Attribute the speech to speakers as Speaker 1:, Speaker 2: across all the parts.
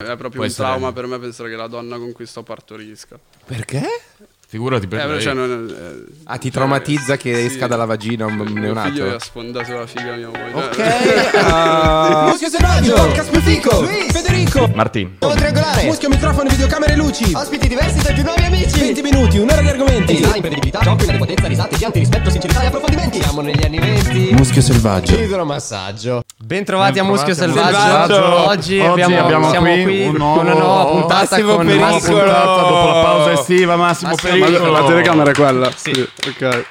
Speaker 1: È proprio
Speaker 2: Può
Speaker 1: un
Speaker 2: essere-
Speaker 1: trauma per me pensare che la donna con cui sto partorisca.
Speaker 3: Perché?
Speaker 2: Figurati
Speaker 1: Eh,
Speaker 2: per
Speaker 1: però,
Speaker 2: lei.
Speaker 1: cioè, non- eh,
Speaker 3: Ah, ti
Speaker 1: cioè,
Speaker 3: traumatizza che
Speaker 1: sì.
Speaker 3: esca dalla vagina un
Speaker 1: Mio figlio
Speaker 3: neonato?
Speaker 1: ha sfondato la figlia mia moglie.
Speaker 3: Ok. ah,
Speaker 4: Muschio selvaggio, podcast più fico, Federico,
Speaker 5: Martin.
Speaker 4: Nuovo triangolare, muschio, microfono, videocamere, luci, ospiti diversi dai più nuovi amici, 20 minuti, un'ora di argomenti, design, prevedibilità, giochi, onnipotenza, risate, pianti, rispetto, sincerità e approfondimenti, siamo negli anni 20,
Speaker 3: Muschio selvaggio.
Speaker 4: idromassaggio,
Speaker 6: Mm. Bentrovati a Muschio
Speaker 2: Bentrovati a
Speaker 6: Selvaggio.
Speaker 2: Muschio Selvaggio.
Speaker 6: Oggi,
Speaker 5: Oggi
Speaker 6: abbiamo,
Speaker 5: abbiamo
Speaker 6: siamo
Speaker 5: qui
Speaker 6: qui,
Speaker 5: un
Speaker 6: con
Speaker 5: nuovo-
Speaker 6: una nuova puntata
Speaker 3: Massimo
Speaker 6: con
Speaker 3: Pericolo.
Speaker 5: Nuova
Speaker 6: Massimo-
Speaker 5: puntata dopo la pausa estiva, Massimo,
Speaker 6: Massimo
Speaker 1: Ma
Speaker 5: Pericolo.
Speaker 1: la telecamera è quella.
Speaker 6: Sì.
Speaker 1: Ok.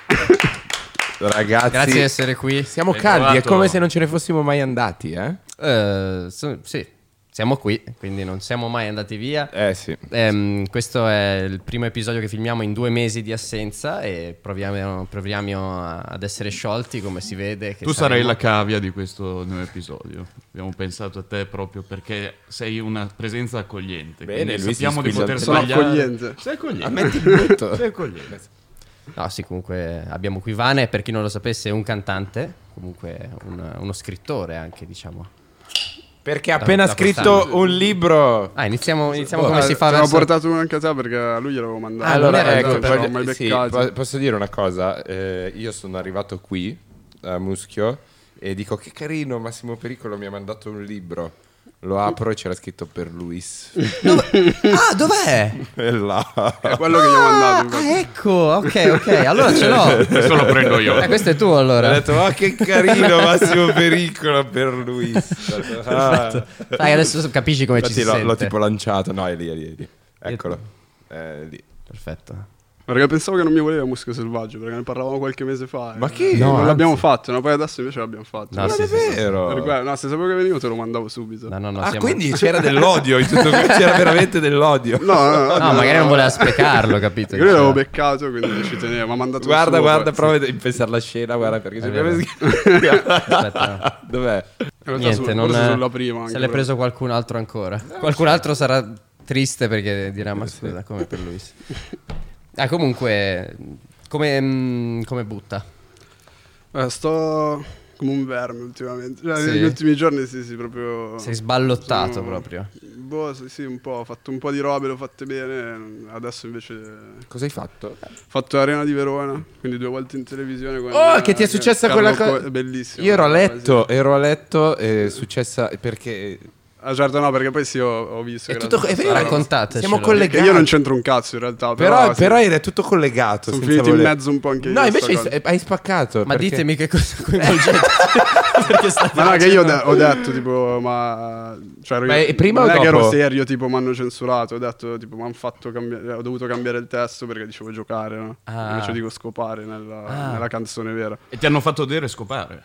Speaker 3: Ragazzi,
Speaker 6: Grazie di essere qui.
Speaker 3: siamo
Speaker 2: Ben
Speaker 3: caldi, è
Speaker 2: trovato.
Speaker 3: come se non ce ne fossimo mai andati, eh?
Speaker 6: Eh, so- sì, siamo qui, quindi non siamo mai andati via.
Speaker 3: Eh sì.
Speaker 6: Ehm, questo è il primo episodio che filmiamo in due mesi di assenza e proviamo, proviamo a- ad essere sciolti come si vede. che
Speaker 2: Tu sarai
Speaker 6: saremo-
Speaker 2: la cavia di questo nuovo episodio. Abbiamo pensato a te proprio perché sei una presenza accogliente.
Speaker 3: Bene,
Speaker 2: quindi
Speaker 3: lui si Ah,
Speaker 2: sappiamo di
Speaker 3: squilla
Speaker 2: poter
Speaker 3: il
Speaker 1: Sono
Speaker 2: sbagliare.
Speaker 1: accogliente.
Speaker 2: Sei accogliente.
Speaker 3: Ammetti tutto.
Speaker 2: Sei accogliente.
Speaker 6: No, sì, comunque abbiamo qui Vane, per chi non lo sapesse è un cantante, comunque un- uno scrittore anche, diciamo.
Speaker 3: Perché ha appena
Speaker 6: da
Speaker 3: scritto un libro.
Speaker 6: Ah, iniziamo, iniziamo come
Speaker 1: Ah,
Speaker 6: si fa
Speaker 1: Te l'ho
Speaker 6: verso... Ah,
Speaker 1: portato uno anche a te perché a lui gliel'avevo mandato.
Speaker 4: Ah,
Speaker 3: allora,
Speaker 6: non era
Speaker 3: ecco,
Speaker 6: il
Speaker 1: però non
Speaker 3: voglio-
Speaker 1: mai
Speaker 3: sì,
Speaker 1: beccato.
Speaker 3: po- posso dire una cosa? Eh, io sono arrivato qui a Muschio e dico che carino, Massimo Pericolo mi ha mandato un libro. Lo apro e c'era scritto per Luis.
Speaker 6: Ah, dov'è?
Speaker 3: E là.
Speaker 1: È quello che gli ho mandato.
Speaker 6: Ah,
Speaker 1: infatti.
Speaker 6: ecco, ok, ok, allora ce l'ho.
Speaker 2: Questo lo prendo io.
Speaker 6: Eh, questo è tuo
Speaker 3: Ho
Speaker 6: allora.
Speaker 3: detto, ma che carino Massimo Pericolo per Luis. Ah.
Speaker 6: Dai, adesso capisci come ci
Speaker 3: Infatti
Speaker 6: si
Speaker 3: l'ho,
Speaker 6: sente.
Speaker 3: l'ho tipo lanciato. No, è lì, è lì, è lì. Eccolo. È lì.
Speaker 6: Perfetto.
Speaker 1: Perché pensavo che non mi voleva muschio selvaggio perché ne parlavamo qualche mese fa. eh.
Speaker 3: Ma che?
Speaker 1: Non
Speaker 3: No,
Speaker 1: l'abbiamo fatto, no? Poi adesso invece l'abbiamo fatto.
Speaker 6: No,
Speaker 3: Non
Speaker 6: sì,
Speaker 3: è
Speaker 6: sì, sì.
Speaker 3: vero.
Speaker 1: Per quello- no, se sapevo che venivo te lo mandavo subito.
Speaker 6: No, no, no,
Speaker 3: ah,
Speaker 6: siamo-
Speaker 3: quindi c'era dell'odio in tutto questo. C'era veramente dell'odio.
Speaker 1: No, no, no.
Speaker 6: No, magari non voleva spiegarlo, capito?
Speaker 1: Io l'avevo beccato, quindi ci tenevo. Mi ha mandato il
Speaker 3: Guarda,
Speaker 1: suo,
Speaker 3: guarda,
Speaker 1: poi.
Speaker 3: prova a pensare la scena, guarda, perché se
Speaker 6: vero. Aspetta.
Speaker 3: Dov'è?
Speaker 1: In realtà
Speaker 6: Niente,
Speaker 1: sul-
Speaker 6: non
Speaker 1: forse sulla prima anche,
Speaker 6: Se l'è
Speaker 1: però. Eh,
Speaker 6: preso qualcun altro ancora. Qualcun altro sarà triste perché dirà ma scusa, come per lui. Ah, comunque come, mm, come butta.
Speaker 1: Eh, sto come un verme ultimamente. Cioè,
Speaker 6: Sì?
Speaker 1: Negli ultimi giorni sì, sì, proprio...
Speaker 6: Sei sballottato
Speaker 1: sono-
Speaker 6: proprio.
Speaker 1: Boh, sì, sì, un po'. Ho fatto un po' di robe, le ho fatte bene. Adesso invece ho
Speaker 3: Cosa hai fatto?
Speaker 1: fatto Arena di Verona, quindi due volte in televisione. con,
Speaker 3: Oh,
Speaker 1: eh,
Speaker 3: che ti è successa
Speaker 1: Carlo
Speaker 3: quella cosa?
Speaker 1: Co- Bellissimo.
Speaker 3: Io ero a
Speaker 1: quasi.
Speaker 3: letto, ero a letto, è successa perché...
Speaker 1: Ah, certo no, perché poi sì, ho, ho visto.
Speaker 3: È
Speaker 1: che
Speaker 3: tutto...
Speaker 1: era
Speaker 3: È vero,
Speaker 1: successa una-
Speaker 6: Raccontatecelo.
Speaker 3: Siamo
Speaker 1: Che io non
Speaker 3: collegati.
Speaker 1: c'entro un cazzo in realtà. Però,
Speaker 3: Però,
Speaker 1: sì,
Speaker 3: però era tutto collegato.
Speaker 1: Sono
Speaker 3: senza
Speaker 1: finito in
Speaker 3: voler-
Speaker 1: mezzo un po' anche io.
Speaker 3: No, invece
Speaker 1: sta cosa.
Speaker 3: hai, hai spaccato.
Speaker 6: Ma
Speaker 3: perché-
Speaker 6: ditemi che cosa coinvolgente. perché sta
Speaker 1: Ma no, che io ho de- ho detto tipo, ma. Cioè, ero
Speaker 3: Ma
Speaker 1: io-
Speaker 3: è prima
Speaker 1: non
Speaker 3: o
Speaker 1: è che
Speaker 3: dopo?
Speaker 1: ero serio, tipo, mi hanno censurato. Ho detto, tipo, mi hanno fatto cambiare. Ho dovuto cambiare il testo perché dicevo giocare, no?
Speaker 6: Ah.
Speaker 1: Invece dico scopare nella,
Speaker 6: Ah.
Speaker 1: nella canzone vera.
Speaker 2: E ti hanno fatto dire scopare.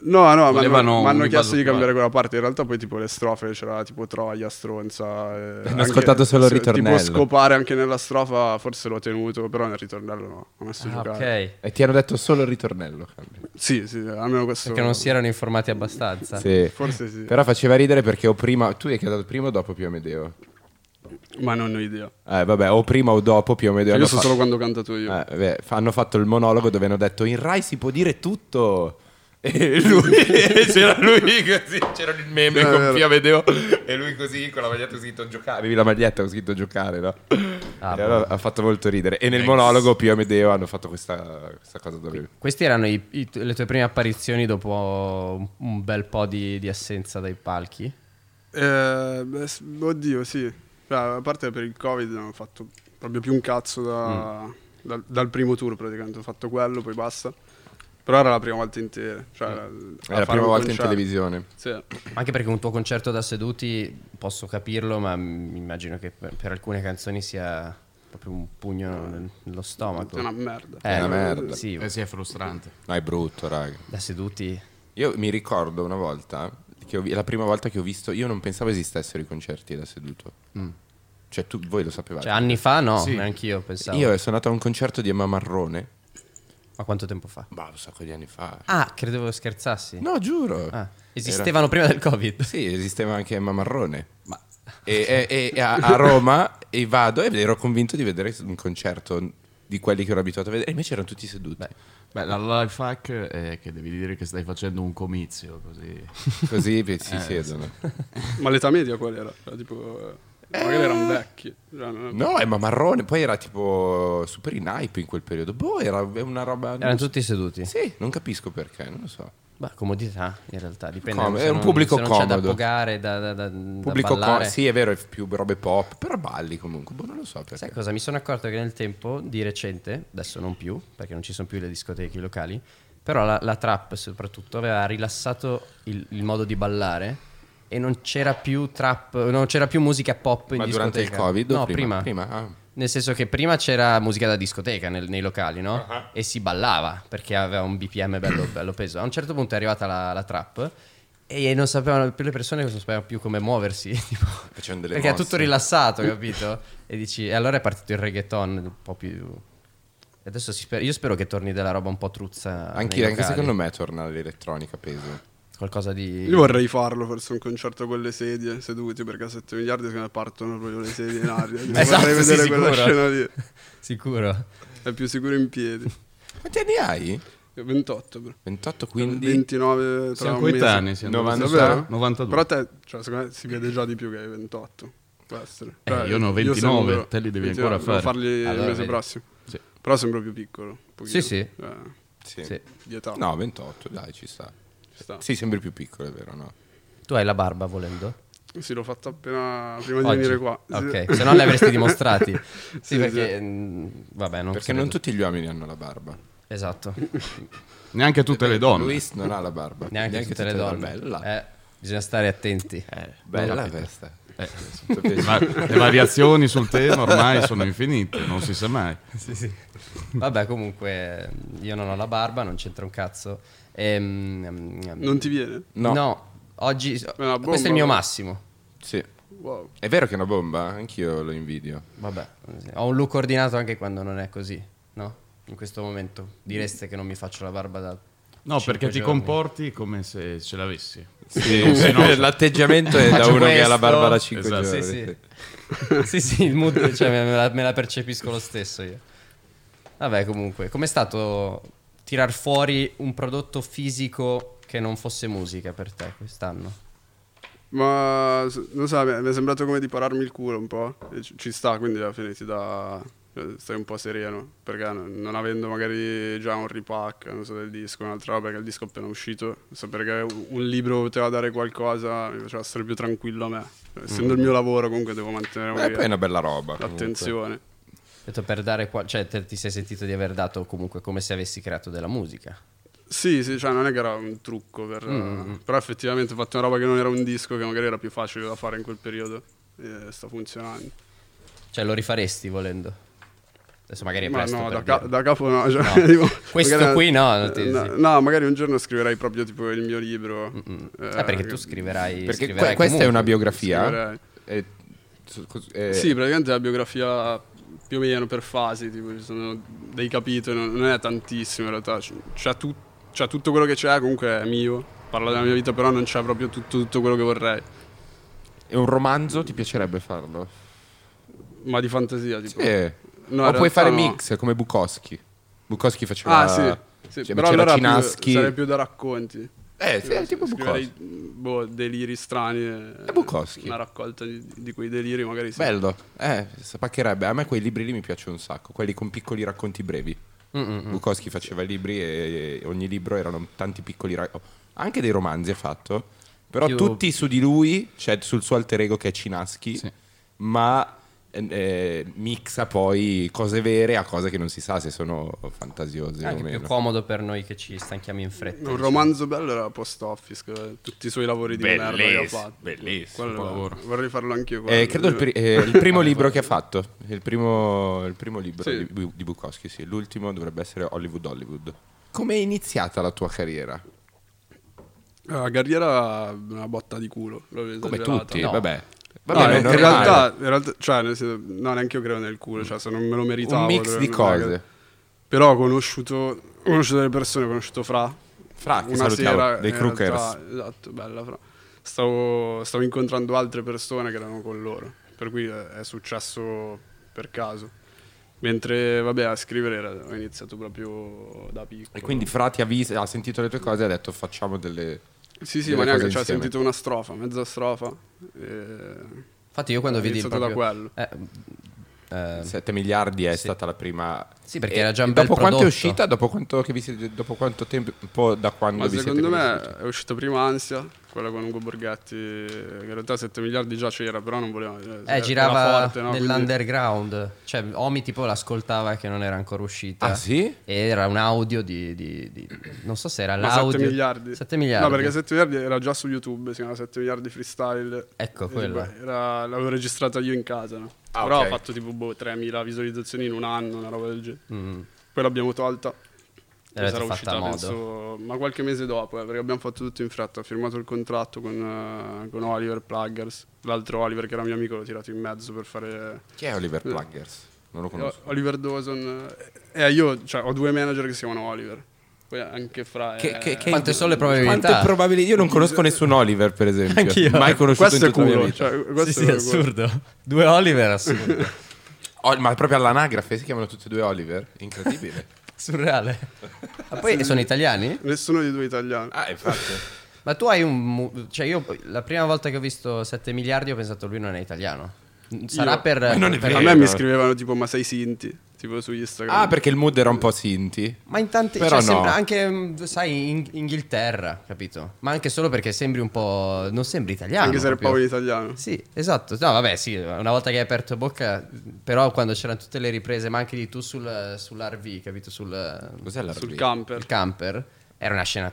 Speaker 1: No, no,
Speaker 2: Volevano
Speaker 1: mi hanno,
Speaker 2: un
Speaker 1: mi hanno
Speaker 2: ribalto
Speaker 1: chiesto di
Speaker 2: più
Speaker 1: cambiare quella parte. In realtà, poi, tipo, le strofe c'era tipo Troia, stronza. eh, anche-
Speaker 3: ascoltato solo il
Speaker 1: se-
Speaker 3: ritornello.
Speaker 1: Tipo, scopare anche nella strofa, forse l'ho tenuto, però nel ritornello no. Ho messo
Speaker 6: Ah,
Speaker 1: giocare.
Speaker 6: ok.
Speaker 3: E eh, ti hanno detto solo il ritornello. Carlo.
Speaker 1: Sì, sì, almeno questo.
Speaker 6: Perché non si erano informati abbastanza.
Speaker 3: Sì.
Speaker 1: Forse sì,
Speaker 3: Però faceva ridere perché o prima... Tu hai cantato prima o dopo Piomedeo?
Speaker 1: ma non ho idea.
Speaker 3: Eh vabbè, o prima o dopo Piomedeo.
Speaker 1: Cioè, io
Speaker 3: hanno
Speaker 1: so
Speaker 3: fa-
Speaker 1: solo quando ho cantato io.
Speaker 3: Eh, beh, fa- hanno fatto il monologo dove hanno detto in Rai si può dire tutto. E lui... c'era lui così, c'era il
Speaker 1: Sì,
Speaker 3: meme
Speaker 1: è vero.
Speaker 3: con Piomedeo. E lui così, con la maglietta con scritto giocare. Avevi la maglietta con scritto giocare, no?
Speaker 6: Ah,
Speaker 3: E allora
Speaker 6: boh.
Speaker 3: ha fatto molto ridere. E nel
Speaker 2: Thanks.
Speaker 3: monologo Piomedeo hanno fatto questa, questa cosa dove...
Speaker 6: Queste erano i- i- le tue prime apparizioni dopo un bel po' di, di assenza dai palchi.
Speaker 1: Eh, beh, s- oddio, sì. Cioè, a parte per il Covid non ho fatto proprio più un cazzo da- dal, dal primo tour praticamente. Ho fatto quello, poi basta. Però era la prima volta intera. Cioè, era
Speaker 3: Era la prima volta in televisione.
Speaker 1: Sì.
Speaker 6: Anche perché un tuo concerto da seduti, posso capirlo, ma m- immagino che per, per alcune canzoni sia proprio un pugno nel- nello stomaco.
Speaker 1: È una merda.
Speaker 6: Eh,
Speaker 3: È una merda.
Speaker 6: Sì,
Speaker 2: Eh sì, è frustrante.
Speaker 3: No, è brutto, raga.
Speaker 6: da seduti.
Speaker 3: Io mi ricordo una volta, che ho vi- la prima volta che ho visto, io non pensavo esistessero i concerti da seduto.
Speaker 1: Mm.
Speaker 3: Cioè, tu, voi lo sapevate.
Speaker 6: Cioè, anni fa no,
Speaker 2: Sì.
Speaker 6: neanche io pensavo.
Speaker 3: io sono andato a un concerto di Emma Marrone,
Speaker 6: Ma quanto tempo fa?
Speaker 3: ma un sacco di anni fa.
Speaker 6: Ah, credevo scherzassi.
Speaker 3: No, giuro.
Speaker 6: Ah, esistevano prima del Covid.
Speaker 3: Sì, esisteva anche Emma Marrone. E, e- e a, a Roma e vado e ero convinto di vedere un concerto di quelli che ero abituato a vedere. E invece erano tutti seduti.
Speaker 2: Beh, la life hack è che devi dire che stai facendo un comizio, così.
Speaker 3: Così si
Speaker 6: Eh,
Speaker 3: siedono.
Speaker 1: Ma l'età media qual era? Era tipo... eh, Magari erano vecchi. Cioè, non-
Speaker 3: No, eh, ma marrone. Poi era tipo super in hype in quel periodo. Boh, era una roba.
Speaker 6: Erano tutti seduti.
Speaker 3: Sì, non capisco perché, non lo so.
Speaker 6: Ma comodità in realtà, dipende.
Speaker 3: Come-
Speaker 6: se
Speaker 3: è un
Speaker 6: non-
Speaker 3: pubblico
Speaker 6: se non c'è
Speaker 3: comodo.
Speaker 6: da pogare, da, da, da, da
Speaker 3: Pubblico
Speaker 6: ballare.
Speaker 3: co- sì, è vero, è più robe pop, però balli comunque, boh, non lo so perché.
Speaker 6: Sai cosa? Mi sono accorto che nel tempo di recente, adesso non più, perché non ci sono più le discoteche i locali, però la, la trap soprattutto aveva rilassato il, il modo di ballare e non c'era più trap, non c'era più musica pop in
Speaker 3: ma durante il
Speaker 6: discoteca.
Speaker 3: Covid? o
Speaker 6: No, prima.
Speaker 3: prima ah.
Speaker 6: Nel senso che prima c'era musica da discoteca nel- nei locali, no? E si ballava perché aveva un BPM bello, bello peso. A un certo punto è arrivata la, la trap e non sapevano più le persone non sapevano più come muoversi. tipo.
Speaker 3: Facevano delle
Speaker 6: perché è
Speaker 3: mosse.
Speaker 6: tutto rilassato, capito? E dici, e allora è partito il reggaeton un po' più. e Adesso si spera- io spero che torni della roba un po' truzza.
Speaker 3: Anche, anche secondo me torna l'elettronica peso.
Speaker 6: Qualcosa di.
Speaker 1: Io vorrei farlo forse un concerto con le sedie seduti perché a 7 miliardi secondo me partono proprio le sedie in aria. Io
Speaker 6: Esatto,
Speaker 1: vorrei
Speaker 6: sì,
Speaker 1: vedere quella
Speaker 6: sicuro.
Speaker 1: scena lì.
Speaker 6: Sicuro.
Speaker 1: È più sicuro in piedi.
Speaker 3: Quanti anni hai?
Speaker 1: Io 28, bro.
Speaker 3: 28, quindi...
Speaker 1: 29 tra
Speaker 2: Siamo
Speaker 1: un mese.
Speaker 2: coetanei, siamo 90,
Speaker 1: Davvero?
Speaker 2: 92.
Speaker 1: Però te, cioè, secondo me si vede già di più che hai 28. Può essere.
Speaker 2: Eh,
Speaker 1: Cioè,
Speaker 2: io ne ho
Speaker 1: sono
Speaker 2: 29,
Speaker 1: uno-
Speaker 2: te li devi
Speaker 1: 29,
Speaker 2: ancora fare.
Speaker 1: devo farli
Speaker 6: Allora,
Speaker 1: il mese
Speaker 6: vedi.
Speaker 1: prossimo.
Speaker 2: Sì.
Speaker 1: Però sembro più piccolo. un pochino.
Speaker 6: Sì, sì.
Speaker 1: Eh,
Speaker 3: Sì.
Speaker 6: Sì.
Speaker 1: di età.
Speaker 3: No, 28, dai, ci sta.
Speaker 1: Ci sta.
Speaker 3: Sì, sembri più piccolo, è vero, no?
Speaker 6: Tu hai la barba volendo?
Speaker 1: Sì, l'ho fatto appena prima
Speaker 6: Oggi?
Speaker 1: di venire qua. Sì.
Speaker 6: Ok, se no li avresti dimostrati. Sì,
Speaker 1: Sì,
Speaker 6: perché. mh, Vabbè, non
Speaker 3: Perché
Speaker 6: credo.
Speaker 3: non tutti gli uomini hanno la barba.
Speaker 6: Esatto.
Speaker 2: Neanche tutte le donne. eh.
Speaker 3: Luis non ha la barba.
Speaker 6: Neanche, tutte le donne.
Speaker 3: Bella, Eh,
Speaker 6: Eh, bisogna stare attenti.
Speaker 3: bella la vesta.
Speaker 2: Eh,
Speaker 3: Tutto
Speaker 2: le
Speaker 3: piacere.
Speaker 2: va- le variazioni sul tema ormai sono infinite, non si sa mai.
Speaker 6: Vabbè, comunque, io non ho la barba, non c'entra un cazzo. Ehm,
Speaker 1: Non ti viene?
Speaker 3: No.
Speaker 6: No. oggi.
Speaker 1: una bomba,
Speaker 6: questo è il mio
Speaker 1: no?
Speaker 6: massimo.
Speaker 3: Sì.
Speaker 1: Wow.
Speaker 3: È vero che è una bomba? Anch'io lo invidio.
Speaker 6: Vabbè, ho un look ordinato anche quando non è così, no? In questo momento direste che non mi faccio la barba da.
Speaker 2: No,
Speaker 6: cinque
Speaker 2: perché ti
Speaker 6: giorni.
Speaker 2: comporti come se ce l'avessi.
Speaker 3: Sì, L'atteggiamento è da
Speaker 6: Faccio
Speaker 3: uno che ha la
Speaker 6: questo.
Speaker 3: barba da 5
Speaker 2: Esatto.
Speaker 3: giorni.
Speaker 6: Sì, sì. sì, sì, il mood cioè, me, la, me la percepisco lo stesso io. Vabbè, comunque, com'è stato tirar fuori un prodotto fisico che non fosse musica per te quest'anno?
Speaker 1: Ma s- non so, mi è mi è sembrato come di pararmi il culo un po'. E ci, ci sta, quindi alla fine ti dà. cioè, Stai un po' sereno. Perché non, non avendo magari già un repack, non so, del disco, un'altra roba, perché il disco è appena uscito. Sapere che un- un libro poteva dare qualcosa mi faceva stare più tranquillo a me. Cioè, Essendo il mio lavoro, comunque devo mantenere
Speaker 3: Beh, Mm. Eh, poi è
Speaker 1: magari
Speaker 3: una bella roba. comunque.
Speaker 1: l'attenzione.
Speaker 6: Ho detto per dare qua- cioè, te- ti sei sentito di aver dato comunque come se avessi creato della musica.
Speaker 1: Sì, sì, cioè non è che era un trucco, per-
Speaker 3: Mm,
Speaker 1: però effettivamente ho fatto una roba che non era un disco, che magari era più facile da fare in quel periodo. E sta funzionando.
Speaker 6: Cioè, lo rifaresti volendo. Adesso magari è
Speaker 1: Ma
Speaker 6: presto
Speaker 1: no, da,
Speaker 6: per
Speaker 1: ca-
Speaker 6: dirlo.
Speaker 1: da capo no. cioè, eh,
Speaker 6: No. Questo qui no, non ti-
Speaker 1: no,
Speaker 6: sì.
Speaker 1: no, magari un giorno scriverei proprio tipo il mio libro.
Speaker 6: Eh, perché tu scriverai.
Speaker 3: Perché que-
Speaker 6: scriverai
Speaker 3: questa è
Speaker 6: comunque.
Speaker 3: una biografia.
Speaker 1: Scriverai.
Speaker 3: E- su- cos- e-
Speaker 1: Eh, Sì, praticamente è la biografia più o meno per fasi, tipo ci sono dei capitoli, non non è tantissimo in realtà. c- C'è, tu- c'è tutto quello che c'è, comunque è mio. Parla della mia vita, però non c'è proprio tutto, tutto quello che vorrei.
Speaker 3: È un romanzo, ti piacerebbe farlo?
Speaker 1: Ma di fantasia, tipo.
Speaker 3: Sì.
Speaker 1: No,
Speaker 3: o
Speaker 1: in
Speaker 3: puoi
Speaker 1: realtà
Speaker 3: fare
Speaker 1: no.
Speaker 3: mix come Bukowski. Bukowski faceva.
Speaker 1: Ah, sì. sì,
Speaker 3: cioè,
Speaker 1: però
Speaker 3: c'era
Speaker 1: allora più-
Speaker 3: Cinaski.
Speaker 1: sarei più da racconti.
Speaker 3: Eh, sì, è tipo
Speaker 1: Scriverei,
Speaker 3: Bukowski.
Speaker 1: boh, deliri strani. e-
Speaker 3: È Bukowski.
Speaker 1: Una raccolta di, di quei deliri, magari sì.
Speaker 3: Bello, eh, spaccherebbe. A me quei libri lì mi piacciono un sacco, quelli con piccoli racconti brevi. Bukowski faceva libri e e ogni libro erano tanti piccoli racconti. Anche dei romanzi ha fatto, però
Speaker 6: Più-
Speaker 3: tutti su di lui, cioè sul suo alter ego che è Cinaschi,
Speaker 2: Sì.
Speaker 3: ma eh, eh, mixa poi cose vere a cose che non si sa se sono fantasiose
Speaker 6: Anche
Speaker 3: o
Speaker 6: più
Speaker 3: meno.
Speaker 6: comodo per noi che ci stanchiamo in fretta.
Speaker 1: Un
Speaker 6: diciamo.
Speaker 1: romanzo bello era Post Office, che- tutti i suoi lavori di merda che ha
Speaker 3: Bellissimo,
Speaker 1: fatto.
Speaker 3: bellissimo
Speaker 1: Quello-
Speaker 2: lavoro.
Speaker 1: Vorrei farlo anch'io. quello.
Speaker 3: Eh, credo il, pri- eh, il primo libro che ha fatto, il primo, il primo libro
Speaker 1: Esatto. Sì.
Speaker 3: di, Bu- di Bukowski, sì. l'ultimo dovrebbe essere Hollywood Hollywood. Come è iniziata la tua carriera?
Speaker 1: La carriera è una botta di culo. l'ho
Speaker 3: Come
Speaker 1: esagerata.
Speaker 3: tutti,
Speaker 1: No.
Speaker 3: vabbè.
Speaker 1: No,
Speaker 3: Vabbè,
Speaker 1: in,
Speaker 3: non è male.
Speaker 1: realtà, in realtà- cioè, nel senso, no, neanche io credo nel culo, cioè, se non me lo meritavo.
Speaker 3: un mix
Speaker 1: cioè,
Speaker 3: di
Speaker 1: non è che-
Speaker 3: cose.
Speaker 1: Però ho conosciuto, ho conosciuto delle persone, ho conosciuto Fra.
Speaker 3: Fra, che
Speaker 1: una
Speaker 3: salutiamo,
Speaker 1: sera,
Speaker 3: dei
Speaker 1: in
Speaker 3: Crookers.
Speaker 1: realtà- esatto, bella Fra. Stavo, stavo incontrando altre persone che erano con loro, per cui è, è successo per caso. Mentre, vabbè, a scrivere era- ho iniziato proprio da piccolo.
Speaker 3: E quindi Frati ha, vis- ha sentito le tue cose e ha detto facciamo delle...
Speaker 1: Sì, sì,
Speaker 3: delle
Speaker 1: ma neanche,
Speaker 3: cose
Speaker 1: cioè, ho
Speaker 3: insieme.
Speaker 1: sentito una strofa, mezza strofa. e-
Speaker 6: Infatti io quando
Speaker 1: Ho
Speaker 6: vedi il
Speaker 1: iniziato da
Speaker 6: proprio- eh, eh,
Speaker 3: 7 miliardi è stata la prima...
Speaker 6: Sì, perché era già un bel
Speaker 3: dopo quanto è
Speaker 6: prodotto.
Speaker 3: uscita? Dopo quanto, che vi siete- dopo quanto tempo? Un po' da quando
Speaker 1: Ma
Speaker 3: vi siete
Speaker 1: secondo
Speaker 3: conosciuti?
Speaker 1: me è uscita prima Ansia, quella con Ugo Borghetti, che in realtà 7 miliardi già c'era, però non voleva... eh,
Speaker 6: eh,
Speaker 1: era
Speaker 6: girava
Speaker 1: forte, no? Quindi-
Speaker 6: nell'underground, cioè Omi tipo l'ascoltava che non era ancora uscita.
Speaker 3: Ah, sì?
Speaker 6: Era un audio di, di- di- non so se era
Speaker 1: Ma
Speaker 6: l'audio
Speaker 1: 7 miliardi.
Speaker 6: 7 miliardi.
Speaker 1: No, perché 7 miliardi era già su YouTube, si chiamava 7 miliardi freestyle.
Speaker 6: Ecco,
Speaker 1: E
Speaker 6: quella.
Speaker 1: tipo, era- l'avevo registrata io in casa, no?
Speaker 3: Ah,
Speaker 1: Però
Speaker 3: ok.
Speaker 1: ho fatto tipo boh, 3.000 visualizzazioni in un anno, una roba del genere.
Speaker 6: Mm.
Speaker 1: Poi l'abbiamo tolta.
Speaker 6: E l'avete fatta a modo.
Speaker 1: penso, ma qualche mese dopo, eh, perché abbiamo fatto tutto in fretta. Ho firmato il contratto con, eh, con Oliver Pluggers, l'altro Oliver che era mio amico, l'ho tirato in mezzo per fare eh,
Speaker 3: Chi è Oliver Pluggers? Non lo conosco.
Speaker 1: Oliver Dawson. eh, eh, io cioè, ho due manager che si chiamano Oliver. Poi anche fra.
Speaker 3: Che-
Speaker 1: eh,
Speaker 3: che- che-
Speaker 6: Quante sono le probabilità?
Speaker 3: Quante probabilità? Io non conosco nessun Oliver, per esempio.
Speaker 6: Anch'io.
Speaker 3: Mai conosciuto
Speaker 1: Eh, questo
Speaker 3: in
Speaker 1: è
Speaker 3: tutta la mia
Speaker 1: culo.
Speaker 3: vita.
Speaker 1: cioè, questo
Speaker 6: Sì, sì,
Speaker 1: è
Speaker 6: è assurdo. Due Oliver assurdo.
Speaker 3: Ol- Oh, ma proprio all'anagrafe si chiamano tutti e due Oliver? Incredibile.
Speaker 6: Surreale. Ma poi sono italiani?
Speaker 1: Nessuno dei due italiani.
Speaker 3: ah, infatti.
Speaker 6: Ma tu hai un... mu- Cioè io la prima volta che ho visto 7 miliardi ho pensato lui non è italiano. Sarà
Speaker 1: Io-
Speaker 6: per...
Speaker 3: Ma non è
Speaker 6: per-
Speaker 1: a
Speaker 3: vero.
Speaker 1: me
Speaker 3: eh,
Speaker 1: mi
Speaker 3: no.
Speaker 1: scrivevano tipo ma sei Sinti, tipo su Instagram.
Speaker 3: Ah, perché il mood era un po' Sinti.
Speaker 6: Ma in tanti... cioè,
Speaker 3: Però no.
Speaker 6: sembra anche, mh, sai, in Inghilterra, capito? Ma anche solo perché sembri un po'... Non sembri italiano.
Speaker 1: Anche se era
Speaker 6: proprio.
Speaker 1: Paolo in italiano.
Speaker 6: Sì, esatto. No, vabbè, sì, una volta che hai aperto bocca, però quando c'erano tutte le riprese, ma anche di tu sul, sull'RV, capito? Sul,
Speaker 3: Cos'è la
Speaker 1: Sul
Speaker 3: RV?
Speaker 1: camper.
Speaker 6: il camper, era una scena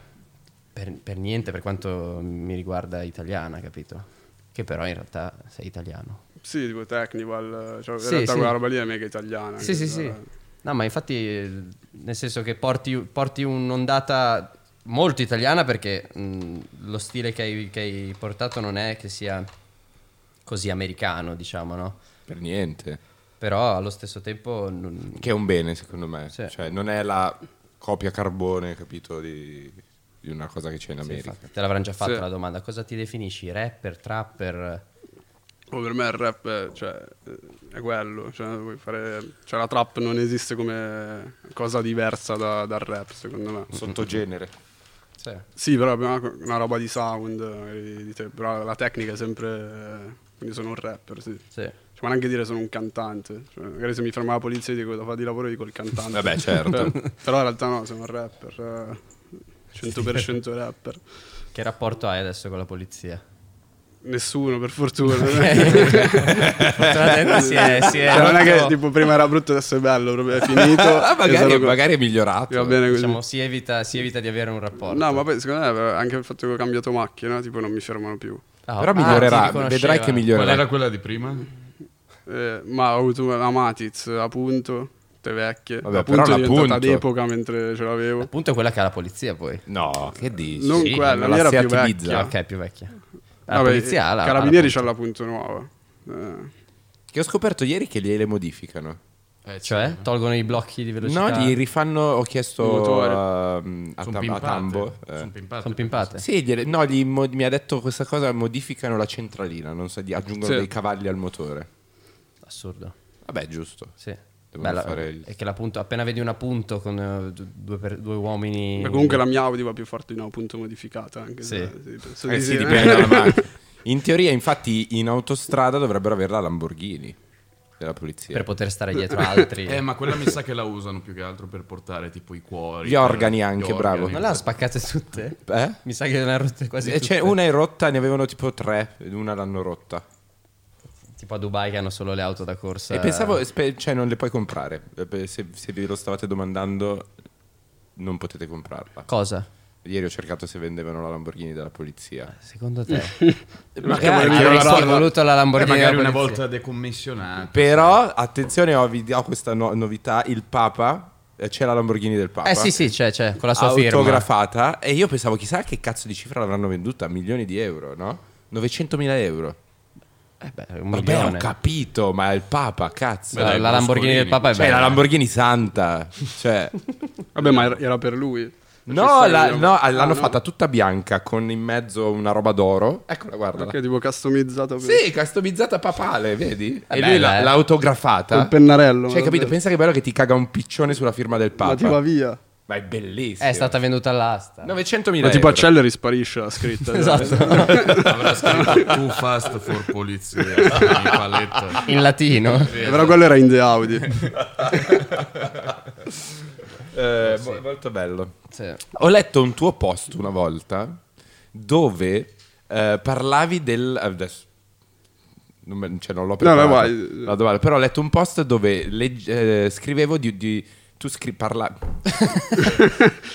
Speaker 6: per, per niente, per quanto mi riguarda, italiana, capito? Che però in realtà sei italiano.
Speaker 1: Sì, tipo Technival. Cioè, in
Speaker 6: Sì,
Speaker 1: realtà
Speaker 6: sì.
Speaker 1: quella roba lì è mega italiana. eh,
Speaker 6: Sì, sì,
Speaker 1: anche
Speaker 6: sì.
Speaker 1: se-
Speaker 6: No, ma infatti, nel senso che porti, porti un'ondata molto italiana perché mh, lo stile che hai, che hai portato non è che sia così americano, diciamo, no?
Speaker 3: Per niente.
Speaker 6: Però allo stesso tempo non-
Speaker 3: Che è un bene, secondo me.
Speaker 6: Sì.
Speaker 3: Cioè, non è la copia carbone, capito, di, di una cosa che c'è in
Speaker 6: sì,
Speaker 3: America.
Speaker 6: infatti, te l'avranno già fatta
Speaker 1: Sì.
Speaker 6: la domanda. Cosa ti definisci? Rapper, trapper?
Speaker 1: Oh, per me il rap è, cioè, è quello. Cioè, vuoi fare- cioè, la trap non esiste come cosa diversa da- dal rap, secondo me.
Speaker 3: Mm. Sottogenere.
Speaker 6: Sì.
Speaker 1: Sì, però è una, una roba di sound, magari di te- però la tecnica è sempre... eh, Quindi sono un rapper, sì.
Speaker 6: Sì.
Speaker 1: Cioè, ma neanche dire sono un cantante. Cioè, magari se mi ferma la polizia e dico cosa fa di lavoro, dico il cantante.
Speaker 3: Vabbè, certo.
Speaker 1: però, però in realtà no, sono un rapper. eh, 100% rapper.
Speaker 6: Che rapporto hai adesso con la polizia?
Speaker 1: Nessuno, per fortuna.
Speaker 3: Eh,
Speaker 6: Fortunatamente si è, si è
Speaker 1: Cioè, non è che
Speaker 6: rotto-
Speaker 1: tipo prima era brutto, adesso è bello, proprio è finito.
Speaker 3: Ah,
Speaker 1: e
Speaker 3: magari,
Speaker 1: sono co-
Speaker 3: magari è migliorato.
Speaker 1: Va bene così.
Speaker 6: diciamo, si, evita, si evita di avere un rapporto.
Speaker 1: No, ma poi secondo me anche il fatto che ho cambiato macchina, tipo non mi fermano più.
Speaker 6: Ah,
Speaker 3: Però
Speaker 6: ah, ti
Speaker 3: migliorerà.
Speaker 6: riconosceva.
Speaker 3: Vedrai che
Speaker 2: Qual era
Speaker 3: migliorerà.
Speaker 2: quella di prima?
Speaker 1: Eh, ma ho avuto la Matiz, appunto, tutte vecchie.
Speaker 3: Vabbè,
Speaker 1: appunto
Speaker 3: però
Speaker 1: è diventata
Speaker 3: l'Apunto.
Speaker 1: d'epoca mentre ce l'avevo.
Speaker 6: Appunto è quella che ha la polizia poi.
Speaker 3: No, che dici?
Speaker 1: Non quella,
Speaker 3: la
Speaker 1: lì era
Speaker 3: Seat
Speaker 1: più
Speaker 3: Ibiza.
Speaker 1: vecchia.
Speaker 6: Ah, ok, è più vecchia. La
Speaker 1: Vabbè,
Speaker 6: polizia ha la...
Speaker 1: Carabinieri
Speaker 6: ha
Speaker 1: c'ha
Speaker 6: la-
Speaker 1: l'appunto nuova. Eh,
Speaker 3: Che ho scoperto ieri che gliele modificano.
Speaker 2: Eh,
Speaker 6: Cioè, tolgono i blocchi di velocità.
Speaker 3: No, gli rifanno. Ho chiesto
Speaker 1: Motore.
Speaker 3: a, a
Speaker 2: sono
Speaker 3: Tam- a
Speaker 2: pimpate.
Speaker 3: Tambo. eh.
Speaker 2: Sono pimpate.
Speaker 6: Sono pimpate.
Speaker 3: Sì, gliele- no, gli mo- mi ha detto questa cosa. Modificano la centralina. Non so, gli aggiungono
Speaker 1: Sì.
Speaker 3: dei cavalli al motore.
Speaker 6: Assurdo.
Speaker 3: Vabbè, giusto.
Speaker 6: Sì.
Speaker 3: Devono
Speaker 6: Bella-
Speaker 3: fare il-
Speaker 6: È che la punto- appena vedi una punto con eh, du- due, per- due uomini...
Speaker 3: Eh.
Speaker 1: ma comunque la mia Audi va più forte di una appunto modificata. Anche
Speaker 6: Sì.
Speaker 1: se, penso
Speaker 3: Eh
Speaker 1: di
Speaker 3: sì,
Speaker 1: sì.
Speaker 3: dipende dalla macchina. In teoria, infatti, in autostrada dovrebbero averla Lamborghini della polizia.
Speaker 6: Per poter stare dietro altri.
Speaker 2: Eh, ma quella mi sa che la usano più che altro per portare tipo i cuori.
Speaker 3: Gli
Speaker 2: per-
Speaker 3: organi anche,
Speaker 2: gli
Speaker 3: bravo.
Speaker 6: Non
Speaker 2: organi.
Speaker 6: le hanno spaccate tutte?
Speaker 3: Eh?
Speaker 6: Mi sa che ne ha rotte quasi
Speaker 3: Eh,
Speaker 6: tutte.
Speaker 3: cioè, una è rotta, ne avevano tipo tre, ed una l'hanno rotta.
Speaker 6: Tipo a Dubai che hanno solo le auto da corsa.
Speaker 3: E pensavo, spe- cioè, non le puoi comprare. Eh, beh, Se, se ve lo stavate domandando, non potete comprarla.
Speaker 6: Cosa?
Speaker 3: Ieri ho cercato se vendevano la Lamborghini della polizia.
Speaker 6: Secondo te?
Speaker 1: Perché
Speaker 6: magari
Speaker 1: voglio
Speaker 6: avresti
Speaker 1: lavorare-
Speaker 6: voluto la
Speaker 2: Eh,
Speaker 6: Lamborghini.
Speaker 2: magari
Speaker 6: della
Speaker 2: una
Speaker 6: polizia.
Speaker 2: volta decommissionata.
Speaker 3: Però, attenzione, ho, vi ho questa no- novità: il Papa, eh, c'è la Lamborghini del Papa.
Speaker 6: Eh sì, sì, c'è, c'è, con la sua firma.
Speaker 3: autografata. E io pensavo, chissà che cazzo di cifra l'avranno venduta? Milioni di euro, no? 900.000 euro.
Speaker 6: Eh beh, un
Speaker 3: Vabbè, ho
Speaker 6: milione.
Speaker 3: capito, ma è il Papa, cazzo.
Speaker 6: La-
Speaker 2: dai,
Speaker 6: Cioè, la Lamborghini
Speaker 2: Berlusconi.
Speaker 6: del Papa è
Speaker 3: cioè,
Speaker 6: bella.
Speaker 3: la Lamborghini santa. Cioè,
Speaker 1: Vabbè, ma era- era per lui.
Speaker 3: No, la-
Speaker 1: Cesarino.
Speaker 3: no, l'hanno
Speaker 1: Ah, no.
Speaker 3: fatta tutta bianca con in mezzo una roba d'oro. Eccola, guarda.
Speaker 1: Perché è tipo customizzato per...
Speaker 3: Sì, customizzata papale, vedi?
Speaker 6: È
Speaker 3: e lui
Speaker 6: bella,
Speaker 3: l'ha,
Speaker 6: eh.
Speaker 3: l'ha autografata.
Speaker 1: Col pennarello,
Speaker 3: Cioè,
Speaker 1: ma
Speaker 3: capito?
Speaker 1: davvero.
Speaker 3: Pensa che bello che ti caga un piccione sulla firma del
Speaker 1: Ma ti va
Speaker 3: Papa.
Speaker 1: via.
Speaker 3: Ma è bellissimo.
Speaker 6: È stata venduta all'asta.
Speaker 3: 900.000
Speaker 1: Ma tipo
Speaker 3: euro.
Speaker 1: acceleri sparisce la scritta. cioè,
Speaker 6: Esatto.
Speaker 2: Avrà scritto too fast for polizia cioè, in paletta.
Speaker 6: In latino.
Speaker 1: Eh, Però quello era in The Audi.
Speaker 3: Eh, mo- Molto bello.
Speaker 6: Sì.
Speaker 3: Ho letto un tuo post una volta dove eh, parlavi del... Adesso, non, me- cioè, non l'ho
Speaker 1: No, no,
Speaker 3: preparato
Speaker 1: vai.
Speaker 3: la domanda, però ho letto un post dove legg- eh, scrivevo di... di- tu scri- parla-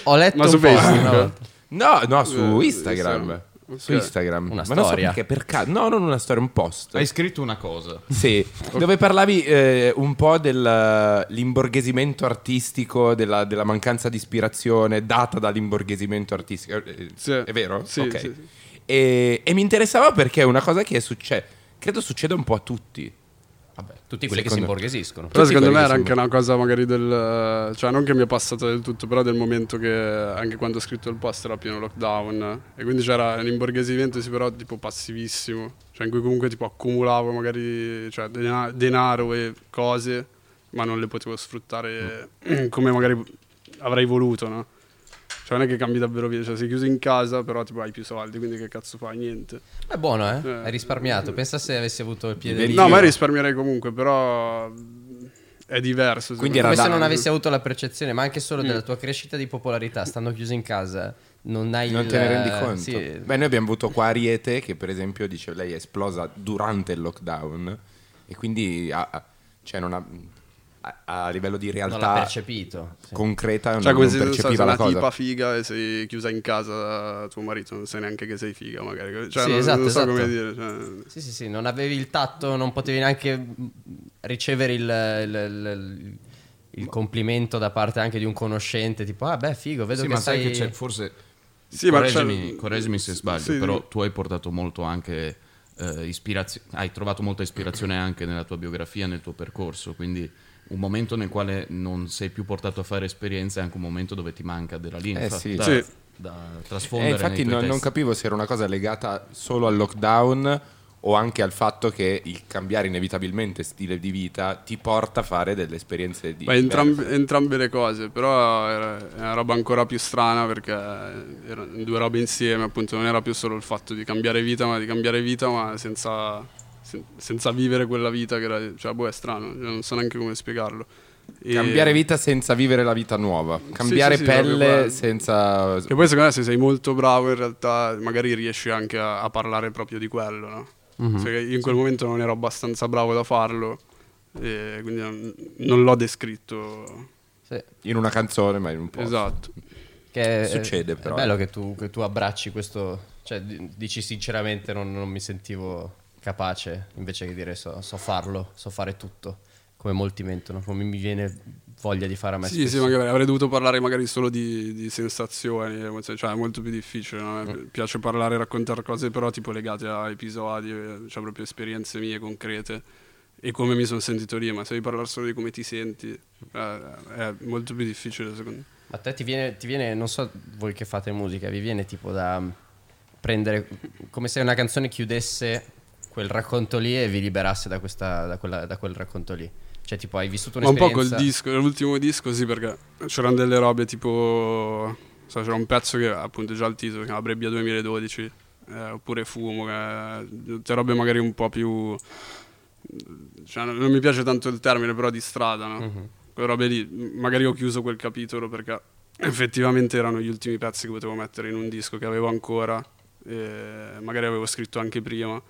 Speaker 6: Ho letto
Speaker 1: Ma su
Speaker 6: un po'
Speaker 1: Facebook?
Speaker 6: una volta.
Speaker 3: No, no, su
Speaker 1: Eh,
Speaker 3: Instagram.
Speaker 1: Instagram.
Speaker 3: Su
Speaker 1: Ok.
Speaker 3: Instagram.
Speaker 6: Una
Speaker 3: Ma non so
Speaker 6: storia.
Speaker 3: perché, per caso. No, non una storia, un post.
Speaker 2: Hai scritto una cosa.
Speaker 3: Sì, dove parlavi eh, un po' dell'imborghesimento artistico, della, della mancanza di ispirazione data dall'imborghesimento artistico. Eh,
Speaker 1: Sì.
Speaker 3: È vero?
Speaker 1: Sì,
Speaker 3: Ok.
Speaker 1: sì, sì.
Speaker 3: E, e mi interessava perché è una cosa che è succe- credo succeda un po' a tutti.
Speaker 6: Vabbè, tutti quelli che si
Speaker 3: Secondo-
Speaker 6: imborghesiscono.
Speaker 1: Però
Speaker 3: Tutti
Speaker 1: secondo
Speaker 3: quelli
Speaker 1: me
Speaker 3: che
Speaker 1: era
Speaker 3: sono-
Speaker 1: anche una cosa magari del... Cioè non che mi è passata del tutto, però del momento che anche quando ho scritto il post era pieno lockdown eh, e quindi c'era un imborghesimento sì, però tipo passivissimo, cioè in cui comunque tipo accumulavo magari cioè, dena- denaro e cose ma non le potevo sfruttare come magari avrei voluto, no? Cioè non è che cambi davvero via, cioè sei chiuso in casa però tipo hai più soldi, quindi che cazzo fai? Niente.
Speaker 6: È buono, eh?
Speaker 1: Eh.
Speaker 6: Hai risparmiato. Pensa se avessi avuto il piede
Speaker 3: Diventi-
Speaker 6: lì.
Speaker 1: No, ma
Speaker 3: io-
Speaker 1: risparmierei comunque, però mh, è diverso. secondo
Speaker 6: Come
Speaker 3: Quindi era
Speaker 1: me.
Speaker 6: se
Speaker 3: da-
Speaker 6: non avessi avuto la percezione, ma anche
Speaker 3: Mm.
Speaker 6: solo della tua crescita di popolarità, stando chiuso in casa, non hai
Speaker 3: Non
Speaker 6: il- eh,
Speaker 3: te ne rendi conto?
Speaker 6: Sì.
Speaker 3: Beh, noi abbiamo avuto qua Ariete che, per esempio, dice lei è esplosa durante il lockdown e quindi ha- ha- cioè, non ha- a, a livello di realtà
Speaker 6: non l'ha percepito. sì.
Speaker 3: concreta non,
Speaker 1: Cioè, come
Speaker 3: Ah, non
Speaker 1: se non so, sei
Speaker 3: percepiva la
Speaker 1: una
Speaker 3: cosa.
Speaker 1: tipa figa e sei chiusa in casa da tuo marito, non sai neanche che sei figa, magari. Cioè,
Speaker 6: Sì,
Speaker 1: non,
Speaker 6: esatto,
Speaker 1: non so
Speaker 6: esatto.
Speaker 1: come dire. cioè.
Speaker 6: Sì, sì, sì, non avevi il tatto, non potevi neanche mh, ricevere il, il- il- il complimento da parte anche di un conoscente, tipo, ah beh, figo, vedo
Speaker 2: Sì,
Speaker 6: che
Speaker 2: ma sai
Speaker 6: sei...
Speaker 2: che c'è forse...
Speaker 1: Sì, ma
Speaker 2: correggimi,
Speaker 1: c'è-
Speaker 2: correggimi se sbaglio,
Speaker 1: sì,
Speaker 2: però
Speaker 1: dico.
Speaker 2: tu hai portato molto anche eh, ispirazio- hai trovato molta ispirazione anche nella tua biografia, nel tuo percorso, quindi un momento nel quale non sei più portato a fare esperienze è anche un momento dove ti manca della linfa
Speaker 3: Eh, sì.
Speaker 2: da,
Speaker 1: Sì.
Speaker 2: da
Speaker 3: Eh,
Speaker 2: trasfondere
Speaker 3: infatti
Speaker 2: nei tuoi
Speaker 3: non, non
Speaker 2: testi.
Speaker 3: capivo se era una cosa legata solo al lockdown o anche al fatto che il cambiare inevitabilmente stile di vita ti porta a fare delle esperienze di...
Speaker 1: Ma entramb- entrambe le cose, però era, è una roba ancora più strana perché erano due robe insieme, appunto, non era più solo il fatto di cambiare vita, ma di cambiare vita, ma senza, sen- senza vivere quella vita che era... Cioè, boh, è strano, cioè, non so neanche come spiegarlo. E-
Speaker 3: Cambiare vita senza vivere la vita nuova. Cambiare
Speaker 1: sì, sì, proprio
Speaker 3: pelle
Speaker 1: quello.
Speaker 3: senza...
Speaker 1: Che poi secondo me se sei molto bravo in realtà magari riesci anche a, a parlare proprio di quello, no? Se io in quel momento non ero abbastanza bravo da farlo, e quindi non, non l'ho descritto.
Speaker 6: Sì,
Speaker 3: In una canzone, ma in un po'.
Speaker 1: Esatto.
Speaker 6: che è-
Speaker 3: Succede,
Speaker 6: è
Speaker 3: però,
Speaker 6: bello
Speaker 3: eh.
Speaker 6: che tu, che tu abbracci questo, cioè di- dici sinceramente non, non mi sentivo capace, invece che dire so, so farlo, so fare tutto, come molti mentono, come mi viene voglia di fare a me
Speaker 1: Sì, sì,
Speaker 6: stesso.
Speaker 1: magari avrei dovuto parlare magari solo di, di sensazioni, emozioni, cioè è molto più difficile, no? Mi piace parlare e raccontare cose però tipo legate a episodi, eh, cioè proprio esperienze mie concrete e come mi sono sentito lì, ma se devi parlare solo di come ti senti eh, è molto più difficile secondo me.
Speaker 6: Ma te ti viene, ti viene, non so voi che fate musica, vi viene tipo da mm, prendere come se una canzone chiudesse quel racconto lì e vi liberasse da, questa, da, quella- da quel racconto lì. Cioè, tipo, hai vissuto
Speaker 1: Ma un po'
Speaker 6: un'esperienza.
Speaker 1: col disco, l'ultimo disco sì perché c'erano delle robe tipo, so, c'era un pezzo che appunto già il titolo, si chiama Brebbia 2012, eh, oppure Fumo, che, tutte robe magari un po' più, cioè non non mi piace tanto il termine però di strada, no? Quelle robe lì, m- magari ho chiuso quel capitolo perché effettivamente erano gli ultimi pezzi che potevo mettere in un disco che avevo ancora, e magari avevo scritto anche prima.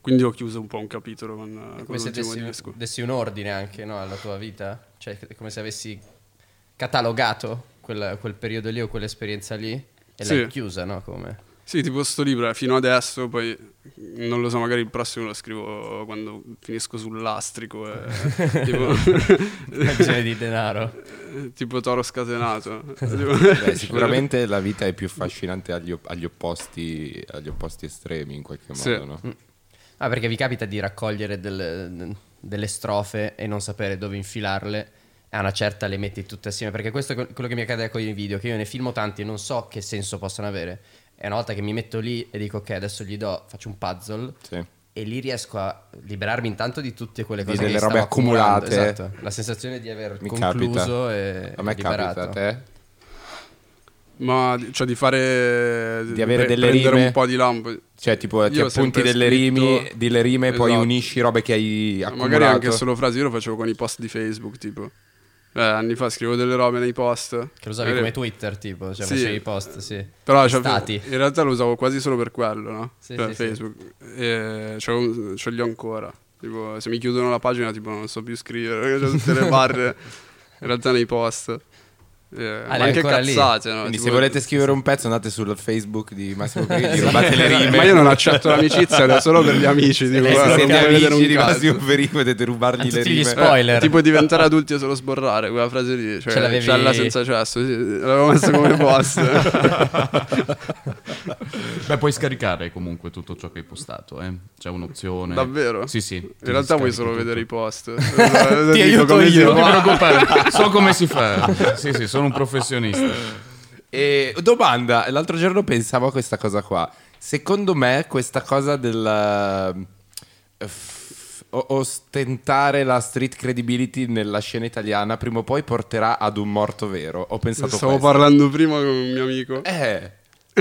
Speaker 1: Quindi ho chiuso un po' un capitolo con, con
Speaker 6: Come se
Speaker 1: l'ultimo
Speaker 6: dessi,
Speaker 1: disco.
Speaker 6: dessi un ordine anche no, alla tua vita. Cioè, è come se avessi catalogato quel, quel periodo lì o quell'esperienza lì e
Speaker 1: Sì.
Speaker 6: l'hai chiusa, no? Come?
Speaker 1: Sì, tipo sto libro è fino adesso, poi non lo so, magari il prossimo lo scrivo quando finisco eh. sul lastrico, e, tipo,
Speaker 6: Hai bisogno di denaro.
Speaker 1: tipo toro scatenato. Tipo-
Speaker 3: Beh, sicuramente la vita è più affascinante agli, op- agli opposti, agli opposti estremi in qualche modo,
Speaker 1: Sì. Mm.
Speaker 3: no?
Speaker 6: Ah, perché vi capita di raccogliere del- delle strofe e non sapere dove infilarle. a una certa le metti tutte assieme, perché questo è que- quello che mi accade con i video, che io ne filmo tanti e non so che senso possano avere. E una volta che mi metto lì e dico ok, adesso gli do, faccio un puzzle
Speaker 3: Sì.
Speaker 6: e lì riesco a liberarmi intanto di tutte quelle
Speaker 3: Di
Speaker 6: cose
Speaker 3: delle
Speaker 6: che
Speaker 3: robe
Speaker 6: stavo accumulando,
Speaker 3: accumulate.
Speaker 6: Esatto. La sensazione di aver
Speaker 3: Mi
Speaker 6: concluso
Speaker 3: capita.
Speaker 6: e
Speaker 3: A me
Speaker 6: liberato.
Speaker 3: capita, a te?
Speaker 1: Eh, Ma di- cioè di fare
Speaker 3: Di avere delle
Speaker 1: prendere
Speaker 3: rime.
Speaker 1: un po' di lampo.
Speaker 3: Cioè, tipo, ti
Speaker 1: Io ho
Speaker 3: appunti
Speaker 1: sempre
Speaker 3: delle,
Speaker 1: scritto-
Speaker 3: rime, delle rime e poi
Speaker 1: Esatto. Eh,
Speaker 3: unisci robe che hai accumulato.
Speaker 1: Magari anche solo frasi, io lo facevo con i post di Facebook, tipo. Eh, anni fa scrivo delle robe nei post.
Speaker 6: Che lo usavi
Speaker 1: Magari-
Speaker 6: come Twitter, tipo, cioè
Speaker 1: Eh. Sì.
Speaker 6: facevi i post, sì.
Speaker 1: Però cioè,
Speaker 6: Stati.
Speaker 1: in realtà lo usavo quasi solo per quello, no?
Speaker 6: Sì,
Speaker 1: per
Speaker 6: sì, sì.
Speaker 1: Facebook. E ce, l'ho- ce li ho ancora. Tipo, se mi chiudono la pagina, tipo, non so più scrivere, perché c'ho tutte le barre. in realtà nei post. Eh, ma
Speaker 6: l'hai
Speaker 1: anche
Speaker 6: Ah, ancora lì?
Speaker 1: cazzate, no?
Speaker 3: Quindi,
Speaker 1: Tipo-
Speaker 3: se volete scrivere un pezzo, andate sul Facebook di Massimo Perini, rubate le rime.
Speaker 1: Ma io non accetto l'amicizia, era solo per gli amici. Tipo,
Speaker 3: Eh, se
Speaker 1: guarda, non
Speaker 3: siete
Speaker 1: voglio vedere
Speaker 3: amici
Speaker 1: un
Speaker 3: di
Speaker 1: cazzo.
Speaker 3: Massimo Perini, potete rubargli
Speaker 6: Tutti
Speaker 3: le
Speaker 6: gli
Speaker 3: rime.
Speaker 6: spoiler.
Speaker 1: Eh, tipo diventare adulti e solo sborrare, quella frase lì.
Speaker 6: Ce
Speaker 1: Cioè,
Speaker 6: l'avevi-
Speaker 1: cella senza cesso, sì, l'avevo messo come post.
Speaker 2: Beh, puoi scaricare comunque tutto ciò che hai postato, eh. C'è un'opzione.
Speaker 1: Davvero?
Speaker 2: Sì, sì.
Speaker 1: In realtà vuoi solo vedere i post. Ti
Speaker 2: aiuto io, non ti preoccupare, Ah, so come si fa. Sì, sì, sono un professionista.
Speaker 3: E domanda, l'altro giorno pensavo a questa cosa qua. Secondo me questa cosa del eh, f- o- ostentare la street credibility nella scena italiana prima o poi porterà ad un morto vero. Ho pensato
Speaker 1: Stavo
Speaker 3: questo.
Speaker 1: parlando prima con un mio amico.
Speaker 3: Eh,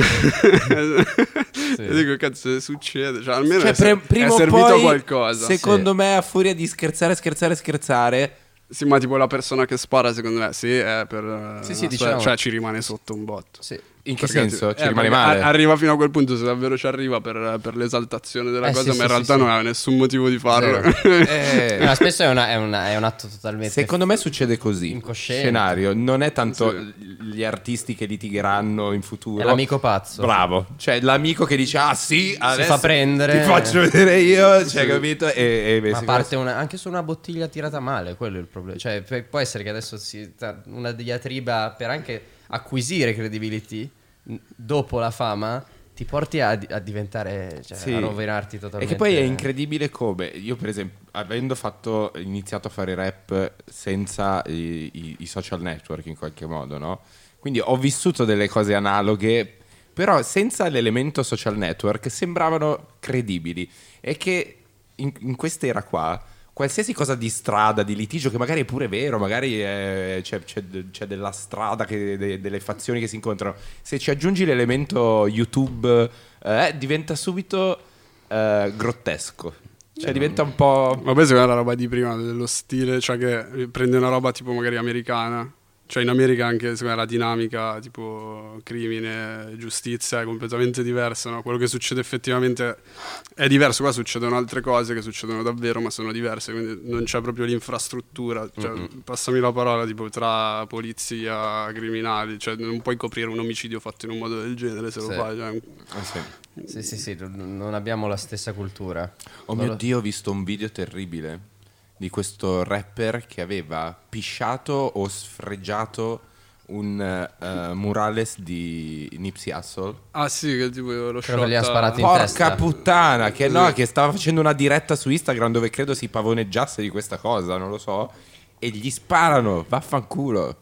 Speaker 1: E dico, cazzo, succede? Cioè, almeno
Speaker 3: cioè,
Speaker 1: è, ser-
Speaker 3: pre- prima
Speaker 1: è
Speaker 3: o
Speaker 1: servito
Speaker 3: poi,
Speaker 1: qualcosa.
Speaker 3: Secondo me a furia di scherzare, scherzare, scherzare
Speaker 1: Sì, ma tipo la persona che spara, secondo me, sì, è per...
Speaker 6: Sì, sì,
Speaker 1: cioè-
Speaker 6: diciamo.
Speaker 1: Cioè, ci rimane sotto un botto.
Speaker 6: Sì.
Speaker 3: in che
Speaker 1: Perché
Speaker 3: senso?
Speaker 1: ti-
Speaker 3: Ci
Speaker 1: eh,
Speaker 3: rimane
Speaker 1: perché
Speaker 3: male.
Speaker 1: a- Arriva fino a quel punto, se davvero ci arriva, per, per l'esaltazione della
Speaker 6: Eh,
Speaker 1: cosa,
Speaker 6: sì,
Speaker 1: ma
Speaker 6: sì,
Speaker 1: in realtà
Speaker 6: sì, sì.
Speaker 1: non ha nessun motivo di farlo.
Speaker 3: Eh.
Speaker 6: No, spesso è, una- è una- è un atto totalmente...
Speaker 3: Secondo me succede così.
Speaker 6: Incosciente.
Speaker 3: Scenario, non è tanto
Speaker 1: Sì.
Speaker 3: gli artisti che litigheranno in futuro.
Speaker 6: È l'amico pazzo.
Speaker 3: Bravo. Cioè l'amico che dice "Ah sì, adesso
Speaker 6: fa prendere."
Speaker 3: Ti faccio vedere io", cioè capito? E, e-
Speaker 6: Ma
Speaker 3: secondo-
Speaker 6: parte una- anche su una bottiglia tirata male, quello è il problema. Cioè, pe- può essere che adesso si, tra- una diatriba per anche acquisire credibility n- dopo la fama ti porti a, di- a diventare, cioè,
Speaker 3: Sì.
Speaker 6: a rovinarti totalmente.
Speaker 3: E che poi è incredibile come io, per esempio, avendo fatto, iniziato a fare rap senza i, i- i social network in qualche modo, no? Quindi ho vissuto delle cose analoghe, però senza l'elemento social network sembravano credibili. E che in, in quest'era qua, qualsiasi cosa di strada, di litigio, che magari è pure vero, magari è- c'è, c'è- c'è della strada, che- de- delle fazioni che si incontrano, se ci aggiungi l'elemento YouTube, eh, diventa subito eh, grottesco. Cioè,
Speaker 6: Mm.
Speaker 3: diventa un po'.
Speaker 1: Ma poi secondo me la roba di prima dello stile, cioè che prende una roba tipo magari americana. Cioè in America anche secondo me la dinamica tipo crimine, giustizia è completamente diversa, no? Quello che succede effettivamente è diverso, qua succedono altre cose che succedono davvero ma sono diverse, quindi non c'è proprio l'infrastruttura, cioè, passami la parola tipo tra polizia, criminali, cioè non puoi coprire un omicidio fatto in un modo del genere se
Speaker 6: Sì.
Speaker 1: lo fai, cioè,
Speaker 6: Eh, Sì, sì, sì, n- non abbiamo la stessa cultura.
Speaker 3: Oh mio dio, ho visto un video terribile di questo rapper che aveva pisciato o sfregiato un eh, murales di Nipsey Hussle.
Speaker 1: Ah sì, che tipo lo
Speaker 6: Credo che li ha
Speaker 1: shot,
Speaker 6: sparati in
Speaker 3: Porca
Speaker 6: testa.
Speaker 3: puttana, che no, che stava facendo una diretta su Instagram dove credo si pavoneggiasse di questa cosa, non lo so. E gli sparano, vaffanculo.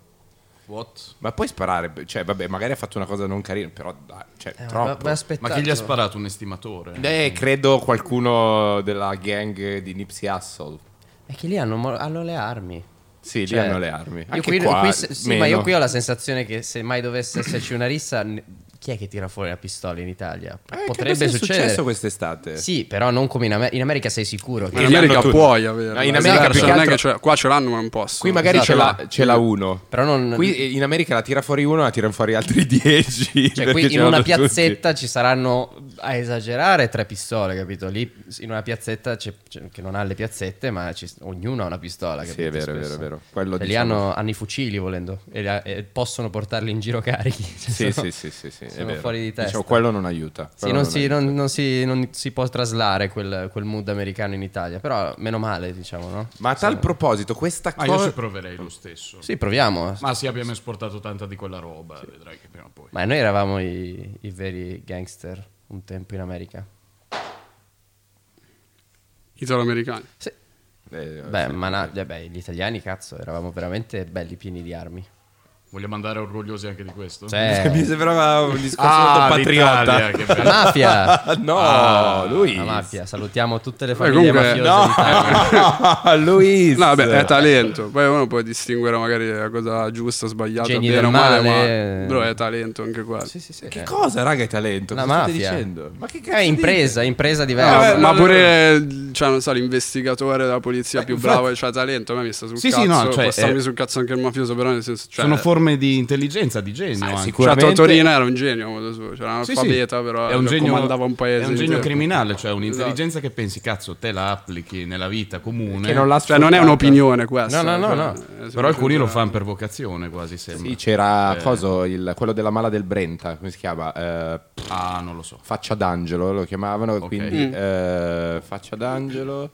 Speaker 2: What?
Speaker 3: Ma puoi sparare, cioè, vabbè, magari ha fatto una cosa non carina, però dai, cioè,
Speaker 6: Eh, ma-
Speaker 3: troppo.
Speaker 6: ma aspettato.
Speaker 2: Ma chi gli ha sparato? Un estimatore?
Speaker 3: Eh, credo qualcuno della gang di Nipsey Hussle.
Speaker 6: È che lì hanno, mo- hanno le armi.
Speaker 3: Sì,
Speaker 6: Cioè,
Speaker 3: lì hanno le armi.
Speaker 6: io
Speaker 3: Anche
Speaker 6: qui-
Speaker 3: qua,
Speaker 6: qui se- sì, ma
Speaker 3: meno.
Speaker 6: io qui ho la sensazione che se mai dovesse esserci una rissa, ne- chi è che tira fuori la pistola in Italia? P-
Speaker 3: Eh, credo
Speaker 6: Potrebbe
Speaker 3: sia
Speaker 6: succedere.
Speaker 3: successo quest'estate.
Speaker 6: Sì, però non come in, Amer- in America sei sicuro.
Speaker 1: Ma in
Speaker 6: Che...
Speaker 3: li
Speaker 1: America
Speaker 3: hanno tutti.
Speaker 1: puoi avere.
Speaker 3: No, in America più
Speaker 1: cioè, non
Speaker 3: che
Speaker 1: è
Speaker 3: altro-
Speaker 1: che ce- qua ce l'hanno ma non posso.
Speaker 3: Qui magari
Speaker 6: Esatto,
Speaker 3: ce, l'ha,
Speaker 6: ma-
Speaker 3: ce l'ha uno.
Speaker 6: Però non-
Speaker 3: Qui in America la tira fuori uno, la tirano fuori altri dieci.
Speaker 6: Cioè, qui
Speaker 3: perché
Speaker 6: in
Speaker 3: ce
Speaker 6: una
Speaker 3: l'hanno tutti.
Speaker 6: piazzetta ci saranno a esagerare tre pistole, capito? Lì in una piazzetta c'è- c'è- che non ha le piazzette, ma ci- ognuno ha una pistola.
Speaker 3: Sì,
Speaker 6: Capito?
Speaker 3: è vero, è vero, è
Speaker 6: Spesso.
Speaker 3: vero. Quello
Speaker 6: Cioè, lì
Speaker 3: diciamo-
Speaker 6: hanno, hanno i fucili volendo e, la- e possono portarli in giro carichi. Cioè,
Speaker 3: Sì,
Speaker 6: sono-
Speaker 3: sì, sì, sì, sì, è
Speaker 6: sono
Speaker 3: vero.
Speaker 6: fuori di testa.
Speaker 3: Diciamo, quello non aiuta.
Speaker 6: Sì,
Speaker 3: quello
Speaker 6: non,
Speaker 3: non
Speaker 6: si,
Speaker 3: aiuta.
Speaker 6: non- non si- non si può traslare quel, quel mood americano in Italia, però meno male, diciamo, no?
Speaker 3: Ma a tal proposito, questa
Speaker 1: Ah,
Speaker 5: Ah,
Speaker 2: Ma io
Speaker 3: cosa...
Speaker 2: ci proverei lo stesso.
Speaker 6: Sì, proviamo.
Speaker 2: Ma sì, abbiamo esportato tanta di quella roba, vedrai che prima o poi.
Speaker 6: Ma noi eravamo i, i veri gangster un tempo in America.
Speaker 1: italo americani.
Speaker 6: Sì.
Speaker 3: Eh,
Speaker 6: Beh,
Speaker 3: sì.
Speaker 6: ma na- eh, beh, gli italiani, cazzo, eravamo veramente belli pieni di armi.
Speaker 2: Vogliamo andare orgogliosi anche di questo?
Speaker 5: Ah,
Speaker 3: Mi
Speaker 6: Cioè,
Speaker 3: sembrava un discorso
Speaker 2: Ah,
Speaker 3: molto
Speaker 2: l'Italia,
Speaker 3: patriota. Ah,
Speaker 2: che
Speaker 6: la
Speaker 2: bello.
Speaker 6: mafia!
Speaker 3: no,
Speaker 1: Ah,
Speaker 3: lui.
Speaker 6: La mafia, salutiamo tutte le
Speaker 1: Beh,
Speaker 6: famiglie
Speaker 1: Eh, comunque- eh,
Speaker 6: mafiose d'Italia.
Speaker 3: Ah, Luis.
Speaker 1: No, vabbè, è talento. Poi uno può distinguere magari la cosa giusta, sbagliata,
Speaker 6: Geni
Speaker 1: bene
Speaker 6: del
Speaker 1: o male,
Speaker 6: male.
Speaker 1: ma però è talento anche quello.
Speaker 6: Sì, sì, sì.
Speaker 3: Che
Speaker 6: Eh,
Speaker 3: cosa, raga, è talento?
Speaker 6: La
Speaker 3: Cosa state
Speaker 6: mafia.
Speaker 3: dicendo? Ma che cazzo
Speaker 6: È impresa, impresa diversa.
Speaker 1: Eh,
Speaker 3: vabbè,
Speaker 1: ma
Speaker 3: ma-
Speaker 1: pure, cioè, non so, l'investigatore della polizia più bravo, cioè talento, a me mi sta sul
Speaker 5: Eh, Sì,
Speaker 1: cazzo.
Speaker 5: sì, no, cioè,
Speaker 1: può starmi
Speaker 5: eh,
Speaker 1: sul cazzo anche il mafioso, però nel senso, cioè,
Speaker 5: Sono forme di intelligenza, di genio.
Speaker 3: dici?
Speaker 5: anche.
Speaker 1: cioè,
Speaker 3: Sicuramente
Speaker 1: Totorino era un genio, a modo suo, cioè, era un
Speaker 5: Sì, sì.
Speaker 1: alfabeta, però
Speaker 5: è un genio,
Speaker 1: comandava un paese.
Speaker 5: è un genio
Speaker 1: intero.
Speaker 5: criminale, cioè un'intelligenza che pensi, cazzo, te la applichi nella vita comune.
Speaker 6: eh.
Speaker 3: che non l'ha
Speaker 1: Cioè, non è
Speaker 3: sfruttata.
Speaker 1: un'opinione questa.
Speaker 6: No, no, no, no.
Speaker 1: cioè, eh,
Speaker 5: Però alcuni lo fanno per vocazione, quasi sembra.
Speaker 3: Sì, c'era
Speaker 5: Eh.
Speaker 3: coso, il- quello della mala del Brenta, come si chiama? Eh,
Speaker 5: Ah, non lo so.
Speaker 3: faccia d'angelo lo chiamavano, quindi eh, faccia d'angelo.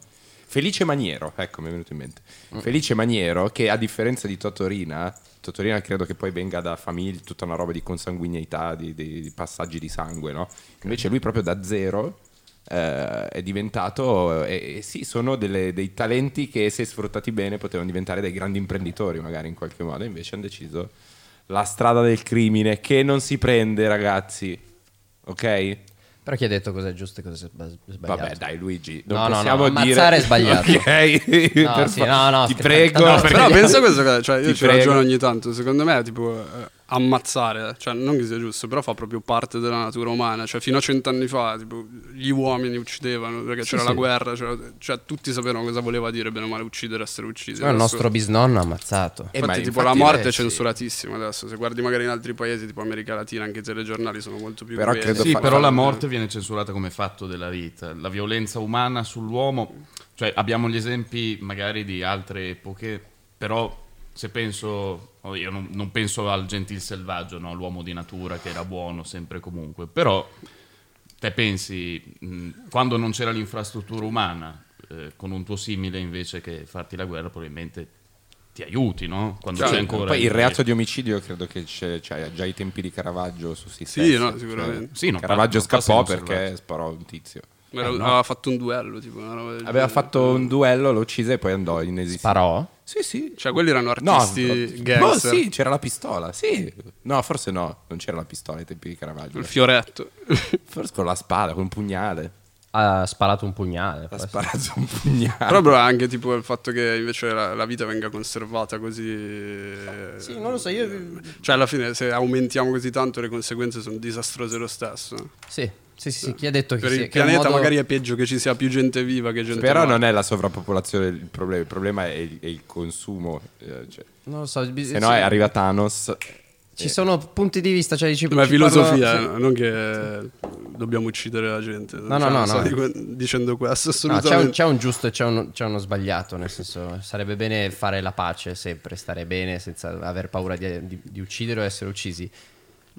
Speaker 3: Felice Maniero, ecco, mi è venuto in mente. Felice Maniero, che a differenza di Totorina, Totorina credo che poi venga da famiglie, tutta una roba di consanguineità, di, di- di passaggi di sangue, no? Invece lui proprio da zero eh, è diventato, eh, eh, sì, sono delle- dei talenti che se sfruttati bene potevano diventare dei grandi imprenditori magari in qualche modo, invece hanno deciso la strada del crimine che non si prende ragazzi, ok?
Speaker 6: Però chi ha detto cosa è giusto e cosa è sba- sbagliato?
Speaker 3: Vabbè, dai, Luigi. Non
Speaker 6: No, no, no,
Speaker 3: possiamo dire.
Speaker 6: ammazzare è sbagliato.
Speaker 3: Ok, per
Speaker 6: sì,
Speaker 3: fa-
Speaker 6: no, no,
Speaker 3: ti
Speaker 6: scherzo.
Speaker 3: prego.
Speaker 6: No,
Speaker 3: perché-
Speaker 1: Però penso a questa cosa, cioè, io
Speaker 3: Ti
Speaker 1: ci
Speaker 3: prego.
Speaker 1: ragiono ogni tanto. Secondo me, tipo, eh, ammazzare, cioè, non che sia giusto, però fa proprio parte della natura umana. Cioè, fino a cent'anni fa, tipo, gli uomini uccidevano perché c'era la guerra, cioè, cioè, tutti sapevano cosa voleva dire bene o male uccidere, essere uccisi.
Speaker 6: Però il
Speaker 1: Adesso-
Speaker 6: nostro bisnonno ha ammazzato.
Speaker 3: Eh,
Speaker 1: Infatti,
Speaker 3: ma
Speaker 1: tipo,
Speaker 3: infatti,
Speaker 1: la morte
Speaker 3: eh,
Speaker 1: è
Speaker 3: sì.
Speaker 1: censuratissima adesso. Se guardi magari in altri paesi, tipo America Latina, anche i telegiornali sono molto più
Speaker 3: Però
Speaker 1: crueli.
Speaker 3: credo
Speaker 5: Sì,
Speaker 3: fa-
Speaker 5: però la morte viene censurata come fatto della vita. La violenza umana sull'uomo, cioè abbiamo gli esempi magari di altre epoche, però se penso, oh, io non, non penso al gentil selvaggio, no? l'uomo di natura che era buono sempre e comunque, però te pensi, mh, quando non c'era l'infrastruttura umana, eh, con un tuo simile invece che farti la guerra probabilmente ti aiuti, no? Quando
Speaker 1: Cioè,
Speaker 5: c'è ancora...
Speaker 3: Certo. Poi il reato di omicidio credo che c'è, cioè, già ai tempi di Caravaggio sussistesse.
Speaker 1: Sì, no, sicuramente.
Speaker 5: Sì, no,
Speaker 3: Caravaggio
Speaker 5: passa- passa
Speaker 3: scappò
Speaker 5: inosservato.
Speaker 3: perché sparò un tizio.
Speaker 1: Ma era- Aveva fatto un duello, tipo, una roba del
Speaker 3: Eh, Aveva
Speaker 1: genere.
Speaker 3: fatto un duello, lo uccise e poi andò in esistenza.
Speaker 6: Parò?
Speaker 3: Sì, sì.
Speaker 1: Cioè, quelli erano artisti
Speaker 3: no, no,
Speaker 1: gangster.
Speaker 3: sì, c'era la pistola. Sì. No, forse no, non c'era la pistola ai tempi di Caravaggio.
Speaker 1: Il fioretto.
Speaker 3: Forse con la spada, con un pugnale.
Speaker 6: Ha sparato un pugnale.
Speaker 3: Ha
Speaker 6: può
Speaker 3: sparato un pugnale.
Speaker 1: Però bro, anche tipo il fatto che invece la, la vita venga conservata così. eh,
Speaker 6: Sì, non lo so, io-
Speaker 1: Cioè, alla fine, se aumentiamo così tanto, le conseguenze sono disastrose lo stesso.
Speaker 6: essere. Sì, sì, sì, sì, Chi ha detto che
Speaker 1: per
Speaker 6: sì,
Speaker 1: il
Speaker 6: che è un
Speaker 1: pianeta,
Speaker 6: modo-
Speaker 1: magari è peggio che ci sia più gente viva che gente
Speaker 3: Però
Speaker 1: morta.
Speaker 3: non è la sovrappopolazione il problema, il problema è il, è il consumo. eh, cioè,
Speaker 6: Non lo so. bis-
Speaker 3: se no
Speaker 6: sì.
Speaker 3: è arriva Thanos.
Speaker 6: Ci sono punti di vista, cioè dici...
Speaker 1: Ma è
Speaker 6: ci parlo-
Speaker 1: filosofia, eh.
Speaker 6: sì.
Speaker 1: no? non che dobbiamo uccidere la gente.
Speaker 6: No, no,
Speaker 1: Cioè,
Speaker 6: no,
Speaker 1: non
Speaker 6: no.
Speaker 1: sto dic- dicendo questo
Speaker 6: No, c'è, un,
Speaker 1: assolutamente.
Speaker 6: c'è un giusto e c'è, uno- c'è uno sbagliato, nel senso sarebbe bene fare la pace sempre, stare bene senza aver paura di, di- di uccidere o essere uccisi,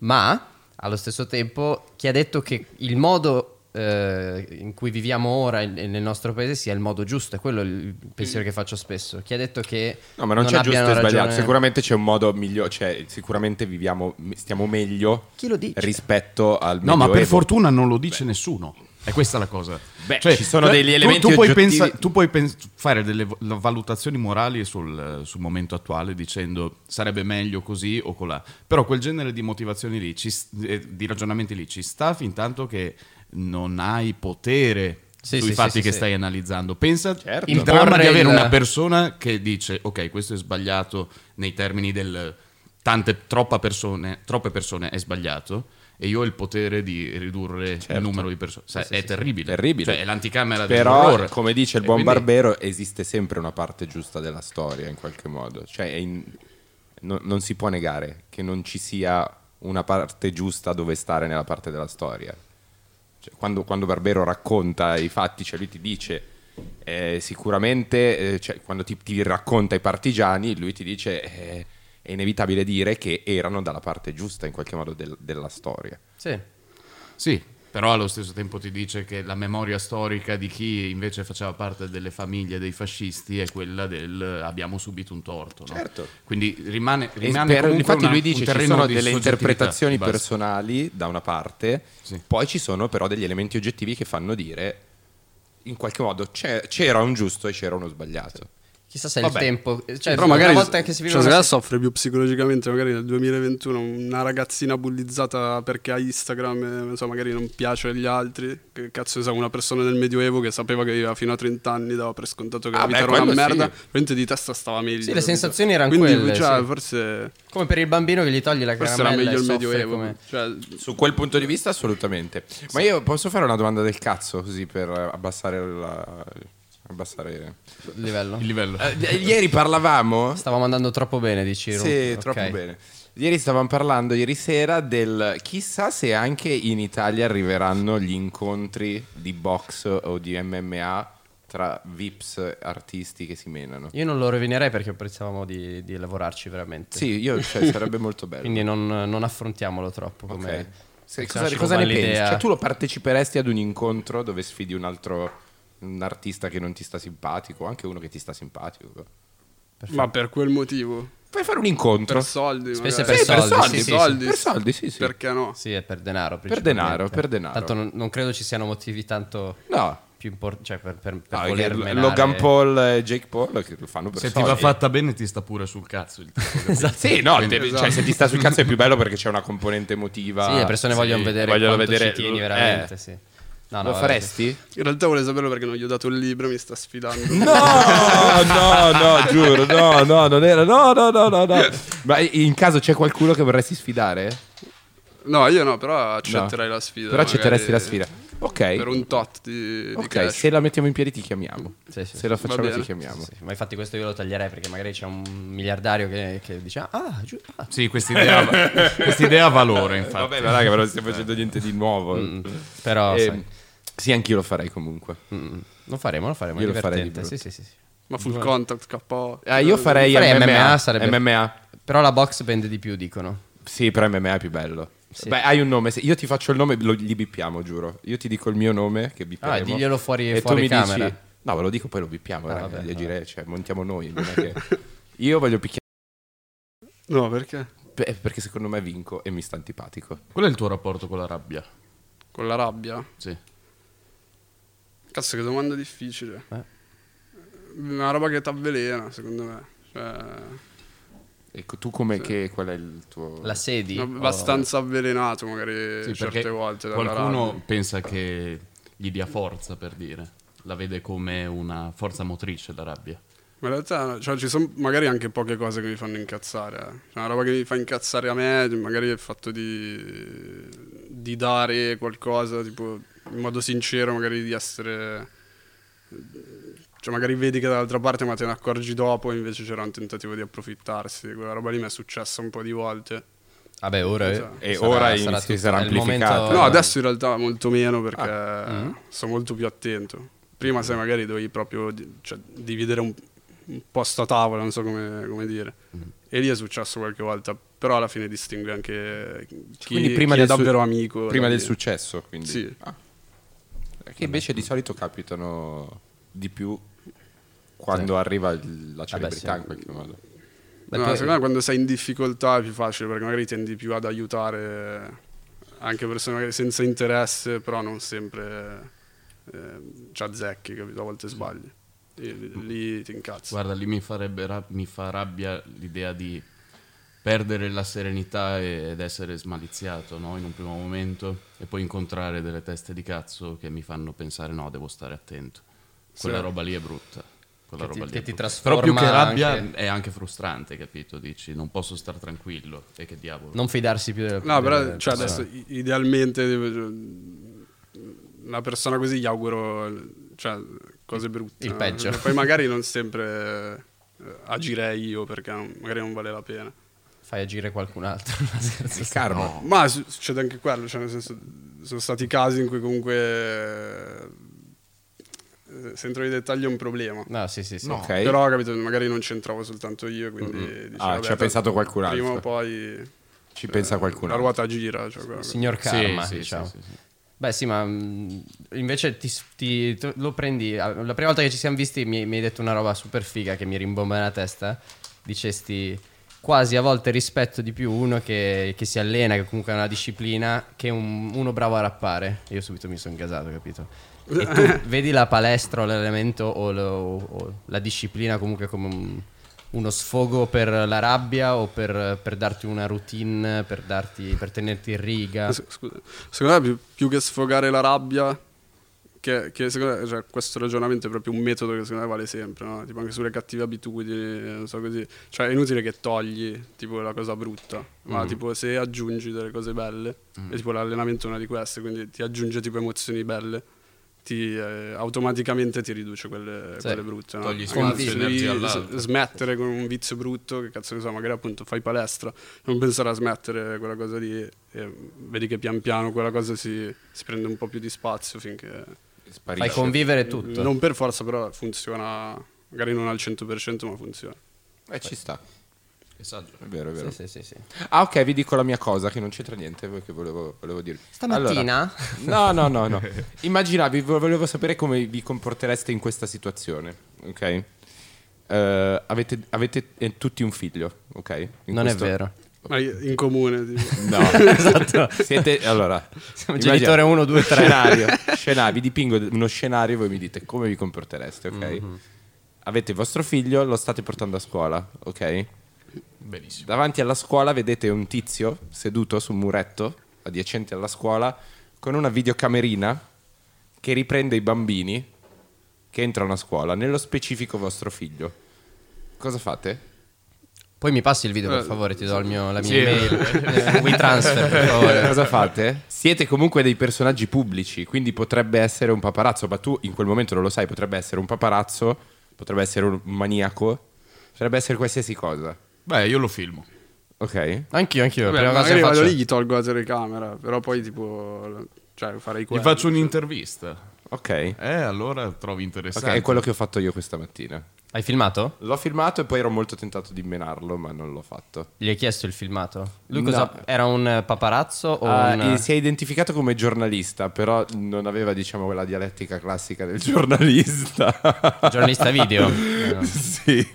Speaker 6: ma allo stesso tempo chi ha detto che il modo eh, in cui viviamo ora in- nel nostro paese sia il modo giusto, è quello il pensiero che faccio spesso, chi ha detto che...
Speaker 3: No, ma non, c'è giusto e
Speaker 6: abbiano
Speaker 3: sbagliato.
Speaker 6: ragione-
Speaker 3: Sicuramente c'è un modo migliore, cioè sicuramente viviamo, stiamo meglio
Speaker 6: Chi lo dice?
Speaker 3: rispetto al
Speaker 5: No, ma per
Speaker 3: Medioevo.
Speaker 5: fortuna non lo dice nessuno. È questa la cosa. Cioè,
Speaker 3: Beh, ci sono degli elementi
Speaker 5: Tu, puoi,
Speaker 3: oggettivi-
Speaker 5: tu puoi pens- fare delle vo- valutazioni morali sul, sul momento attuale dicendo sarebbe meglio così o colà. Però quel genere di motivazioni lì, ci s- eh, di ragionamenti lì, ci sta fin tanto che non hai potere
Speaker 6: Sì,
Speaker 5: sui
Speaker 6: sì,
Speaker 5: fatti
Speaker 6: sì,
Speaker 5: che
Speaker 6: sì,
Speaker 5: stai
Speaker 6: sì.
Speaker 5: analizzando. Pensa
Speaker 3: Certo.
Speaker 5: il
Speaker 6: Imporre
Speaker 5: dramma di avere
Speaker 6: il-
Speaker 5: una persona che dice ok, questo è sbagliato nei termini del tante troppa persone, troppe persone è sbagliato e io ho il potere di ridurre
Speaker 3: Certo.
Speaker 5: il numero di persone. Sai, è terribile.
Speaker 3: Terribile.
Speaker 5: Cioè, è l'anticamera
Speaker 3: Però,
Speaker 5: dell'orrore.
Speaker 3: come dice il
Speaker 5: E
Speaker 3: buon
Speaker 5: quindi-
Speaker 3: Barbero, esiste sempre una parte giusta della storia in qualche modo. Cioè, è in- no- non si può negare che non ci sia una parte giusta dove stare nella parte della storia. Cioè, quando, quando Barbero racconta i fatti, cioè lui ti dice eh, sicuramente, eh, cioè, quando ti, ti racconta i partigiani, lui ti dice eh, è inevitabile dire che erano dalla parte giusta in qualche modo del- della storia.
Speaker 6: Sì.
Speaker 5: Sì, però allo stesso tempo ti dice che la memoria storica di chi invece faceva parte delle famiglie dei fascisti è quella del eh, abbiamo subito un torto. no?
Speaker 3: Certo.
Speaker 5: Quindi rimane,
Speaker 3: E
Speaker 5: rimane
Speaker 3: per-
Speaker 5: comunque
Speaker 3: infatti
Speaker 5: una-
Speaker 3: lui
Speaker 5: un
Speaker 3: dice ci
Speaker 5: terreno
Speaker 3: sono
Speaker 5: di
Speaker 3: delle
Speaker 5: soggettività,
Speaker 3: interpretazioni
Speaker 5: di base.
Speaker 3: personali da una parte,
Speaker 5: Sì.
Speaker 3: poi ci sono però degli elementi oggettivi che fanno dire in qualche modo c'è- c'era un giusto e c'era uno sbagliato.
Speaker 6: Chissà se è il
Speaker 3: Vabbè.
Speaker 6: tempo. Cioè,
Speaker 1: Però magari
Speaker 6: una volta che si vive
Speaker 1: cioè,
Speaker 6: una
Speaker 1: se la
Speaker 6: se-
Speaker 1: soffre più psicologicamente, magari nel 2021 una ragazzina bullizzata perché ha Instagram, eh, non so, magari non piace agli altri. Che cazzo ne sa, una persona del Medioevo che sapeva che viveva fino a 30 anni, dava per scontato che
Speaker 3: Ah,
Speaker 1: la
Speaker 3: beh,
Speaker 1: vita era una
Speaker 3: quello sì.
Speaker 1: merda, veramente di testa stava meglio.
Speaker 6: Sì, le
Speaker 1: capito?
Speaker 6: sensazioni erano
Speaker 1: Quindi,
Speaker 6: quelle,
Speaker 1: cioè,
Speaker 6: sì.
Speaker 1: forse,
Speaker 6: Come per il bambino che gli togli la
Speaker 1: forse era
Speaker 6: caramella
Speaker 1: meglio
Speaker 6: e
Speaker 1: il
Speaker 6: soffre
Speaker 1: Medioevo.
Speaker 6: come...
Speaker 1: Cioè,
Speaker 3: Su quel punto di vista, assolutamente. Ma io posso fare una domanda del cazzo, così per abbassare la. Abbassare.
Speaker 6: Il livello.
Speaker 5: Il livello.
Speaker 3: Eh, ieri parlavamo.
Speaker 6: Stavamo andando troppo bene, dici? Ru?
Speaker 3: Sì,
Speaker 6: Ok.
Speaker 3: troppo bene. Ieri stavamo parlando, ieri sera, del chissà se anche in Italia arriveranno gli incontri di box o di MMA tra VIPs artisti che si menano.
Speaker 6: Io non lo rovinerei perché apprezzavamo di, di lavorarci veramente.
Speaker 3: Sì, io, cioè, sarebbe molto bello.
Speaker 6: Quindi non, non affrontiamolo troppo
Speaker 3: Ok.
Speaker 6: come...
Speaker 3: Se-
Speaker 6: non so,
Speaker 3: cosa
Speaker 6: ci
Speaker 3: cosa
Speaker 6: ruba
Speaker 3: ne pensi?
Speaker 6: l'idea.
Speaker 3: Cioè, tu lo parteciperesti ad un incontro dove sfidi un altro un artista che non ti sta simpatico, anche uno che ti sta simpatico.
Speaker 1: ma per quel motivo,
Speaker 3: Per fare un incontro.
Speaker 1: per soldi,
Speaker 6: Spese
Speaker 1: magari.
Speaker 6: per
Speaker 3: Sì, per
Speaker 6: soldi,
Speaker 3: soldi,
Speaker 6: sì, sì,
Speaker 1: soldi.
Speaker 3: Per soldi, sì, sì.
Speaker 1: perché no?
Speaker 6: Sì, è per denaro.
Speaker 3: Per
Speaker 6: principalmente.
Speaker 3: denaro, per denaro.
Speaker 6: Tanto non, non credo ci siano motivi tanto
Speaker 3: No.
Speaker 6: più importanti. Cioè, per, per, per
Speaker 3: No,
Speaker 6: voler
Speaker 3: perché
Speaker 6: menare-
Speaker 3: Logan Paul e Jake Paul che lo fanno per
Speaker 5: Se ti
Speaker 3: soldi.
Speaker 5: va fatta bene ti sta pure sul cazzo il tipo. capito?
Speaker 6: Esatto.
Speaker 3: Sì, no,
Speaker 5: Quindi-
Speaker 3: te- cioè, se ti sta sul cazzo è più bello perché c'è una componente emotiva.
Speaker 6: Sì, le persone
Speaker 3: Sì,
Speaker 6: vogliono vedere
Speaker 3: vogliono
Speaker 6: quanto
Speaker 3: vedere-
Speaker 6: ci tieni
Speaker 3: eh.
Speaker 6: veramente, sì. No,
Speaker 3: Lo
Speaker 6: vabbè,
Speaker 3: faresti?
Speaker 1: In realtà volevo saperlo perché non gli ho dato il libro, mi sta sfidando.
Speaker 3: No, no, no, giuro, no, no, non era, no, no, no, no, no. Ma in caso c'è qualcuno che vorresti sfidare?
Speaker 1: No, io no, però
Speaker 3: No.
Speaker 1: accetterai la sfida.
Speaker 3: Però accetteresti la
Speaker 1: magari
Speaker 3: sfida. Ok.
Speaker 1: Per un tot di, di
Speaker 3: Ok,
Speaker 1: cash.
Speaker 3: se la mettiamo in piedi ti chiamiamo.
Speaker 6: Sì, sì,
Speaker 3: se la facciamo
Speaker 1: bene.
Speaker 3: ti chiamiamo.
Speaker 6: Sì, ma infatti questo io lo taglierei perché magari c'è un miliardario che, che dice ah, giù, ah,
Speaker 5: Sì, questa idea, va- questa idea ha valore, infatti.
Speaker 3: Eh, Vabbè, ma raga, però Eh. non stiamo facendo niente di nuovo.
Speaker 6: però
Speaker 3: Eh,
Speaker 6: Mm, sai,
Speaker 3: sì, anch'io lo farei comunque.
Speaker 6: mm, lo faremo, lo faremo, è
Speaker 3: Io lo farei di
Speaker 6: divertente. Sì,
Speaker 3: brutto.
Speaker 6: sì, sì, sì.
Speaker 1: Ma full contact, Cioè, KO.
Speaker 3: Ah, io farei,
Speaker 6: Farei
Speaker 3: MMA.
Speaker 6: MMA, sarebbe-
Speaker 3: MMA.
Speaker 6: Però la box pende di più, dicono.
Speaker 3: Sì, però MMA è più bello.
Speaker 6: Sì.
Speaker 3: Beh, hai un nome. se- Io ti faccio il nome, lo, li bippiamo, giuro. Io ti dico il mio nome, che bippiamo.
Speaker 6: Ah, diglielo fuori-
Speaker 3: e
Speaker 6: fuori
Speaker 3: tu mi
Speaker 6: camera.
Speaker 3: Dici, no, ve lo dico, poi lo bippiamo.
Speaker 6: Ah,
Speaker 3: raga,
Speaker 6: vabbè,
Speaker 3: gli agire- cioè, montiamo noi. non è che- Io voglio picchiare
Speaker 1: No, perché?
Speaker 3: beh, perché secondo me vinco e mi sta antipatico.
Speaker 5: Qual è il tuo rapporto con la rabbia?
Speaker 1: Con la rabbia?
Speaker 5: Sì.
Speaker 1: Cazzo, che domanda difficile.
Speaker 6: Eh.
Speaker 1: Una roba che t'avvelena, secondo me. Cioè,
Speaker 3: E co- Ecco, tu come che qual è il tuo
Speaker 6: La sedi?
Speaker 1: abbastanza
Speaker 3: Oh,
Speaker 1: avvelenato, magari,
Speaker 5: Sì,
Speaker 1: certe
Speaker 5: perché
Speaker 1: volte. dalla
Speaker 5: qualcuno
Speaker 1: rabbia.
Speaker 5: pensa che gli dia forza per dire, la vede come una forza motrice la rabbia.
Speaker 1: Ma in realtà, cioè, ci sono magari anche poche cose che mi fanno incazzare. eh. Cioè, una roba che mi fa incazzare a me, magari è il fatto di, di dare qualcosa, tipo, in modo sincero, magari di essere... Cioè, magari vedi che dall'altra parte, ma te ne accorgi dopo, invece c'era un tentativo di approfittarsi. Quella roba lì mi è successa un po' di volte.
Speaker 6: Vabbè, ora
Speaker 3: E ora in- si sarà
Speaker 6: è il momento-
Speaker 3: amplificata.
Speaker 1: Esatto. No,
Speaker 3: Allora-
Speaker 1: adesso in realtà molto meno perché
Speaker 3: Ah. Mm.
Speaker 1: sono molto più attento. Prima se magari dovevi proprio di- cioè, dividere un, un posto a tavola, non so come, come dire.
Speaker 3: Mm.
Speaker 1: E lì è successo qualche volta, però alla fine distingue anche chi,
Speaker 3: Quindi prima
Speaker 1: chi è
Speaker 3: del su-
Speaker 1: davvero amico.
Speaker 3: prima
Speaker 1: da
Speaker 3: del
Speaker 1: chi-
Speaker 3: successo, quindi.
Speaker 1: Sì.
Speaker 3: Ah. Che invece di solito capitano di più quando arriva il- la celebrità
Speaker 6: sì.
Speaker 3: in qualche modo.
Speaker 1: No, secondo me quando sei in difficoltà è più facile perché magari tendi più ad aiutare anche persone magari senza interesse, però non sempre eh, ci azzecchi, capito? A
Speaker 3: Mm.
Speaker 1: volte sbagli. E lì- lì ti incazzi.
Speaker 5: Guarda, lì mi, farebbe ra- mi fa rabbia l'idea di perdere la serenità e- ed essere smaliziato no? in un primo momento e poi incontrare delle teste di cazzo che mi fanno pensare no, devo stare attento. Quella
Speaker 1: Sì.
Speaker 5: roba lì è brutta. Quella
Speaker 6: Che ti-
Speaker 5: roba lì
Speaker 6: che
Speaker 5: è
Speaker 6: ti
Speaker 5: brutta.
Speaker 6: trasforma
Speaker 5: Però più che rabbia
Speaker 6: anche-
Speaker 5: è anche frustrante, capito? Dici non posso stare tranquillo e che diavolo.
Speaker 6: Non fidarsi più del
Speaker 1: No, però
Speaker 6: del-
Speaker 1: cioè,
Speaker 6: del-
Speaker 1: adesso i- idealmente eh, una persona così gli auguro l- cioè, cose brutte.
Speaker 6: Il
Speaker 1: no?
Speaker 6: peggio.
Speaker 1: Poi magari non sempre eh, agirei io perché non- magari non vale la pena.
Speaker 6: Fai agire qualcun altro.
Speaker 3: Il karma.
Speaker 1: Ma su- succede anche quello, cioè, nel senso, sono stati casi in cui comunque eh, se entro nei dettagli è un problema.
Speaker 6: No, sì, sì, sì.
Speaker 3: Ok.
Speaker 1: Però capito, magari non c'entravo soltanto io, quindi dicevo,
Speaker 3: Ah,
Speaker 1: vabbè,
Speaker 3: ci ha pensato qualcun altro.
Speaker 1: Prima o poi cioè,
Speaker 3: Ci pensa
Speaker 1: la
Speaker 3: qualcuno.
Speaker 1: ruota gira. Cioè, quello-
Speaker 6: Signor
Speaker 5: Sì,
Speaker 6: Karma,
Speaker 5: sì, sì,
Speaker 6: diciamo.
Speaker 5: sì, sì.
Speaker 6: Beh, sì, ma mh, invece ti, ti- tu- lo prendi. ah, La prima volta che ci siamo visti mi, mi hai detto una roba super figa che mi rimbomba nella testa. Dicesti. quasi a volte rispetto di più uno che, che si allena, che comunque ha una disciplina, che un- uno bravo a rappare. Io subito mi sono gasato, capito? E tu vedi la palestra o l'allenamento o, lo- o la disciplina comunque come un- uno sfogo per la rabbia o per, per darti una routine, per, darti, per tenerti in riga.
Speaker 1: S- Eh, scusa, secondo me più, più che sfogare la rabbia, che, che secondo me cioè, questo ragionamento è proprio un metodo che secondo me vale sempre, no? tipo anche sulle cattive abitudini, non so così. Cioè è inutile che togli tipo la cosa brutta, ma tipo se aggiungi delle cose belle, e tipo l'allenamento è una di queste, quindi ti aggiunge tipo emozioni belle. Ti, eh, automaticamente ti riduce quelle,
Speaker 6: Sì.
Speaker 1: quelle brutte no?
Speaker 5: Togli
Speaker 1: Anche
Speaker 5: spazio,
Speaker 1: se
Speaker 5: energia
Speaker 1: devi
Speaker 5: all'altro.
Speaker 1: s- smettere con un vizio brutto che cazzo ne so magari appunto fai palestra non pensare a smettere quella cosa lì e vedi che pian piano quella cosa si, si prende un po' più di spazio finché
Speaker 6: Fai convivere tutto.
Speaker 1: non per forza però funziona magari non al 100% ma funziona
Speaker 3: Eh, ci sta.
Speaker 5: È saggio.
Speaker 3: È vero, è vero.
Speaker 6: Sì, sì, sì, sì.
Speaker 3: Ah, ok, vi dico la mia cosa che non c'entra niente che volevo, volevo dirvi.
Speaker 6: Stamattina?
Speaker 3: Allora- no, no, no, no. Immaginavi, vo- volevo sapere come vi comportereste in questa situazione, ok? Eh, avete avete eh, tutti un figlio, ok? In
Speaker 6: non
Speaker 3: questo-
Speaker 6: è vero.
Speaker 1: ma in comune tipo.
Speaker 3: No, esatto. Siete, allora, immagina-
Speaker 6: Genitore 1, 2, 3.
Speaker 3: scenario, scenario, vi dipingo uno scenario e voi mi dite come vi comportereste, ok?
Speaker 6: Mm-hmm.
Speaker 3: Avete vostro figlio, lo state portando a scuola, ok?
Speaker 5: Benissimo.
Speaker 3: Davanti alla scuola vedete un tizio seduto su un muretto adiacente alla scuola con una videocamerina che riprende i bambini che entrano a scuola, nello specifico vostro figlio. Cosa fate?
Speaker 6: Poi mi passi il video, per
Speaker 1: Eh,
Speaker 6: favore, ti do il mio- la mia
Speaker 5: sì.
Speaker 6: email. Eh, WeTransfer, per favore.
Speaker 3: Cosa fate? Siete comunque dei personaggi pubblici, quindi potrebbe essere un paparazzo, ma tu in quel momento non lo sai, potrebbe essere un paparazzo, potrebbe essere un maniaco, potrebbe essere qualsiasi cosa.
Speaker 5: Beh, io lo filmo.
Speaker 3: Ok?
Speaker 6: Anch'io, anch'io.
Speaker 1: Vabbè,
Speaker 6: prima cosa
Speaker 1: magari
Speaker 6: che
Speaker 1: vado
Speaker 6: faccio.
Speaker 1: lì gli tolgo la telecamera però poi tipo cioè farei
Speaker 5: Gli
Speaker 1: quello
Speaker 5: faccio un'intervista.
Speaker 3: Ok.
Speaker 5: Eh, allora trovi
Speaker 3: Ok,
Speaker 5: interessante.
Speaker 3: è quello che ho fatto io questa mattina.
Speaker 6: Hai filmato?
Speaker 3: L'ho filmato e poi ero molto tentato di menarlo, ma non l'ho fatto.
Speaker 6: Gli hai chiesto il filmato? Lui
Speaker 3: No.
Speaker 6: cosa? Era un eh, paparazzo o
Speaker 3: Ah,
Speaker 6: un...
Speaker 3: e si è identificato come giornalista, però non aveva, diciamo, quella dialettica classica del giornalista.
Speaker 6: Giornalista video? Eh, No.
Speaker 3: sì.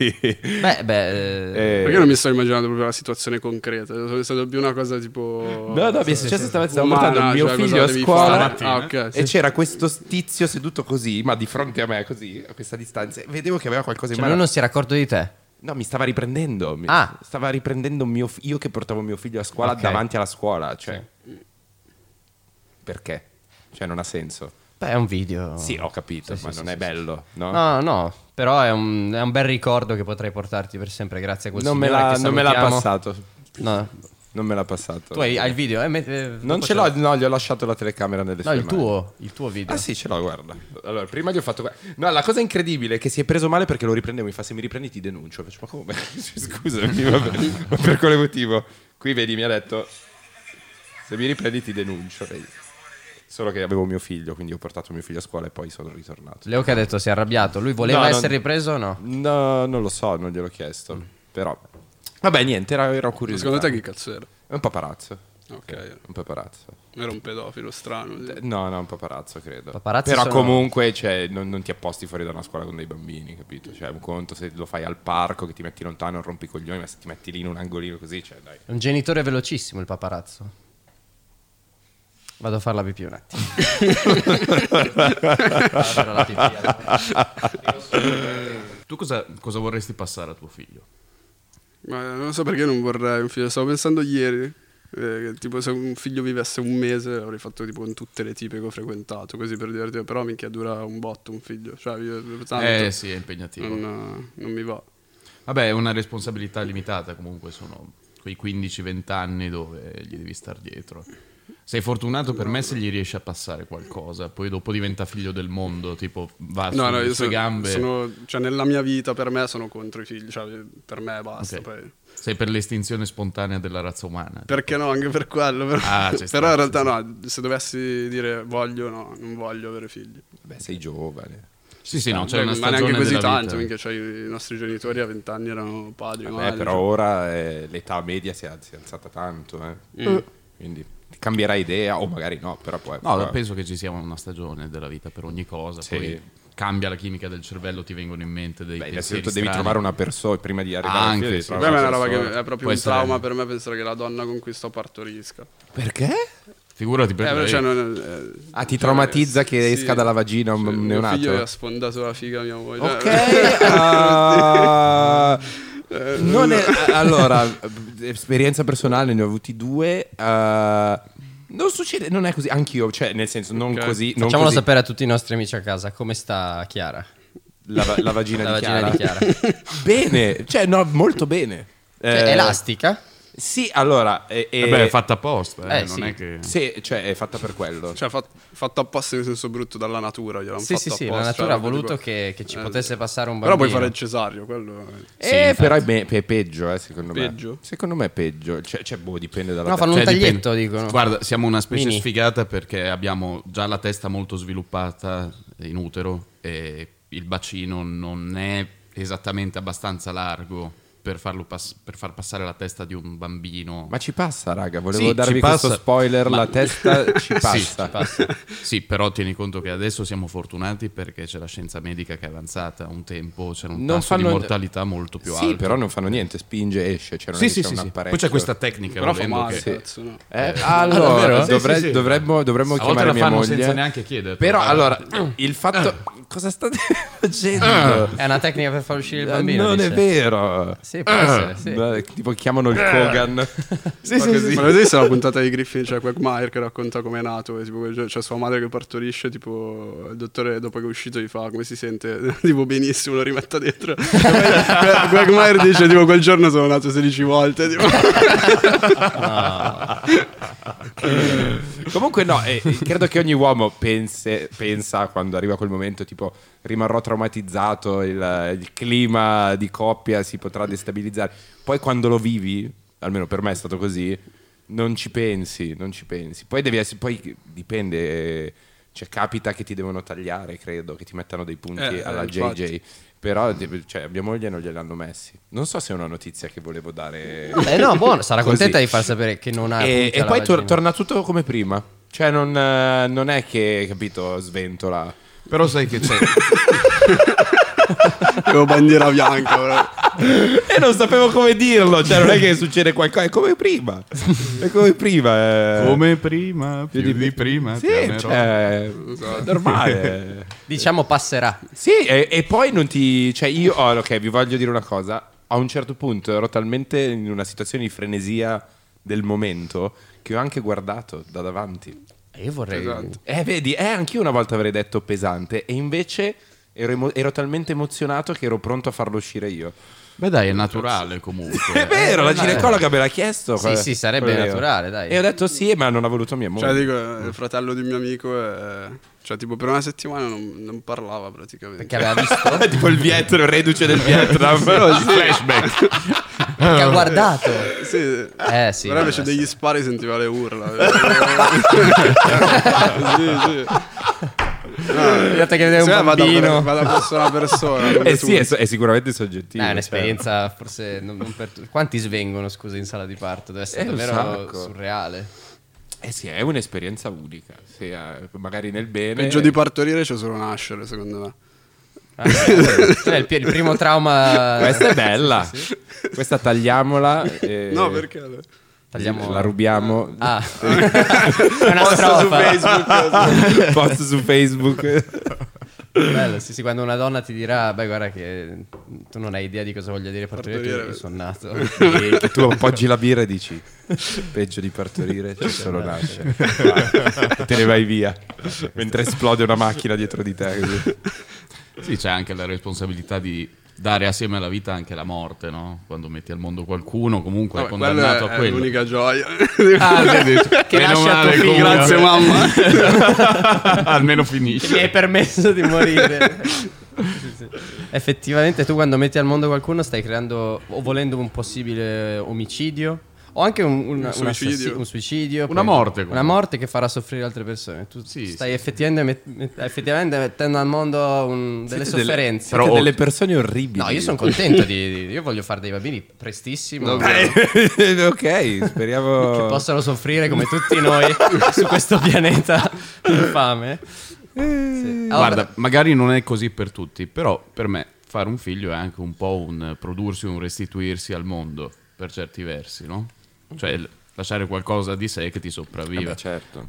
Speaker 6: Beh, beh... eh,
Speaker 3: Eh,
Speaker 1: perché non mi sto immaginando proprio la situazione concreta sono stato più una cosa tipo
Speaker 3: No, no, mi è successo stamattina. Stavo
Speaker 1: umana,
Speaker 3: portando mio
Speaker 1: cioè, cosa
Speaker 3: figlio a
Speaker 1: devi
Speaker 3: scuola.
Speaker 1: fare. Ah, ok, sì.
Speaker 3: E c'era questo tizio seduto così, ma di fronte a me, così, a questa distanza. e Vedevo che aveva qualcosa in
Speaker 6: cioè,
Speaker 3: mano.
Speaker 6: lui non si era accorto di te?
Speaker 3: No, mi stava riprendendo. mi-
Speaker 6: Ah.
Speaker 3: Stava riprendendo mio fi- io che portavo mio figlio a scuola
Speaker 6: Ok.
Speaker 3: davanti alla scuola. Cioè, perché? Cioè, non ha senso.
Speaker 6: Beh, è un video.
Speaker 3: Sì, ho capito,
Speaker 6: Ah. Sì,
Speaker 3: ma
Speaker 6: sì,
Speaker 3: non
Speaker 6: sì,
Speaker 3: è
Speaker 6: sì,
Speaker 3: bello, no?
Speaker 6: No, no, però è un, è un bel ricordo che potrei portarti per sempre grazie a quel
Speaker 3: non, me
Speaker 6: signore
Speaker 3: l'ha,
Speaker 6: che
Speaker 3: non me l'ha
Speaker 6: salutiamo.
Speaker 3: passato.
Speaker 6: No,
Speaker 3: Non me l'ha passato.
Speaker 6: tu hai, hai il video? eh, met- eh,
Speaker 3: Non
Speaker 6: dopo
Speaker 3: ce l'ho, no, gli ho lasciato la telecamera nelle
Speaker 6: No,
Speaker 3: sue
Speaker 6: il
Speaker 3: mani.
Speaker 6: tuo, il tuo video.
Speaker 3: Ah sì, ce l'ho, guarda. Allora, prima gli ho fatto... que- No, la cosa incredibile è che si è preso male perché lo riprendevo. Mi fa, se mi riprendi ti denuncio. Faccio, ma come? Scusami, ma per, ma per quale motivo? Qui, vedi, mi ha detto, se mi riprendi ti denuncio. Vedi. Solo che avevo mio figlio, quindi ho portato mio figlio a scuola e poi sono ritornato.
Speaker 6: Leo che ha detto si è arrabbiato, lui voleva
Speaker 3: No, non-
Speaker 6: essere ripreso o no?
Speaker 3: No, non lo so, non gliel'ho chiesto. Però... Vabbè, niente, ero, ero curioso.
Speaker 1: secondo te che cazzo era?
Speaker 3: È un paparazzo.
Speaker 1: ok
Speaker 3: Un paparazzo.
Speaker 1: era un pedofilo strano tipo.
Speaker 3: No, no, un paparazzo, credo.
Speaker 6: Paparazzi
Speaker 3: Però
Speaker 6: sono-
Speaker 3: comunque cioè, non, non ti apposti fuori da una scuola con dei bambini, capito? Cioè, un conto se lo fai al parco, che ti metti lontano, non rompi i coglioni, ma se ti metti lì in un angolino così, cioè, dai.
Speaker 6: È un genitore velocissimo il paparazzo. Vado a fare la pipì un attimo. Vado a fare la pipì, allora.
Speaker 5: Tu cosa, cosa vorresti passare a tuo figlio?
Speaker 1: Ma non so perché non vorrei un figlio. Stavo pensando ieri. eh, che tipo se un figlio vivesse un mese avrei fatto tipo con tutte le tipe che ho frequentato così per divertirmi però minchia dura un botto un figlio cioè io- tanto
Speaker 5: Eh sì, è impegnativo.
Speaker 1: non, non mi va
Speaker 5: Vabbè, è una responsabilità limitata comunque, sono quei 15-20 anni dove gli devi star dietro. Sei fortunato per me se gli riesci a passare qualcosa, poi dopo diventa figlio del mondo, tipo va
Speaker 1: no no
Speaker 5: sulle
Speaker 1: io
Speaker 5: sue
Speaker 1: sono,
Speaker 5: gambe.
Speaker 1: sono- cioè nella mia vita per me sono contro i figli cioè per me basta
Speaker 5: Ok.
Speaker 1: poi-
Speaker 5: Sei per l'estinzione spontanea della razza umana.
Speaker 1: perché no anche per quello però,
Speaker 5: Ah, ci sta,
Speaker 1: però in
Speaker 5: ci
Speaker 1: realtà
Speaker 5: sta.
Speaker 1: no se dovessi dire voglio no non voglio avere figli
Speaker 3: Beh, sei giovane.
Speaker 5: Sì, sì, no, c'è
Speaker 1: Beh,
Speaker 5: una
Speaker 1: ma
Speaker 5: stagione
Speaker 1: neanche così
Speaker 5: della
Speaker 1: tanto
Speaker 5: vita.
Speaker 1: minchia, cioè, i nostri genitori a vent'anni erano padri
Speaker 3: Vabbè,
Speaker 1: madri,
Speaker 3: però
Speaker 1: cioè.
Speaker 3: ora eh, l'età media si è, si è alzata tanto, eh.
Speaker 1: Mm.
Speaker 6: Mm.
Speaker 3: Quindi ti cambierà idea, o magari no, però poi...
Speaker 1: Ah.
Speaker 5: No,
Speaker 3: poi-
Speaker 5: penso che ci sia una stagione della vita per ogni cosa.
Speaker 3: Sì.
Speaker 5: Poi cambia la chimica del cervello, ti vengono in mente dei
Speaker 3: Beh,
Speaker 5: pensieri
Speaker 3: innanzitutto devi
Speaker 5: strani. Ah,
Speaker 3: trovare una persona prima di arrivare
Speaker 5: Anche,
Speaker 3: alla fine, devi
Speaker 5: sì.
Speaker 1: cioè, Per
Speaker 3: trovare
Speaker 1: me è una
Speaker 3: una
Speaker 1: roba
Speaker 3: persona.
Speaker 1: che è proprio
Speaker 5: Può
Speaker 1: un
Speaker 5: essere-
Speaker 1: trauma per me pensare che la donna con cui sto partorisca.
Speaker 3: Perché?
Speaker 5: Figurati per
Speaker 1: Eh, però,
Speaker 5: te.
Speaker 1: cioè, non- eh,
Speaker 3: Ah, ti
Speaker 1: cioè,
Speaker 3: traumatizza che esca dalla vagina un
Speaker 1: Cioè, Mio
Speaker 3: neonato?
Speaker 1: figlio ha sfondato la figa a mia moglie. Eh,
Speaker 3: Ok, ah,
Speaker 6: eh,
Speaker 3: non è- allora, esperienza personale, ne ho avuti due. ah, non succede, non è così, anch'io, cioè, nel senso, non
Speaker 1: Ok.
Speaker 3: così. Non
Speaker 6: Facciamolo
Speaker 3: così.
Speaker 6: sapere a tutti i nostri amici a casa come sta Chiara.
Speaker 3: La, va- la vagina,
Speaker 6: La
Speaker 3: di,
Speaker 6: vagina
Speaker 3: Chiara.
Speaker 6: di Chiara.
Speaker 3: Bene, cioè, no, molto bene.
Speaker 6: Cioè,
Speaker 3: Eh,
Speaker 6: elastica?
Speaker 3: Sì, allora, e- e-
Speaker 5: Eh beh, è fatta apposta, eh,
Speaker 6: Eh,
Speaker 5: non
Speaker 6: sì.
Speaker 5: è che...
Speaker 3: sì, cioè, è fatta per quello.
Speaker 1: Cioè, fat- fatto apposta in senso brutto dalla natura. gliel'han
Speaker 6: Sì, sì,
Speaker 1: fatto
Speaker 6: sì, la
Speaker 1: apposta,
Speaker 6: natura
Speaker 1: cioè,
Speaker 6: ha voluto
Speaker 1: tipo-
Speaker 6: che, che ci
Speaker 1: Eh,
Speaker 6: potesse passare un
Speaker 1: Però
Speaker 6: bambino.
Speaker 1: puoi fare il cesario, quello.
Speaker 3: Eh,
Speaker 6: Sì, infatti.
Speaker 3: però è, be- è peggio, eh, secondo me.
Speaker 1: Peggio?
Speaker 3: Secondo me è peggio. Cioè, cioè, boh, dipende dalla
Speaker 6: No, fanno un
Speaker 5: Cioè, dipende.
Speaker 6: taglietto, dicono.
Speaker 5: Guarda, siamo una specie
Speaker 6: Mini.
Speaker 5: sfigata perché abbiamo già la testa molto sviluppata in utero e il bacino non è esattamente abbastanza largo per, farlo pass- per far passare la testa di un bambino.
Speaker 3: Ma ci passa, raga. Volevo
Speaker 5: ci
Speaker 3: darvi
Speaker 5: passa.
Speaker 3: questo spoiler.
Speaker 5: Ma-
Speaker 3: La testa ci passa.
Speaker 5: Sì, ci passa. Sì, però tieni conto che adesso siamo fortunati perché c'è la scienza medica che è avanzata. Un tempo c'era un
Speaker 3: Non
Speaker 5: tasso
Speaker 3: fanno-
Speaker 5: di mortalità molto più
Speaker 3: Sì,
Speaker 5: alto.
Speaker 3: però non fanno niente. Spinge, esce. Cioè, non è
Speaker 5: sì,
Speaker 3: che
Speaker 5: sì,
Speaker 3: c'è
Speaker 5: sì,
Speaker 3: un
Speaker 5: sì. Poi
Speaker 3: apparecchio.
Speaker 5: c'è questa tecnica
Speaker 1: Però fa
Speaker 5: volendo,
Speaker 1: male,
Speaker 5: che-
Speaker 1: cazzo, no?
Speaker 3: Eh, allora,
Speaker 5: davvero? Sì,
Speaker 3: dovrei-
Speaker 5: sì, sì.
Speaker 3: dovremmo, dovremmo
Speaker 5: A volte
Speaker 3: chiamare
Speaker 5: la
Speaker 3: mia
Speaker 5: fanno
Speaker 3: moglie.
Speaker 5: senza neanche Ah. chiedere.
Speaker 3: Però, allora, il
Speaker 5: Ah.
Speaker 3: fatto. Cosa state facendo?
Speaker 6: È una tecnica per far uscire il
Speaker 3: Eh,
Speaker 6: bambino.
Speaker 3: non
Speaker 6: dice.
Speaker 3: è vero.
Speaker 6: Sì, può essere, sì.
Speaker 3: Beh, Tipo, chiamano il
Speaker 5: Ah.
Speaker 3: Kogan.
Speaker 1: Sì, sì, sì. Ma l'avete visto la puntata di Griffin, cioè Quagmire che racconta come è nato, e tipo, c'è cioè, sua madre che partorisce, tipo il dottore dopo che è uscito gli fa come si sente, tipo benissimo, lo rimetta dentro. Quag- Quagmire dice tipo quel giorno sono nato 16 volte, tipo.
Speaker 3: Comunque no, eh, credo che ogni uomo pense- pensa quando arriva quel momento tipo rimarrò traumatizzato, il, il clima di coppia si potrà destabilizzare. Poi quando lo vivi, almeno per me è stato così, non ci pensi, non ci pensi. Poi devi essere, poi dipende, eh, cioè capita che ti devono tagliare, credo, che ti mettano dei punti
Speaker 1: Eh, eh,
Speaker 3: alla
Speaker 1: infatti.
Speaker 3: JJ. Però de- cioè, a mia moglie non gliel'hanno messi. Non so se è una notizia che volevo dare.
Speaker 6: Eh no, buono, sarà
Speaker 3: Così.
Speaker 6: contenta di far sapere che non ha
Speaker 3: E,
Speaker 6: punti
Speaker 3: e
Speaker 6: alla
Speaker 3: poi tor-
Speaker 6: vagina.
Speaker 3: torna tutto come prima. Cioè, non, eh, non è che, capito, sventola.
Speaker 5: Però sai che c'è...
Speaker 1: Tipo bandiera bianca, però.
Speaker 3: e non sapevo come dirlo. Cioè, non è che succede qualcosa. È come prima. È come prima. eh.
Speaker 5: Come prima, più di,
Speaker 3: di-
Speaker 5: prima.
Speaker 3: Sì,
Speaker 5: ti amerò.
Speaker 3: cioè, è normale.
Speaker 6: Diciamo passerà.
Speaker 3: sì, e, e poi non ti... Cioè, io... oh, ok, vi voglio dire una cosa. A un certo punto ero talmente in una situazione di frenesia del momento che ho anche guardato da davanti.
Speaker 6: Io vorrei...
Speaker 1: Esatto.
Speaker 3: Eh, vedi, eh, anch'io una volta avrei detto pesante, e invece ero, emo- ero talmente emozionato che ero pronto a farlo uscire io. Eh,
Speaker 5: Beh dai, è naturale comunque.
Speaker 3: È vero, la ginecologa me l'ha chiesto.
Speaker 6: Sì,
Speaker 3: quella-
Speaker 6: sì, sarebbe
Speaker 3: quella lì.
Speaker 6: naturale, dai.
Speaker 3: E ho detto sì, ma non ha voluto
Speaker 5: Boh.
Speaker 3: mia moglie.
Speaker 1: Cioè, dico, eh, il fratello di un mio amico, eh, cioè, tipo, per una settimana non, non parlava praticamente.
Speaker 6: Che aveva visto,
Speaker 3: tipo il Vietnam, il reduce del Vietnam.
Speaker 5: Flashback.
Speaker 6: che ha guardato.
Speaker 1: Sì,
Speaker 6: Eh sì.
Speaker 1: però invece
Speaker 6: vabbè.
Speaker 1: degli spari sentiva le urla. sì, sì.
Speaker 6: Guardate che vede
Speaker 1: Sì,
Speaker 6: un
Speaker 1: eh, vado,
Speaker 6: bambino.
Speaker 1: vado persona a persona. come
Speaker 3: Eh
Speaker 1: tu.
Speaker 3: sì, è, so- è sicuramente soggettivo.
Speaker 6: No, è
Speaker 3: cioè.
Speaker 6: un'esperienza forse non, non per tutti. Quanti svengono, scusa, in sala di parto? Deve essere
Speaker 3: Eh, un
Speaker 6: davvero
Speaker 3: sacco.
Speaker 6: surreale.
Speaker 3: Eh sì, è un'esperienza unica. Sì, eh, magari nel bene.
Speaker 1: Peggio di partorire c'è solo nascere, secondo me.
Speaker 6: Ah, cioè, il, pi- il primo trauma...
Speaker 3: Eh, Questa è bella. Questa tagliamola. eh,
Speaker 1: No, perché?
Speaker 6: Tagliamo...
Speaker 3: La rubiamo.
Speaker 6: Ah. è una strofa.
Speaker 3: Ah. Post su Facebook.
Speaker 6: Bello, sì, sì, quando una donna ti dirà, beh, guarda che tu non hai idea di cosa voglia dire partorire,
Speaker 1: Partorire.
Speaker 6: tu io sono nato.
Speaker 3: E che tu appoggi la birra e dici peggio di partorire c'è solo nascere Va, e te ne vai via mentre esplode una macchina dietro di te così.
Speaker 5: Sì, c'è anche la responsabilità di dare assieme alla vita anche la morte, no? Quando metti al mondo qualcuno comunque è
Speaker 1: Vabbè, quella
Speaker 5: condannato a
Speaker 1: è, è
Speaker 5: quello. Ah,
Speaker 1: l'unica gioia. eh,
Speaker 6: che nasce a tuo
Speaker 5: male,
Speaker 6: figlio.
Speaker 5: comunque.
Speaker 1: Grazie mamma.
Speaker 5: Almeno
Speaker 6: Mi hai
Speaker 5: finisce.
Speaker 6: permesso di morire. Effettivamente, tu quando metti al mondo qualcuno stai creando o volendo un possibile omicidio. O anche un, un- un assassi- un
Speaker 1: suicidio.
Speaker 6: suicidio,
Speaker 5: Una
Speaker 6: poi-
Speaker 5: morte, comunque.
Speaker 6: una morte che farà soffrire altre persone. Tu
Speaker 5: Sì,
Speaker 6: stai effettivamente, met- met- effettivamente mettendo al mondo un- delle
Speaker 3: Siete
Speaker 6: sofferenze.
Speaker 3: siete delle persone orribili
Speaker 6: No, io sono contento di, di- Io voglio fare dei bambini prestissimo. Che
Speaker 3: ok speriamo
Speaker 6: possano soffrire come tutti noi su questo pianeta infame.
Speaker 5: Guarda, magari non è così per tutti, però per me fare un figlio è anche un po' un eh, prodursi, un restituirsi al mondo, per certi versi, no? Cioè l- lasciare qualcosa di sé che ti sopravviva.
Speaker 3: Vabbè, certo.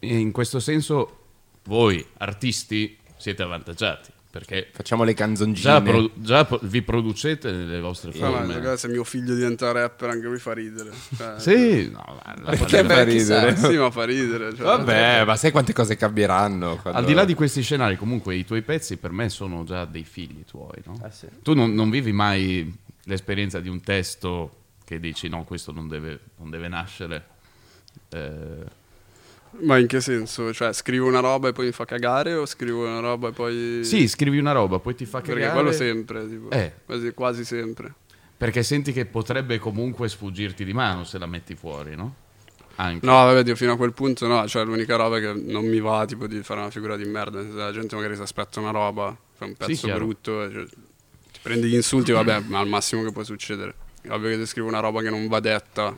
Speaker 5: In questo senso voi artisti siete avvantaggiati, perché
Speaker 3: Facciamo le canzoncine.
Speaker 5: già, pro- già pro- vi producete nelle vostre
Speaker 1: No, ma
Speaker 5: forme.
Speaker 1: ragazzi, se cioè, mio figlio diventa rapper anche lui fa ridere. Cioè,
Speaker 5: Sì, no, la- la-
Speaker 3: Perché fa ridere?
Speaker 1: Sì, ma fa ridere. cioè.
Speaker 3: Vabbè, ma sai quante cose cambieranno? quando-
Speaker 5: Al di là di questi scenari, comunque i tuoi pezzi per me sono già dei figli tuoi, no?
Speaker 1: Eh,
Speaker 6: Ah, sì.
Speaker 5: Tu non, non vivi mai l'esperienza di un testo che dici no, questo non deve, non deve nascere. Eh,
Speaker 1: Ma in che senso? Cioè, scrivo una roba e poi mi fa cagare o scrivo una roba e poi...
Speaker 5: sì, scrivi una roba, poi ti fa
Speaker 1: Perché
Speaker 5: cagare
Speaker 1: quello sempre, tipo,
Speaker 5: Eh.
Speaker 1: quasi, quasi sempre.
Speaker 5: perché senti che potrebbe comunque sfuggirti di mano se la metti fuori, no? Anche.
Speaker 1: No, vabbè, Dio, fino a quel punto no, cioè l'unica roba è che non mi va tipo di fare una figura di merda, nel senso, la gente magari si aspetta una roba, fa un pezzo
Speaker 5: chiaro.
Speaker 1: brutto, e, cioè, ti prendi gli insulti, vabbè, ma al massimo che può succedere. È ovvio che ti scrivo una roba che non va detta,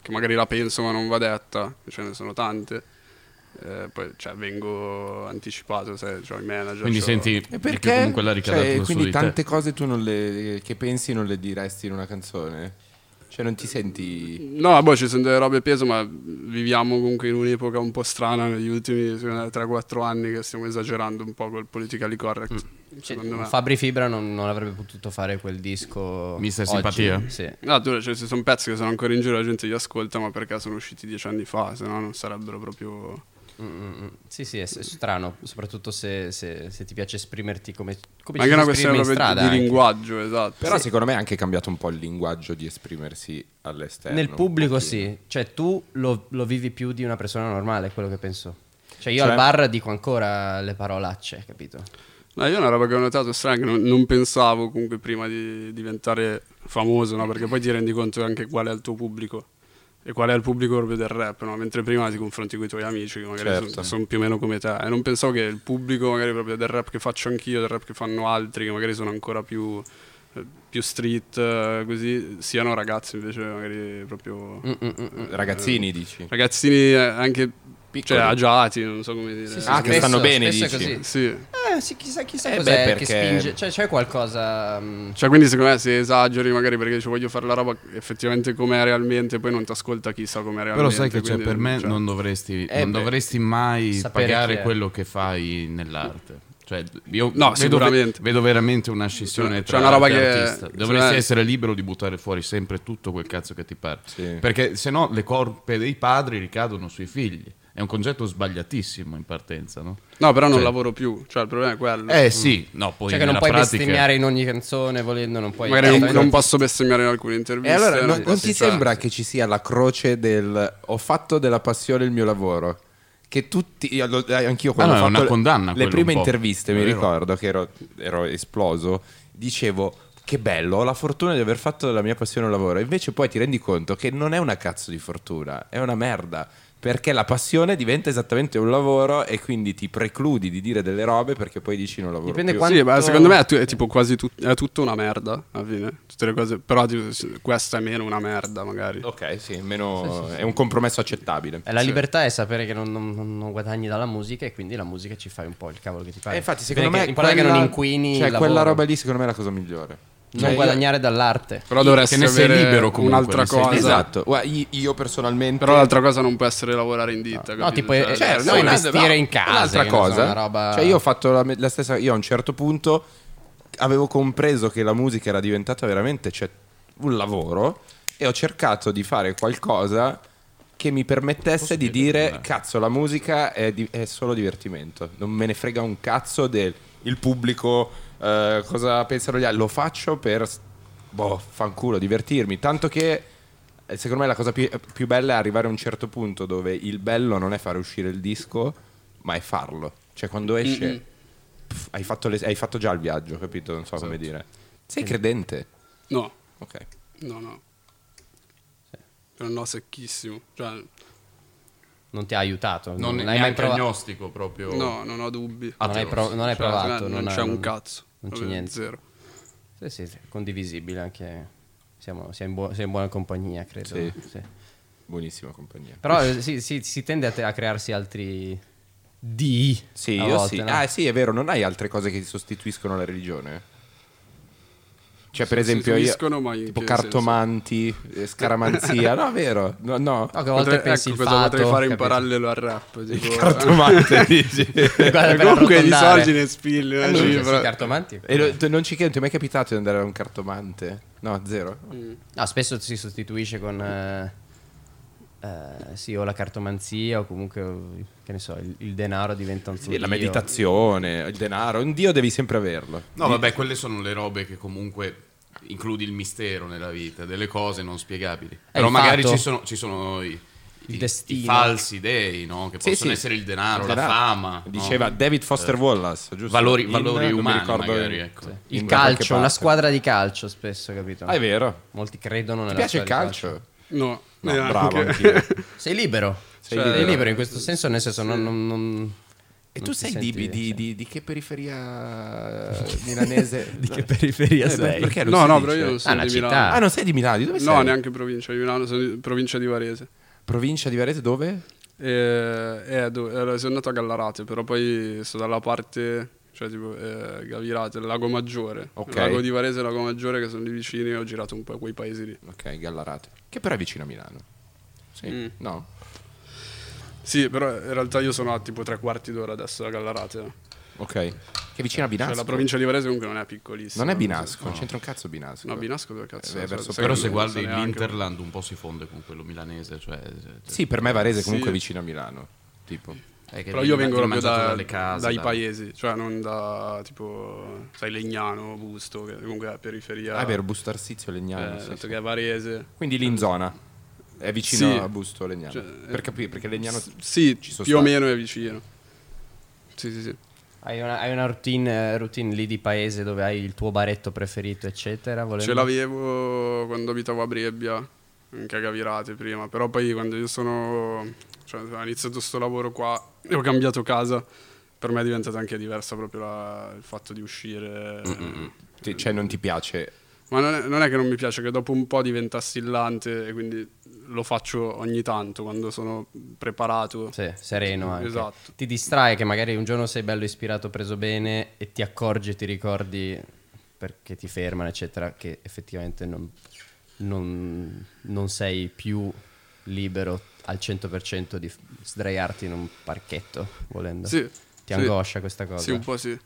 Speaker 1: che magari la penso ma non va detta, ce ne sono tante. Eh, poi cioè, vengo anticipato, se ho il manager.
Speaker 5: Quindi
Speaker 1: c'ho-
Speaker 5: senti
Speaker 3: E
Speaker 5: che
Speaker 3: perché?
Speaker 5: comunque la ricadatura
Speaker 3: Cioè,
Speaker 5: su
Speaker 3: quindi
Speaker 5: di te.
Speaker 3: tante cose tu non le, che pensi non le diresti in una canzone? Cioè, non ti senti.
Speaker 1: No, boh, ci sono delle robe peso, ma viviamo comunque in un'epoca un po' strana negli ultimi secondo me, 3-4 anni che stiamo esagerando un po' col politically correct.
Speaker 6: Cioè,
Speaker 1: Secondo me.
Speaker 6: Fabri Fibra non, non avrebbe potuto fare quel disco.
Speaker 5: Mister
Speaker 6: oggi.
Speaker 5: Simpatia?
Speaker 6: Sì.
Speaker 1: No, tu, cioè, ci sono pezzi che sono ancora in giro, la gente li ascolta, ma perché sono usciti dieci anni fa, se no non sarebbero proprio...
Speaker 6: Mm, mm, mm. sì, sì, è s- strano, soprattutto se, se- se ti piace esprimerti come, come
Speaker 1: Ma anche
Speaker 6: ci si
Speaker 1: una questione
Speaker 6: esprime in
Speaker 1: proprio
Speaker 6: strada.
Speaker 1: di
Speaker 6: anche.
Speaker 1: linguaggio, esatto.
Speaker 3: Però secondo me è anche cambiato un po' il linguaggio di esprimersi all'esterno.
Speaker 6: Nel
Speaker 3: un
Speaker 6: pubblico
Speaker 3: pochino.
Speaker 6: sì, cioè tu lo, lo vivi più di una persona normale, è quello che penso. Cioè io
Speaker 3: Cioè?
Speaker 6: al bar dico ancora le parolacce, capito?
Speaker 1: No, io una roba che ho notato strana, che non, non pensavo comunque prima di diventare famoso, no? perché poi ti rendi conto anche qual è il tuo pubblico e qual è il pubblico proprio del rap, no? mentre prima ti confronti con i tuoi amici che magari
Speaker 3: Certo.
Speaker 1: sono più o meno come te e non pensavo che il pubblico magari proprio del rap che faccio anch'io, del rap che fanno altri, che magari sono ancora più, eh, più street, eh, così, siano ragazzi invece magari proprio...
Speaker 3: Ragazzini, dici?
Speaker 1: Ragazzini eh, anche
Speaker 3: Piccoli.
Speaker 1: cioè, agiati, non so come dire.
Speaker 3: sì, Ah, che stanno bene,
Speaker 6: spesso è
Speaker 3: dici?
Speaker 6: così.
Speaker 1: Sì.
Speaker 6: Eh, sì, chissà, chissà
Speaker 3: Eh,
Speaker 6: cos'è
Speaker 3: beh,
Speaker 6: che
Speaker 3: perché-
Speaker 6: spinge, cioè c'è qualcosa... mm,
Speaker 1: Cioè, quindi secondo me se esageri magari perché ci voglio fare la roba effettivamente com'è realmente, poi non ti ascolta chissà com'è realmente.
Speaker 5: Però sai che c'è,
Speaker 1: quindi,
Speaker 5: per me
Speaker 1: cioè,
Speaker 5: non dovresti,
Speaker 6: Eh
Speaker 5: non
Speaker 6: beh,
Speaker 5: dovresti mai
Speaker 6: sapere chi
Speaker 5: pagare
Speaker 6: è.
Speaker 5: quello che fai nell'arte. Cioè, io
Speaker 1: No,
Speaker 5: vedo,
Speaker 1: sicuramente.
Speaker 5: vedo veramente una scissione
Speaker 1: Cioè,
Speaker 5: tra
Speaker 1: c'è una roba
Speaker 5: arte e
Speaker 1: che-
Speaker 5: artista. Dovresti
Speaker 1: cioè-
Speaker 5: essere libero di buttare fuori sempre tutto quel cazzo che ti pare.
Speaker 3: Sì.
Speaker 5: Perché se no le corpe dei padri ricadono sui figli. È un concetto sbagliatissimo in partenza, no?
Speaker 1: No, però non
Speaker 5: Cioè-
Speaker 1: lavoro più, cioè il problema è quello.
Speaker 5: Eh sì, no, poi
Speaker 6: Cioè che non
Speaker 5: nella
Speaker 6: puoi
Speaker 5: pratica-
Speaker 6: bestemmiare in ogni canzone volendo, non puoi...
Speaker 1: magari non,
Speaker 6: Eh,
Speaker 1: non posso bestemmiare in alcune
Speaker 3: E
Speaker 1: interviste.
Speaker 3: allora non, non
Speaker 1: posso-
Speaker 3: ti
Speaker 1: cioè,
Speaker 3: sembra che ci sia la croce del ho fatto della passione il mio lavoro? Che tutti, io lo- eh, anch'io quando
Speaker 5: Ah, no,
Speaker 3: ho
Speaker 5: è
Speaker 3: fatto
Speaker 5: una condanna
Speaker 3: le
Speaker 5: quello
Speaker 3: prime
Speaker 5: un po'.
Speaker 3: interviste, mi
Speaker 5: Vero.
Speaker 3: ricordo che ero, ero esploso, dicevo che bello, ho la fortuna di aver fatto della mia passione un lavoro, invece poi ti rendi conto che non è una cazzo di fortuna, è una merda, perché la passione diventa esattamente un lavoro e quindi ti precludi di dire delle robe perché poi dici non lavoro
Speaker 6: Dipende
Speaker 3: più.
Speaker 6: quanto-
Speaker 1: Sì, ma secondo me è, tu- è tipo quasi tut- è tutta una merda alla fine. Tutte le cose, però tipo, s- questa è meno una merda magari.
Speaker 3: Ok, sì, meno- è un compromesso accettabile.
Speaker 6: Eh, La libertà è sapere che non, non- non- non guadagni dalla musica e quindi la musica ci fai un po' il cavolo che ti pare.
Speaker 3: Eh, infatti, secondo
Speaker 6: Dipende
Speaker 3: me
Speaker 6: che- l'importante è che non inquini
Speaker 3: Cioè,
Speaker 6: il
Speaker 3: quella
Speaker 6: lavoro.
Speaker 3: roba lì, secondo me, è la cosa migliore. Cioè,
Speaker 6: Non guadagnare dall'arte.
Speaker 1: Però dovresti
Speaker 5: ne sei
Speaker 1: avere
Speaker 5: libero comunque,
Speaker 1: un'altra
Speaker 5: ne sei
Speaker 1: cosa.
Speaker 5: libero.
Speaker 3: Esatto. Guarda, i- io personalmente.
Speaker 1: Però l'altra cosa non può essere lavorare in ditta.
Speaker 6: No,
Speaker 1: capito?
Speaker 6: tipo, eh,
Speaker 1: cioè,
Speaker 6: certo,
Speaker 1: sì,
Speaker 6: no,
Speaker 1: ma-
Speaker 6: investire
Speaker 3: no,
Speaker 6: in case, che
Speaker 3: Un'altra
Speaker 6: ne so,
Speaker 3: cosa.
Speaker 6: una roba-
Speaker 3: Cioè, io ho fatto la, me- la stessa. Io a un certo punto avevo compreso che la musica era diventata veramente cioè, un lavoro. E ho cercato di fare qualcosa che mi permettesse di dire: Cazzo, la musica è, di- è solo divertimento. Non me ne frega un cazzo del il pubblico. eh, cosa pensano gli altri? Lo faccio per. Boh, fanculo, divertirmi. Tanto che. Eh, Secondo me la cosa più, più bella è arrivare a un certo punto dove il bello non è fare uscire il disco, ma è farlo. Cioè, quando esce, pff, hai, fatto le- hai fatto già il viaggio, capito? Non so
Speaker 6: Esatto.
Speaker 3: come dire. Sei credente.
Speaker 1: No,
Speaker 3: Ok.
Speaker 1: no, no. È un no secchissimo. Cioè,
Speaker 6: Non ti ha aiutato.
Speaker 5: Non,
Speaker 6: l'hai
Speaker 5: è
Speaker 6: mai
Speaker 5: neanche
Speaker 6: prova-
Speaker 5: agnostico proprio.
Speaker 1: no, non ho dubbi.
Speaker 6: Oh. non hai, pro- non
Speaker 1: Cioè,
Speaker 6: hai provato.
Speaker 1: non, c'è un cazzo.
Speaker 6: Non c'è
Speaker 1: Proprio
Speaker 6: niente.
Speaker 1: Zero.
Speaker 6: Sì, sì, sì, condivisibile anche. Siamo, siamo in buo- sei in buona compagnia, credo.
Speaker 3: Sì.
Speaker 6: Sì.
Speaker 3: Buonissima compagnia.
Speaker 6: Però eh, sì, sì, si tende a, te- a crearsi altri di...
Speaker 3: Sì,
Speaker 6: a
Speaker 3: io
Speaker 6: volte,
Speaker 3: sì.
Speaker 6: no?
Speaker 3: Ah, sì, è vero, non hai altre cose che sostituiscono la religione? Cioè, per
Speaker 1: Sì,
Speaker 3: esempio, io,
Speaker 1: sostituiscono, ma in
Speaker 3: tipo
Speaker 1: che
Speaker 3: cartomanti, eh, scaramanzia, no, è vero? No, no.
Speaker 6: No, che a volte
Speaker 1: Potrei-
Speaker 6: pensi
Speaker 1: ecco
Speaker 6: il
Speaker 1: cosa
Speaker 6: fato,
Speaker 1: potrei fare in
Speaker 6: capito?
Speaker 1: parallelo al rap. Tipo,
Speaker 3: Cartomante, dici?
Speaker 6: Guarda, per
Speaker 1: comunque di
Speaker 6: arrotondare.
Speaker 1: soldi ne spilli una
Speaker 6: Eh, sì,
Speaker 1: cifra.
Speaker 6: sì, cartomanti.
Speaker 3: E lo- t- non ci chiedo, ti è mai capitato di andare da un cartomante? No, zero.
Speaker 1: Mm.
Speaker 6: No, spesso si sostituisce con... eh, eh, sì, o la cartomanzia o comunque, eh, che ne so, il, il denaro diventa un
Speaker 3: Sì, la
Speaker 6: dio.
Speaker 3: meditazione, il denaro, un dio devi sempre averlo.
Speaker 5: No, vabbè, quelle sono le robe che comunque includi il mistero nella vita, delle cose non spiegabili. Però
Speaker 6: il
Speaker 5: magari
Speaker 6: fatto.
Speaker 5: ci sono, ci sono i, i-
Speaker 6: destino.
Speaker 5: i falsi dei, no? Che
Speaker 3: Sì,
Speaker 5: possono
Speaker 3: sì.
Speaker 5: essere il denaro,
Speaker 3: Il
Speaker 5: la
Speaker 3: denaro.
Speaker 5: fama. no? Eh.
Speaker 3: Diceva David Foster Wallace, giusto?
Speaker 5: Valori-
Speaker 3: In-
Speaker 5: valori
Speaker 3: non mi
Speaker 5: umani,
Speaker 3: ricordo
Speaker 5: magari,
Speaker 3: in-
Speaker 5: ecco.
Speaker 3: in
Speaker 6: Il
Speaker 3: da qualche
Speaker 6: calcio, una
Speaker 3: parte.
Speaker 6: squadra di calcio spesso, capito?
Speaker 3: Ah, è vero.
Speaker 6: Molti credono nella
Speaker 3: Ti piace il
Speaker 6: squadra di
Speaker 3: calcio?
Speaker 1: eh. No,
Speaker 3: No,
Speaker 1: neanche.
Speaker 3: bravo anch'io.
Speaker 6: Sei libero.
Speaker 3: Sei
Speaker 6: Cioè, Sei
Speaker 3: libero.
Speaker 6: libero. in questo senso, nel senso non... non- non-
Speaker 3: E
Speaker 6: non
Speaker 3: tu
Speaker 6: ti
Speaker 3: sei di,
Speaker 6: senti-
Speaker 3: di,
Speaker 6: sì.
Speaker 3: di- di che periferia milanese?
Speaker 6: Di che periferia
Speaker 3: Eh, beh,
Speaker 6: sei?
Speaker 3: Perché non
Speaker 1: No,
Speaker 3: si
Speaker 1: no,
Speaker 3: dice?
Speaker 1: però io non
Speaker 6: Ah,
Speaker 1: sono
Speaker 6: la
Speaker 1: di
Speaker 6: città.
Speaker 1: Milano.
Speaker 3: Ah, non sei di Milano, di dove sei?
Speaker 1: No, neanche provincia di Milano, sono di- provincia di Varese.
Speaker 3: Provincia di Varese dove?
Speaker 1: E, eh, dove- eh, sono andato a Gallarate, però poi sto dalla parte, cioè tipo eh, Gavirate, Lago Maggiore.
Speaker 3: Ok.
Speaker 1: Lago di Varese e Lago Maggiore che sono lì vicini e ho girato un po' quei paesi lì.
Speaker 3: Ok, Gallarate. Che però è vicino a Milano. Sì.
Speaker 1: Mm.
Speaker 3: No.
Speaker 1: Sì, però in realtà io sono a tipo tre quarti d'ora adesso da Gallarate.
Speaker 3: Ok. Che è vicino a
Speaker 1: Cioè
Speaker 3: Binasco.
Speaker 1: la provincia di Varese comunque non è piccolissima.
Speaker 3: Non è
Speaker 1: so.
Speaker 3: Binasco, non c'entra un cazzo Binasco.
Speaker 1: No, Binasco dove cazzo
Speaker 3: Eh,
Speaker 1: è?
Speaker 3: verso-
Speaker 1: Sai
Speaker 5: Però
Speaker 1: che
Speaker 5: se
Speaker 1: non so
Speaker 5: guardi
Speaker 1: neanche.
Speaker 5: l'Interland un po' si fonde con quello milanese, cioè...
Speaker 3: Sì, per me Varese comunque è
Speaker 1: Sì.
Speaker 3: vicino a Milano. Tipo.
Speaker 5: è che
Speaker 1: Però
Speaker 5: viene-
Speaker 1: io vengo
Speaker 5: viene
Speaker 1: proprio
Speaker 5: mangiato
Speaker 1: da-
Speaker 5: dalle case,
Speaker 1: dai
Speaker 5: da-
Speaker 1: paesi, cioè non da tipo, sai, Legnano, Busto, che comunque è periferia.
Speaker 3: Ah, è vero, Busto Arsizio Legnano.
Speaker 1: eh,
Speaker 3: sì,
Speaker 1: dato
Speaker 3: sì.
Speaker 1: che è Varese.
Speaker 3: Quindi Linzona. È vicino
Speaker 1: Sì.
Speaker 3: a Busto Legnano.
Speaker 1: Cioè,
Speaker 3: per capire, perché Legnano...
Speaker 1: S- sì,
Speaker 3: ci sono
Speaker 1: più o
Speaker 3: stati.
Speaker 1: meno è vicino. Sì, sì, sì.
Speaker 6: Hai una, hai una routine, eh, routine lì di paese dove hai il tuo baretto preferito, eccetera? volendo?
Speaker 1: Ce l'avevo quando abitavo a Brebbia, anche a Gavirate prima, però poi quando io sono cioè, ho iniziato sto lavoro qua e ho cambiato casa, per me è diventata anche diversa proprio la- il fatto di uscire.
Speaker 3: Ti- Cioè, non ti piace...
Speaker 1: Ma non è, non è che non mi piace, che dopo un po' diventa assillante e quindi lo faccio ogni tanto quando sono preparato.
Speaker 6: Sì, sereno anche.
Speaker 1: Esatto.
Speaker 6: Ti distrae che magari un giorno sei bello ispirato, preso bene e ti accorgi e ti ricordi perché ti fermano, eccetera, che effettivamente non, non- non sei più libero al 100% di f- sdraiarti in un parchetto, volendo.
Speaker 1: Sì,
Speaker 6: Ti
Speaker 1: sì.
Speaker 6: angoscia questa cosa.
Speaker 1: Sì, un po' sì.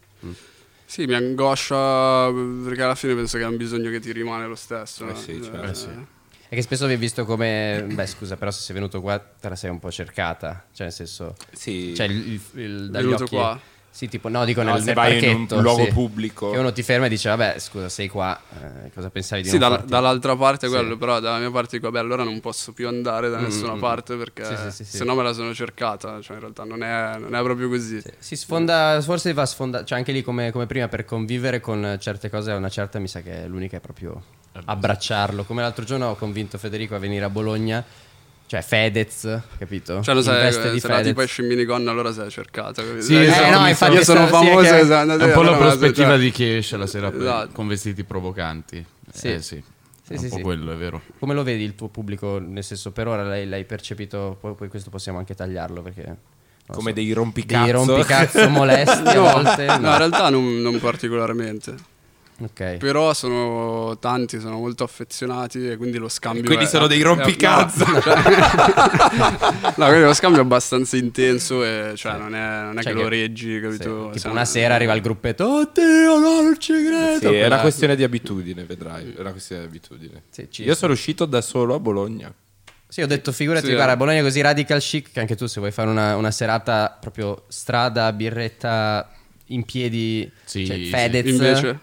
Speaker 1: Sì, mi angoscia perché alla fine penso che è un bisogno che ti rimane lo stesso. no?
Speaker 3: sì, certo.
Speaker 1: Eh,
Speaker 6: È che spesso vi è visto come... Beh, scusa, però se sei venuto qua te la sei un po' cercata. Cioè, nel senso...
Speaker 3: Sì.
Speaker 6: Cioè, il, il, il- dagli
Speaker 1: Venuto
Speaker 6: occhi...
Speaker 1: qua?
Speaker 6: Sì, tipo, no, dico
Speaker 3: No,
Speaker 6: nel,
Speaker 3: se
Speaker 6: nel
Speaker 3: vai in un
Speaker 6: parchetto,
Speaker 3: luogo
Speaker 6: sì.
Speaker 3: pubblico.
Speaker 6: Che uno ti ferma e dice, vabbè, scusa, sei qua, eh, cosa pensavi di
Speaker 1: Sì,
Speaker 6: non
Speaker 1: dalla-
Speaker 6: farti?
Speaker 1: dall'altra parte
Speaker 6: Sì. Mm,
Speaker 1: quello, però dalla mia parte dico, beh, allora non posso più andare da nessuna parte perché
Speaker 6: Sì, sì, sì, sì.
Speaker 1: se no me la sono cercata, cioè in realtà non è, non è proprio così.
Speaker 6: Si sfonda, forse va sfonda, cioè anche lì come, come prima per convivere con certe cose, una certa mi sa che l'unica è proprio
Speaker 1: Eh,
Speaker 6: abbracciarlo. Come l'altro giorno ho convinto Federico a venire a Bologna, cioè Fedez, capito?
Speaker 1: Cioè lo
Speaker 6: In
Speaker 1: sai,
Speaker 6: veste
Speaker 1: eh,
Speaker 6: di
Speaker 1: se no
Speaker 6: Fedez.
Speaker 1: tipo esci in minigonna allora sei cercata. capito?
Speaker 5: Sì,
Speaker 1: Io
Speaker 5: eh,
Speaker 1: sono-
Speaker 5: no,
Speaker 6: infatti
Speaker 1: io sono
Speaker 6: sta- sì, è
Speaker 1: famoso
Speaker 6: che-
Speaker 1: e sono andato
Speaker 5: È un po'
Speaker 1: io,
Speaker 5: la
Speaker 1: allora me so-
Speaker 5: prospettiva
Speaker 1: cioè-
Speaker 5: di chi esce la sera per-
Speaker 1: Esatto.
Speaker 5: con vestiti provocanti.
Speaker 6: Sì.
Speaker 5: Eh, sì.
Speaker 6: Sì,
Speaker 5: è un
Speaker 6: sì,
Speaker 5: po'
Speaker 6: sì.
Speaker 5: quello, è vero.
Speaker 6: Come lo vedi il tuo pubblico, nel senso per ora l'hai, l'hai percepito, poi, poi questo possiamo anche tagliarlo perché... non lo
Speaker 3: Come
Speaker 6: so.
Speaker 3: dei rompicazzo.
Speaker 6: dei rompicazzo molesti a volte.
Speaker 1: No,
Speaker 6: No.
Speaker 1: in realtà non, non particolarmente.
Speaker 6: Ok.
Speaker 1: Però sono tanti, sono molto affezionati e quindi lo scambio.
Speaker 3: Quindi
Speaker 1: è-
Speaker 3: sono dei
Speaker 1: è-
Speaker 3: rompicazzo.
Speaker 1: No, cioè- no, quindi lo scambio è abbastanza intenso e cioè, non è, non è
Speaker 6: Cioè
Speaker 1: che, lo
Speaker 6: che-
Speaker 1: reggi,
Speaker 6: Sì,
Speaker 1: capito?
Speaker 6: Tipo
Speaker 1: Cioè,
Speaker 6: una sera arriva il gruppetto, oddio, no, non ci credo.
Speaker 3: Sì, è
Speaker 6: Quella-
Speaker 3: una questione di abitudine, vedrai. È una questione di abitudine.
Speaker 6: Sì, ci-
Speaker 3: Io sono uscito da solo a Bologna.
Speaker 6: Sì, ho detto, figurati,
Speaker 1: Sì,
Speaker 6: guarda,
Speaker 1: eh.
Speaker 6: Bologna è così radical chic che anche tu se vuoi fare una, una serata proprio strada, birretta, in piedi,
Speaker 5: Sì,
Speaker 6: cioè,
Speaker 5: sì.
Speaker 6: Fedez.
Speaker 1: Invece,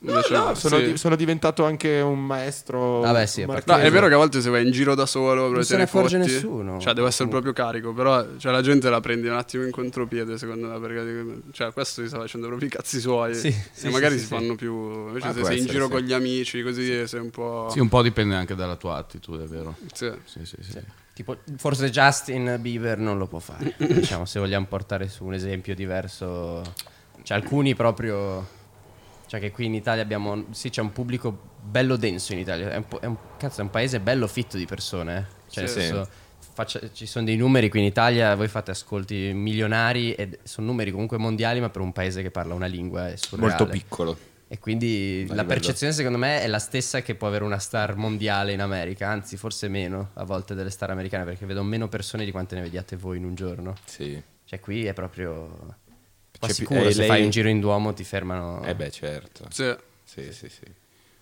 Speaker 3: No,
Speaker 1: invece
Speaker 3: no, sono,
Speaker 1: sì.
Speaker 3: di- sono diventato anche un maestro.
Speaker 6: Vabbè, Ah, sì,
Speaker 3: un
Speaker 6: a parte-
Speaker 1: No,
Speaker 3: marchese.
Speaker 1: è vero che a volte se vai in giro da solo proprio
Speaker 6: se
Speaker 1: te
Speaker 6: ne accorge
Speaker 1: fotti.
Speaker 6: nessuno. Mm.
Speaker 1: Cioè, devo essere proprio carico. Però cioè, la gente la prende un attimo in contropiede, secondo me. Perché dico, cioè, questo si sta facendo proprio i cazzi suoi.
Speaker 6: Sì,
Speaker 1: e
Speaker 6: sì,
Speaker 1: magari
Speaker 6: sì,
Speaker 1: si
Speaker 6: sì.
Speaker 1: fanno più. Invece,
Speaker 3: Ma
Speaker 1: se
Speaker 3: può
Speaker 1: sei in
Speaker 3: essere,
Speaker 1: giro
Speaker 3: sì.
Speaker 1: con gli amici, così sei un po'.
Speaker 5: Sì, un po' dipende anche dalla tua attitudine, è vero.
Speaker 1: Sì.
Speaker 5: Sì, sì, sì.
Speaker 6: Tipo, forse Justin Bieber non lo può fare. diciamo, se vogliamo portare su un esempio diverso. Cioè, alcuni proprio. Cioè, che qui in Italia abbiamo. Sì, c'è un pubblico bello denso in Italia. È un, po- è un- cazzo, è un paese bello fitto di persone. eh. Cioè, nel
Speaker 1: Sì.
Speaker 6: senso, faccia- ci sono dei numeri qui in Italia, voi fate ascolti milionari e sono numeri comunque mondiali, ma per un paese che parla una lingua è surreale.
Speaker 3: Molto piccolo.
Speaker 6: E quindi la
Speaker 3: livello.
Speaker 6: percezione secondo me è la stessa che può avere una star mondiale in America, anzi forse meno a volte delle star americane perché vedo meno persone di quante ne vediate voi in un giorno.
Speaker 3: Sì.
Speaker 6: Cioè qui è proprio... Qua
Speaker 3: C'è più-
Speaker 6: sicuro,
Speaker 3: eh,
Speaker 6: se
Speaker 3: lei-
Speaker 6: fai un giro in Duomo ti fermano...
Speaker 3: Eh beh, certo.
Speaker 1: Sì.
Speaker 3: Sì, sì, sì.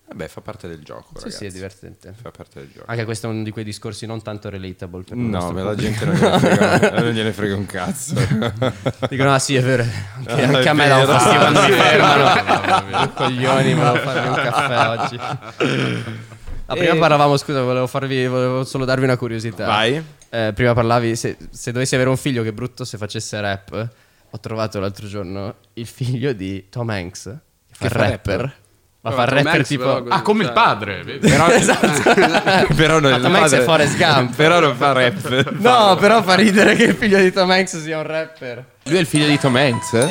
Speaker 3: Vabbè, fa parte del gioco,
Speaker 6: sì,
Speaker 3: ragazzi.
Speaker 6: sì, è divertente.
Speaker 3: Fa parte del gioco.
Speaker 6: Anche questo è uno di quei discorsi non tanto relatable per il
Speaker 3: No,
Speaker 6: nostro
Speaker 3: ma la
Speaker 6: pubblico.
Speaker 3: gente non gliene frega, non gliene frega un cazzo.
Speaker 6: Dicono, ah sì, è vero, anche,
Speaker 3: Ah,
Speaker 6: anche
Speaker 3: è
Speaker 6: a me da un
Speaker 3: vero.
Speaker 6: fastidio quando mi
Speaker 3: Sì.
Speaker 6: fermano. Coglioni, volevo farvi un caffè oggi. Ah, prima
Speaker 3: E-
Speaker 6: parlavamo, scusa, volevo, farvi, volevo solo darvi una curiosità.
Speaker 3: Eh. Vai.
Speaker 6: Eh, prima parlavi, se, se dovessi avere un figlio che è brutto se facesse rap, ho trovato l'altro giorno il figlio di Tom Hanks, che fa
Speaker 3: Che
Speaker 6: il
Speaker 3: fa
Speaker 6: rapper.
Speaker 3: rapper.
Speaker 6: Ma
Speaker 1: No,
Speaker 6: fa il
Speaker 1: Tom
Speaker 6: rapper
Speaker 1: Hanks, però,
Speaker 6: tipo...
Speaker 1: cioè,
Speaker 5: Ah, come il padre, vedi?
Speaker 6: Però, esatto.
Speaker 3: però non
Speaker 6: Ma Tom Hanks è Forrest Gump.
Speaker 3: Però non fa rap.
Speaker 6: No, però fa ridere che il figlio di Tom Hanks sia un rapper.
Speaker 3: Lui è il figlio di Tom Hanks? eh.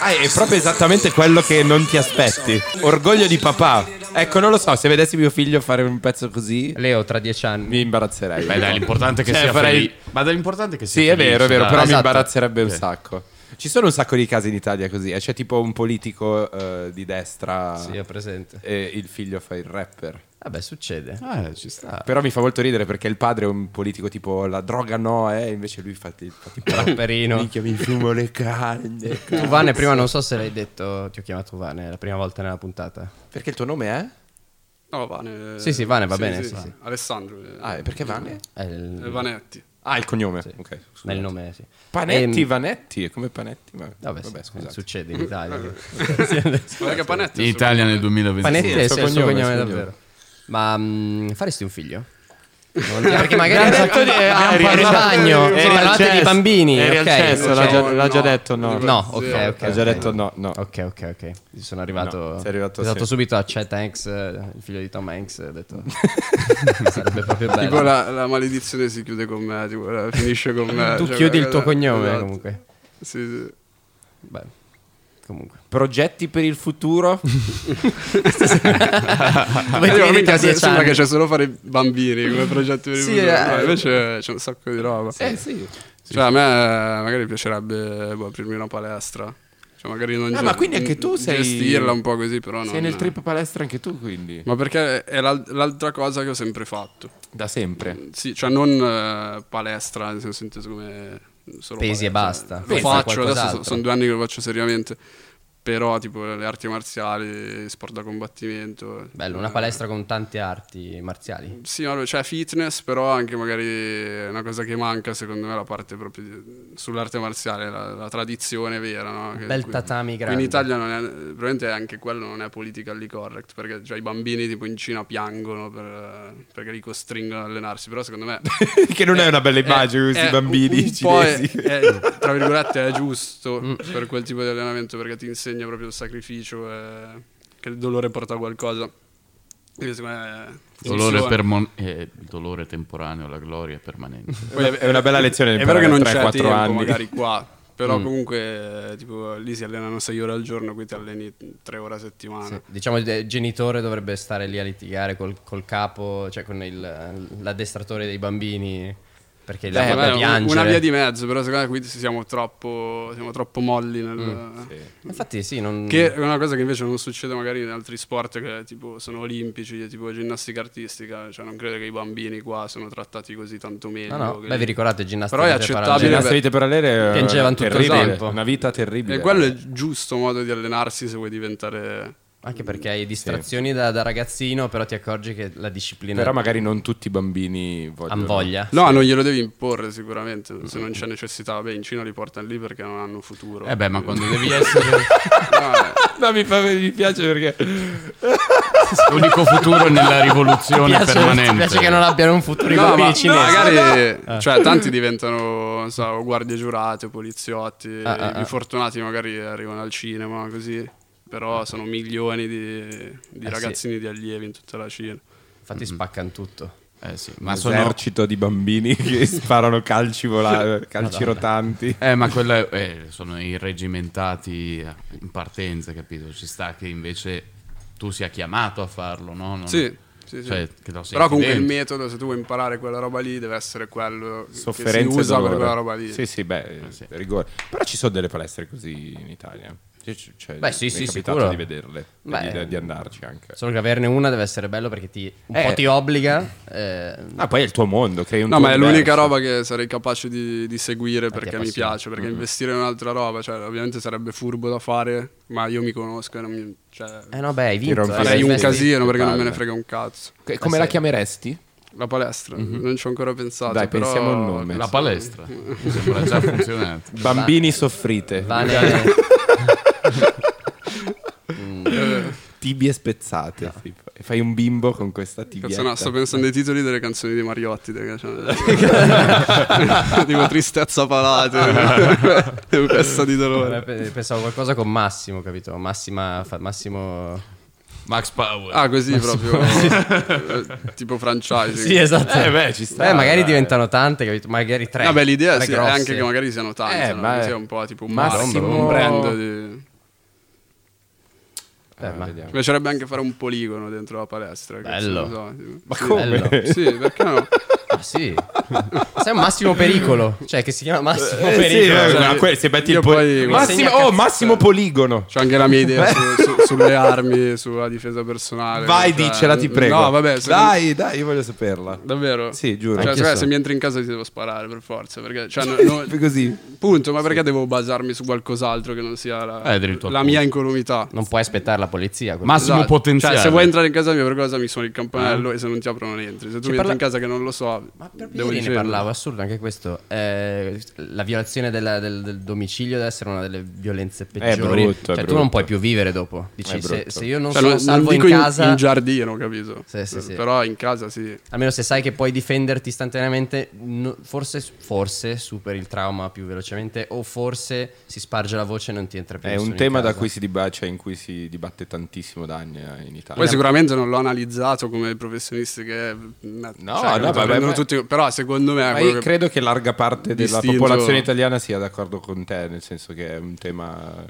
Speaker 3: Ah, è proprio esattamente quello che non ti aspetti. Orgoglio di papà. Ecco, non lo so, se vedessi mio figlio fare un pezzo così,
Speaker 6: Leo tra dieci anni.
Speaker 3: mi imbarazzerei.
Speaker 5: Beh, dai, l'importante è che
Speaker 3: Cioè,
Speaker 5: sia
Speaker 3: farei-
Speaker 5: felice. Eh. Ma dai, l'importante è che sia
Speaker 3: Sì, è vero, è
Speaker 5: felice,
Speaker 3: vero,
Speaker 5: dai.
Speaker 3: però mi
Speaker 6: Esatto.
Speaker 3: imbarazzerebbe un sacco. Ci sono un sacco di casi in Italia così, eh, c'è tipo un politico eh, di destra
Speaker 6: Sì, è presente.
Speaker 3: e il figlio fa il rapper.
Speaker 6: Vabbè, succede.
Speaker 5: Ah, ci sta.
Speaker 3: Però mi fa molto ridere perché il padre è un politico tipo la droga no, eh, invece lui fa, ti- fa tipo
Speaker 6: Rapperino.
Speaker 3: minchia mi fumo le canne.
Speaker 6: Uvane, prima non so se l'hai detto, ti ho chiamato Uvane, è la prima volta nella puntata.
Speaker 3: Perché il tuo nome è?
Speaker 1: No, Vane. eh,
Speaker 6: Sì, sì, Vane, va bene, sì, sì.
Speaker 1: Alessandro. eh,
Speaker 3: Ah, è perché Vane?
Speaker 6: È il,
Speaker 1: eh, Vanetti.
Speaker 3: Ah, il cognome. Ok.
Speaker 6: è il
Speaker 3: scusate.
Speaker 6: nome, sì.
Speaker 3: Panetti,
Speaker 6: Ehm,
Speaker 3: Vanetti, è come Panetti, ma
Speaker 6: Vabbè,
Speaker 3: vabbè,
Speaker 6: sì,
Speaker 3: scusate.
Speaker 6: succede in Italia.
Speaker 1: Ma che Panetti?
Speaker 5: In Italia nel 2020.
Speaker 6: Panetti è
Speaker 3: il
Speaker 6: il
Speaker 3: suo
Speaker 6: suo cognome,
Speaker 3: cognome, il suo
Speaker 6: davvero. Ma mm, faresti un figlio? Non- perché magari
Speaker 3: eh, eri
Speaker 6: eri in bagno,
Speaker 3: eri
Speaker 6: si
Speaker 3: al
Speaker 6: parlate di
Speaker 3: cesso,
Speaker 6: bambini,
Speaker 3: eri al
Speaker 6: ok.
Speaker 1: Eh, diciamo,
Speaker 3: cesso, l'ha già- l'ha già detto, no.
Speaker 6: No, ok, ok.
Speaker 3: Ha Eh, già
Speaker 6: ok.
Speaker 3: detto no, no.
Speaker 6: Ok, ok, ok. Ci Sono arrivato.
Speaker 3: No, sei arrivato
Speaker 6: è stato
Speaker 3: sì.
Speaker 6: subito a Chet Hanks, eh, il figlio di Tom Hanks. Ho detto. sarebbe proprio bello.
Speaker 1: Tipo la, la maledizione si chiude con me, tipo, eh, finisce con me.
Speaker 6: tu
Speaker 1: cioè,
Speaker 6: chiudi il tuo
Speaker 1: esatto.
Speaker 6: cognome comunque.
Speaker 1: Sì, sì.
Speaker 6: Beh, comunque.
Speaker 3: Progetti per il futuro?
Speaker 6: Dove
Speaker 1: Io,
Speaker 6: chiedi
Speaker 1: minchia,
Speaker 6: tra
Speaker 1: se-
Speaker 6: dieci
Speaker 1: sembra
Speaker 6: anni?
Speaker 1: che c'è solo fare i bambini come progetto per il
Speaker 6: Sì,
Speaker 1: futuro.
Speaker 6: eh.
Speaker 1: No, invece c'è un sacco di roba.
Speaker 3: eh sì.
Speaker 1: Cioè, a me magari piacerebbe boh, aprirmi una palestra. Cioè, magari non
Speaker 3: Ah,
Speaker 1: ge-
Speaker 3: ma quindi anche tu sei-
Speaker 1: gestirla un po' così, però
Speaker 3: Sei
Speaker 1: non-
Speaker 3: nel trip palestra anche tu, quindi.
Speaker 1: Ma perché è l'al- l'altra cosa che ho sempre fatto.
Speaker 3: Da sempre.
Speaker 1: Sì, cioè non eh, palestra, nel senso inteso come solo
Speaker 6: Pesi e
Speaker 1: palestra.
Speaker 6: basta.
Speaker 1: Lo
Speaker 6: Pensa a
Speaker 1: faccio,
Speaker 6: qualcos'altro.
Speaker 1: adesso so- sono due anni che lo faccio seriamente. Però, tipo, le arti marziali, sport da combattimento.
Speaker 6: Bello, una palestra con tante arti marziali.
Speaker 1: Sì, ma c'è fitness, però anche magari una cosa che manca, secondo me, è la parte proprio di- sull'arte marziale, la, la tradizione vera. No? Che
Speaker 6: Bel
Speaker 1: qui-
Speaker 6: tatami
Speaker 1: qui
Speaker 6: grande.
Speaker 1: In Italia non è, probabilmente anche quello non è politically correct, perché cioè, i bambini tipo in Cina piangono per- perché li costringono ad allenarsi, però secondo me
Speaker 3: che non è una bella immagine
Speaker 1: Eh,
Speaker 3: questi
Speaker 1: eh,
Speaker 3: bambini
Speaker 1: un- un po' è-
Speaker 3: cinesi.
Speaker 1: è, tra virgolette è giusto
Speaker 6: Mm.
Speaker 1: per quel tipo di allenamento perché ti insegna proprio il sacrificio e che il dolore porta a qualcosa Quindi, secondo me,
Speaker 5: Dolore,
Speaker 1: funziona.
Speaker 5: permon- eh, dolore temporaneo, la gloria è permanente.
Speaker 1: Poi
Speaker 3: È una bella lezione
Speaker 1: è vero che non c'è
Speaker 3: 3-4
Speaker 1: tempo
Speaker 3: anni. Mm.
Speaker 1: magari qua però comunque eh, tipo, lì si allenano 6 ore al giorno qui ti alleni 3 ore a settimana
Speaker 6: Sì, Diciamo il genitore dovrebbe stare lì a litigare col, col capo, cioè con il- l'addestratore dei bambini. Perché la
Speaker 1: Beh,
Speaker 6: guarda
Speaker 1: Eh, vabbè, un-
Speaker 6: piangere.
Speaker 1: una via di mezzo però secondo me qui siamo troppo siamo troppo molli nel,
Speaker 3: Mm. Cioè,
Speaker 6: Infatti, sì, Mm. non.
Speaker 1: Che è una cosa che invece non succede magari in altri sport che tipo sono olimpici, tipo ginnastica artistica, cioè non credo che i bambini qua sono trattati così tanto meglio.
Speaker 6: No, no.
Speaker 1: che-
Speaker 6: Beh, vi ricordate ginnastica?
Speaker 1: Però è
Speaker 6: per
Speaker 1: accettabile
Speaker 6: parallele?
Speaker 3: Le vite parallele eh,
Speaker 6: Piangevano tutto il
Speaker 3: terribile,
Speaker 6: tempo.
Speaker 3: Una vita terribile.
Speaker 1: E quello è il giusto modo di allenarsi se vuoi diventare...
Speaker 6: Anche perché hai distrazioni da, da ragazzino, però ti accorgi che la disciplina
Speaker 3: Eh, Però magari non tutti i bambini vogliono.
Speaker 6: han voglia.
Speaker 1: No, non glielo devi imporre sicuramente, se non c'è necessità. Beh, in Cina li portano lì perché non hanno futuro.
Speaker 5: Eh beh, ma quando devi essere
Speaker 1: No, eh,
Speaker 3: No, mi, fa- mi piace perché
Speaker 5: l'unico futuro nella rivoluzione
Speaker 6: Piace-
Speaker 5: permanente.
Speaker 6: Ti piace che non abbiano un futuro i
Speaker 1: no,
Speaker 6: bambini
Speaker 1: ma-
Speaker 6: cinesi.
Speaker 1: magari cioè, tanti diventano non so, guardie giurate, poliziotti,
Speaker 6: Ah, ah,
Speaker 1: i
Speaker 6: ah.
Speaker 1: più fortunati magari arrivano al cinema, così. Però sono milioni di, di
Speaker 6: Eh,
Speaker 1: ragazzini di allievi in tutta la Cina.
Speaker 6: Infatti spaccano tutto.
Speaker 5: Eh sì,
Speaker 3: un
Speaker 5: ma sono
Speaker 3: esercito di bambini che sparano calci, vola- calci rotanti.
Speaker 5: Eh, ma quello è- eh, sono i reggimentati in partenza, capito? Ci sta che invece tu sia chiamato a farlo, no? Non-
Speaker 1: Sì. Sì, sì.
Speaker 2: Cioè, che lo senti
Speaker 1: Però comunque il
Speaker 2: dentro.
Speaker 1: metodo, se tu vuoi imparare quella roba lì, deve essere quello che si
Speaker 3: Sofferenza e
Speaker 1: usa per
Speaker 3: dolore.
Speaker 1: quella roba Ah, lì.
Speaker 3: Sì, sì, beh, rigore. Però ci sono delle palestre così in Italia. Cioè, c- cioè,
Speaker 6: Beh, sì,
Speaker 3: mi è
Speaker 6: sì,
Speaker 3: capitato
Speaker 6: sicuro.
Speaker 3: di vederle, e
Speaker 6: Beh.
Speaker 3: di, di andarci anche.
Speaker 6: Solo che averne una deve essere bello perché ti, un
Speaker 3: Eh.
Speaker 6: po' ti obbliga. eh,
Speaker 3: Ah, poi è il tuo mondo, crei un
Speaker 1: No,
Speaker 3: tuo
Speaker 1: ma è
Speaker 3: universo.
Speaker 1: l'unica roba che sarei capace di, di seguire perché mi
Speaker 6: appassiona.
Speaker 1: piace,
Speaker 3: Mm.
Speaker 1: perché investire in un'altra roba, cioè, ovviamente sarebbe furbo da fare, ma io mi conosco e non mi... Cioè,
Speaker 6: eh no, beh, hai vinto.
Speaker 3: Tiro in
Speaker 6: eh,
Speaker 3: fila.
Speaker 1: farei
Speaker 6: sei
Speaker 1: un
Speaker 3: investi-
Speaker 6: investito.
Speaker 1: casino perché non me ne
Speaker 3: palle.
Speaker 1: frega un cazzo.
Speaker 3: Che- Come
Speaker 6: Eh,
Speaker 3: la chiameresti?
Speaker 1: La palestra, non ci ho ancora pensato.
Speaker 3: Mhm. Dai,
Speaker 1: però-
Speaker 3: pensiamo al nome.
Speaker 5: La palestra. Mi sembra già funzionante.
Speaker 3: Bambini soffrite,
Speaker 6: Va nel-
Speaker 1: Esatto.
Speaker 3: tibie spezzate. tipo. E fai un bimbo con questa tibia.
Speaker 1: Cazzo, no, sto pensando ai titoli delle canzoni di Mariotti, raga, cioè, tipo Tristezza Palate, Festa di dolore.
Speaker 6: Pe- Pensavo qualcosa con Massimo, capito? Massima, fa- Massimo.
Speaker 5: Max Power.
Speaker 1: Ah, così proprio, eh, tipo franchising.
Speaker 6: esatto.
Speaker 3: Eh, beh, ci sta.
Speaker 6: Eh, magari
Speaker 3: dai.
Speaker 6: diventano tante, capito? Magari tre.
Speaker 1: Vabbè, l'idea
Speaker 6: tre
Speaker 1: sì, è
Speaker 6: grosse.
Speaker 1: anche che magari siano tanti,
Speaker 3: Eh,
Speaker 1: no?
Speaker 3: ma
Speaker 1: Che
Speaker 3: è-
Speaker 1: sia un po' tipo un
Speaker 3: Massimo-
Speaker 1: marchio, un brand di...
Speaker 6: Eh, ma-
Speaker 1: Mi piacerebbe anche fare un poligono dentro la palestra. che
Speaker 6: Bello.
Speaker 1: ce ne so, tipo.
Speaker 3: Ma come?
Speaker 6: Bello.
Speaker 1: Sì, perché no?
Speaker 6: Ah, sì. Sei un Massimo Pericolo. Cioè, che si chiama Massimo
Speaker 3: Eh, sì,
Speaker 6: Pericolo.
Speaker 3: eh,
Speaker 1: cioè,
Speaker 3: ma que- se metti
Speaker 1: io
Speaker 3: il poli-
Speaker 1: poi-
Speaker 3: Massimo,
Speaker 6: Insegna
Speaker 3: oh,
Speaker 6: cazzate.
Speaker 3: Massimo Poligono.
Speaker 1: C'ho anche la mia idea su- su- sulle armi, sulla difesa personale.
Speaker 3: Vai,
Speaker 1: cioè-
Speaker 3: dicela, ti prego.
Speaker 1: No, vabbè, se-
Speaker 3: dai, dai, io voglio saperla.
Speaker 1: Davvero?
Speaker 3: Sì, giuro.
Speaker 1: Cioè,
Speaker 3: Anch'io
Speaker 1: se,
Speaker 3: so.
Speaker 1: se mi entri in casa ti devo sparare per forza. Perché, cioè, no- no-
Speaker 3: Così.
Speaker 1: punto, ma perché devo basarmi su qualcos'altro che non sia la,
Speaker 5: Eh, addirittura
Speaker 1: la
Speaker 5: appunto.
Speaker 1: mia incolumità?
Speaker 6: Non puoi aspettare la polizia. quello.
Speaker 5: Massimo
Speaker 1: Esatto.
Speaker 5: potenziale.
Speaker 1: Cioè, se vuoi entrare in casa mia per cosa mi suoni il campanello e se non ti aprono non entri. Se tu mi entri
Speaker 6: parla-
Speaker 1: in casa che non lo so,
Speaker 6: Ma proprio
Speaker 1: devo Cioè,
Speaker 6: ieri ne
Speaker 1: dire.
Speaker 6: parlavo, assurdo anche questo. Eh, la violazione della- del, del domicilio deve essere una delle violenze peggiori.
Speaker 3: brutto,
Speaker 6: cioè,
Speaker 3: è
Speaker 6: tu
Speaker 3: brutto.
Speaker 6: non puoi più vivere dopo. Dici,
Speaker 3: È
Speaker 6: se,
Speaker 3: brutto.
Speaker 6: se io non
Speaker 1: Cioè,
Speaker 6: sono
Speaker 1: non, non
Speaker 6: salvo in
Speaker 1: dico in,
Speaker 6: casa,
Speaker 1: in giardino, capito?
Speaker 6: Sì, sì, sì.
Speaker 1: Però in casa sì.
Speaker 6: almeno se sai che puoi difenderti istantaneamente, no- forse, forse superi il trauma più velocemente, o forse si sparge la voce e non ti entra più
Speaker 3: È
Speaker 6: nessuno
Speaker 3: un
Speaker 6: in
Speaker 3: tema da
Speaker 6: casa.
Speaker 3: cui si dibatte, cioè in cui si dibatte tantissimo da anni eh, in Italia.
Speaker 1: Poi sicuramente non l'ho analizzato come i professionisti che... cioè, No,
Speaker 3: no, vabbè, ma-
Speaker 1: tutti... Però secondo me... è
Speaker 3: Ma
Speaker 1: quello
Speaker 3: io
Speaker 1: che-
Speaker 3: credo che larga parte della
Speaker 1: distinto-
Speaker 3: popolazione italiana sia d'accordo con te, nel senso che è un tema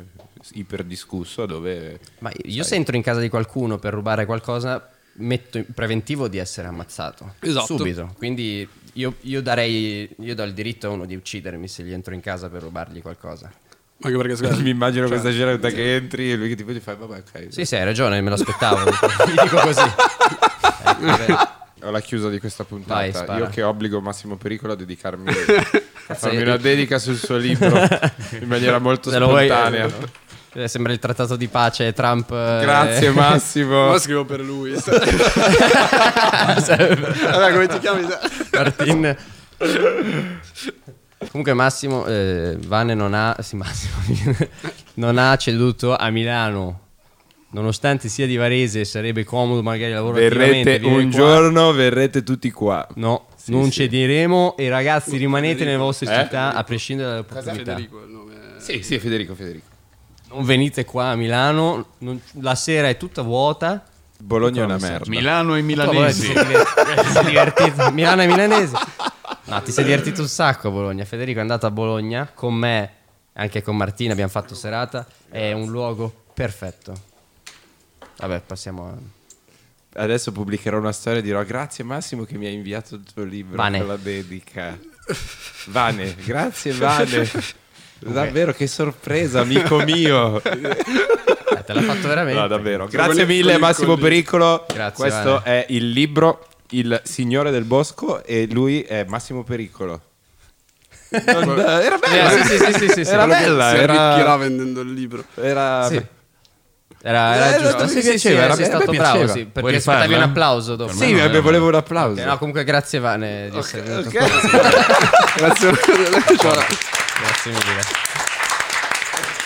Speaker 3: iperdiscusso dove...
Speaker 6: Ma io se entro in casa di qualcuno per rubare qualcosa, metto in preventivo di essere ammazzato.
Speaker 1: Esatto.
Speaker 6: Subito. Quindi io, io darei. Io do il diritto a uno di uccidermi se gli entro in casa per rubargli qualcosa.
Speaker 1: Ma anche perché scusa,
Speaker 3: Mi immagino questa giornata che entri e lui che tipo ti fa, vabbè, ok.
Speaker 6: Sì, sì, hai ragione, me lo aspettavo. Gli dico così. Ecco, vabbè.
Speaker 3: Ho la chiusa di questa
Speaker 6: Vai,
Speaker 3: puntata.
Speaker 6: spara.
Speaker 3: Io che obbligo Massimo Pericolo a dedicarmi a farmi una dedica sul suo libro in maniera molto
Speaker 6: Se lo vuoi-
Speaker 3: spontanea.
Speaker 6: eh, Sembra il trattato di pace Trump. eh,
Speaker 3: Grazie Massimo.
Speaker 1: Lo scrivo per lui. Vabbè, come ti chiami?
Speaker 6: Martin. Comunque Massimo eh, Vane non ha, sì, Massimo, non ha ceduto a Milano. Nonostante sia di Varese, sarebbe comodo magari lavorativamente
Speaker 3: Verrete
Speaker 6: vivere
Speaker 3: un
Speaker 6: qua.
Speaker 3: giorno, verrete tutti qua.
Speaker 6: No, non cediremo e ragazzi rimanete nelle vostre
Speaker 3: Eh?
Speaker 6: città a prescindere dalle opportunità.
Speaker 1: Federico è il nome.
Speaker 3: Sì, sì, Federico, Federico.
Speaker 6: Non venite qua a Milano, non- la sera è tutta vuota.
Speaker 3: Bologna è una merda.
Speaker 5: Milano e
Speaker 6: Oh, vabbè, ti
Speaker 5: Milanesi.
Speaker 6: sei diver- eh, ti sei divertito. Milano e milanese. No, ti sei
Speaker 3: Eh.
Speaker 6: divertito un sacco a Bologna. Federico è andato a Bologna con me, anche con Martina. Abbiamo fatto serata. È un luogo perfetto. Vabbè, passiamo a.
Speaker 3: Adesso pubblicherò una storia e dirò grazie Massimo che mi hai inviato il tuo libro
Speaker 6: Vane.
Speaker 3: con la dedica. Vane, grazie Vane. Davvero che sorpresa, amico mio.
Speaker 6: Eh, te l'ha fatto veramente.
Speaker 3: No, davvero. Grazie
Speaker 1: Con il-
Speaker 3: mille
Speaker 1: con il-
Speaker 3: Massimo
Speaker 1: con il-
Speaker 3: Pericolo.
Speaker 6: Grazie,
Speaker 3: Questo
Speaker 6: Vane.
Speaker 3: è il libro Il Signore del Bosco e lui è Massimo Pericolo. Non- era bella.
Speaker 6: Eh, sì, sì, sì, sì, sì, sì.
Speaker 3: Era
Speaker 1: Quello che
Speaker 3: bella,
Speaker 1: Si arricchirà
Speaker 3: era
Speaker 1: vendendo il libro.
Speaker 3: era
Speaker 6: Sì. Era,
Speaker 3: Eh,
Speaker 6: era
Speaker 3: esatto,
Speaker 6: giusto.
Speaker 3: mi
Speaker 6: Sì, sì, sì,
Speaker 3: piaceva,
Speaker 6: era-
Speaker 3: a
Speaker 6: sei
Speaker 3: me
Speaker 6: stato
Speaker 3: piaceva.
Speaker 6: bravo. Sì,
Speaker 5: Vuoi
Speaker 6: perché aspettavi un
Speaker 5: rifarla?
Speaker 6: applauso dopo. Eh,
Speaker 3: Sì,
Speaker 6: No,
Speaker 3: beh,
Speaker 6: no.
Speaker 3: volevo un applauso.
Speaker 6: Eh, No, comunque, grazie, Vane. di essere venuto.
Speaker 3: Ok.
Speaker 1: Grazie.
Speaker 6: Grazie mille.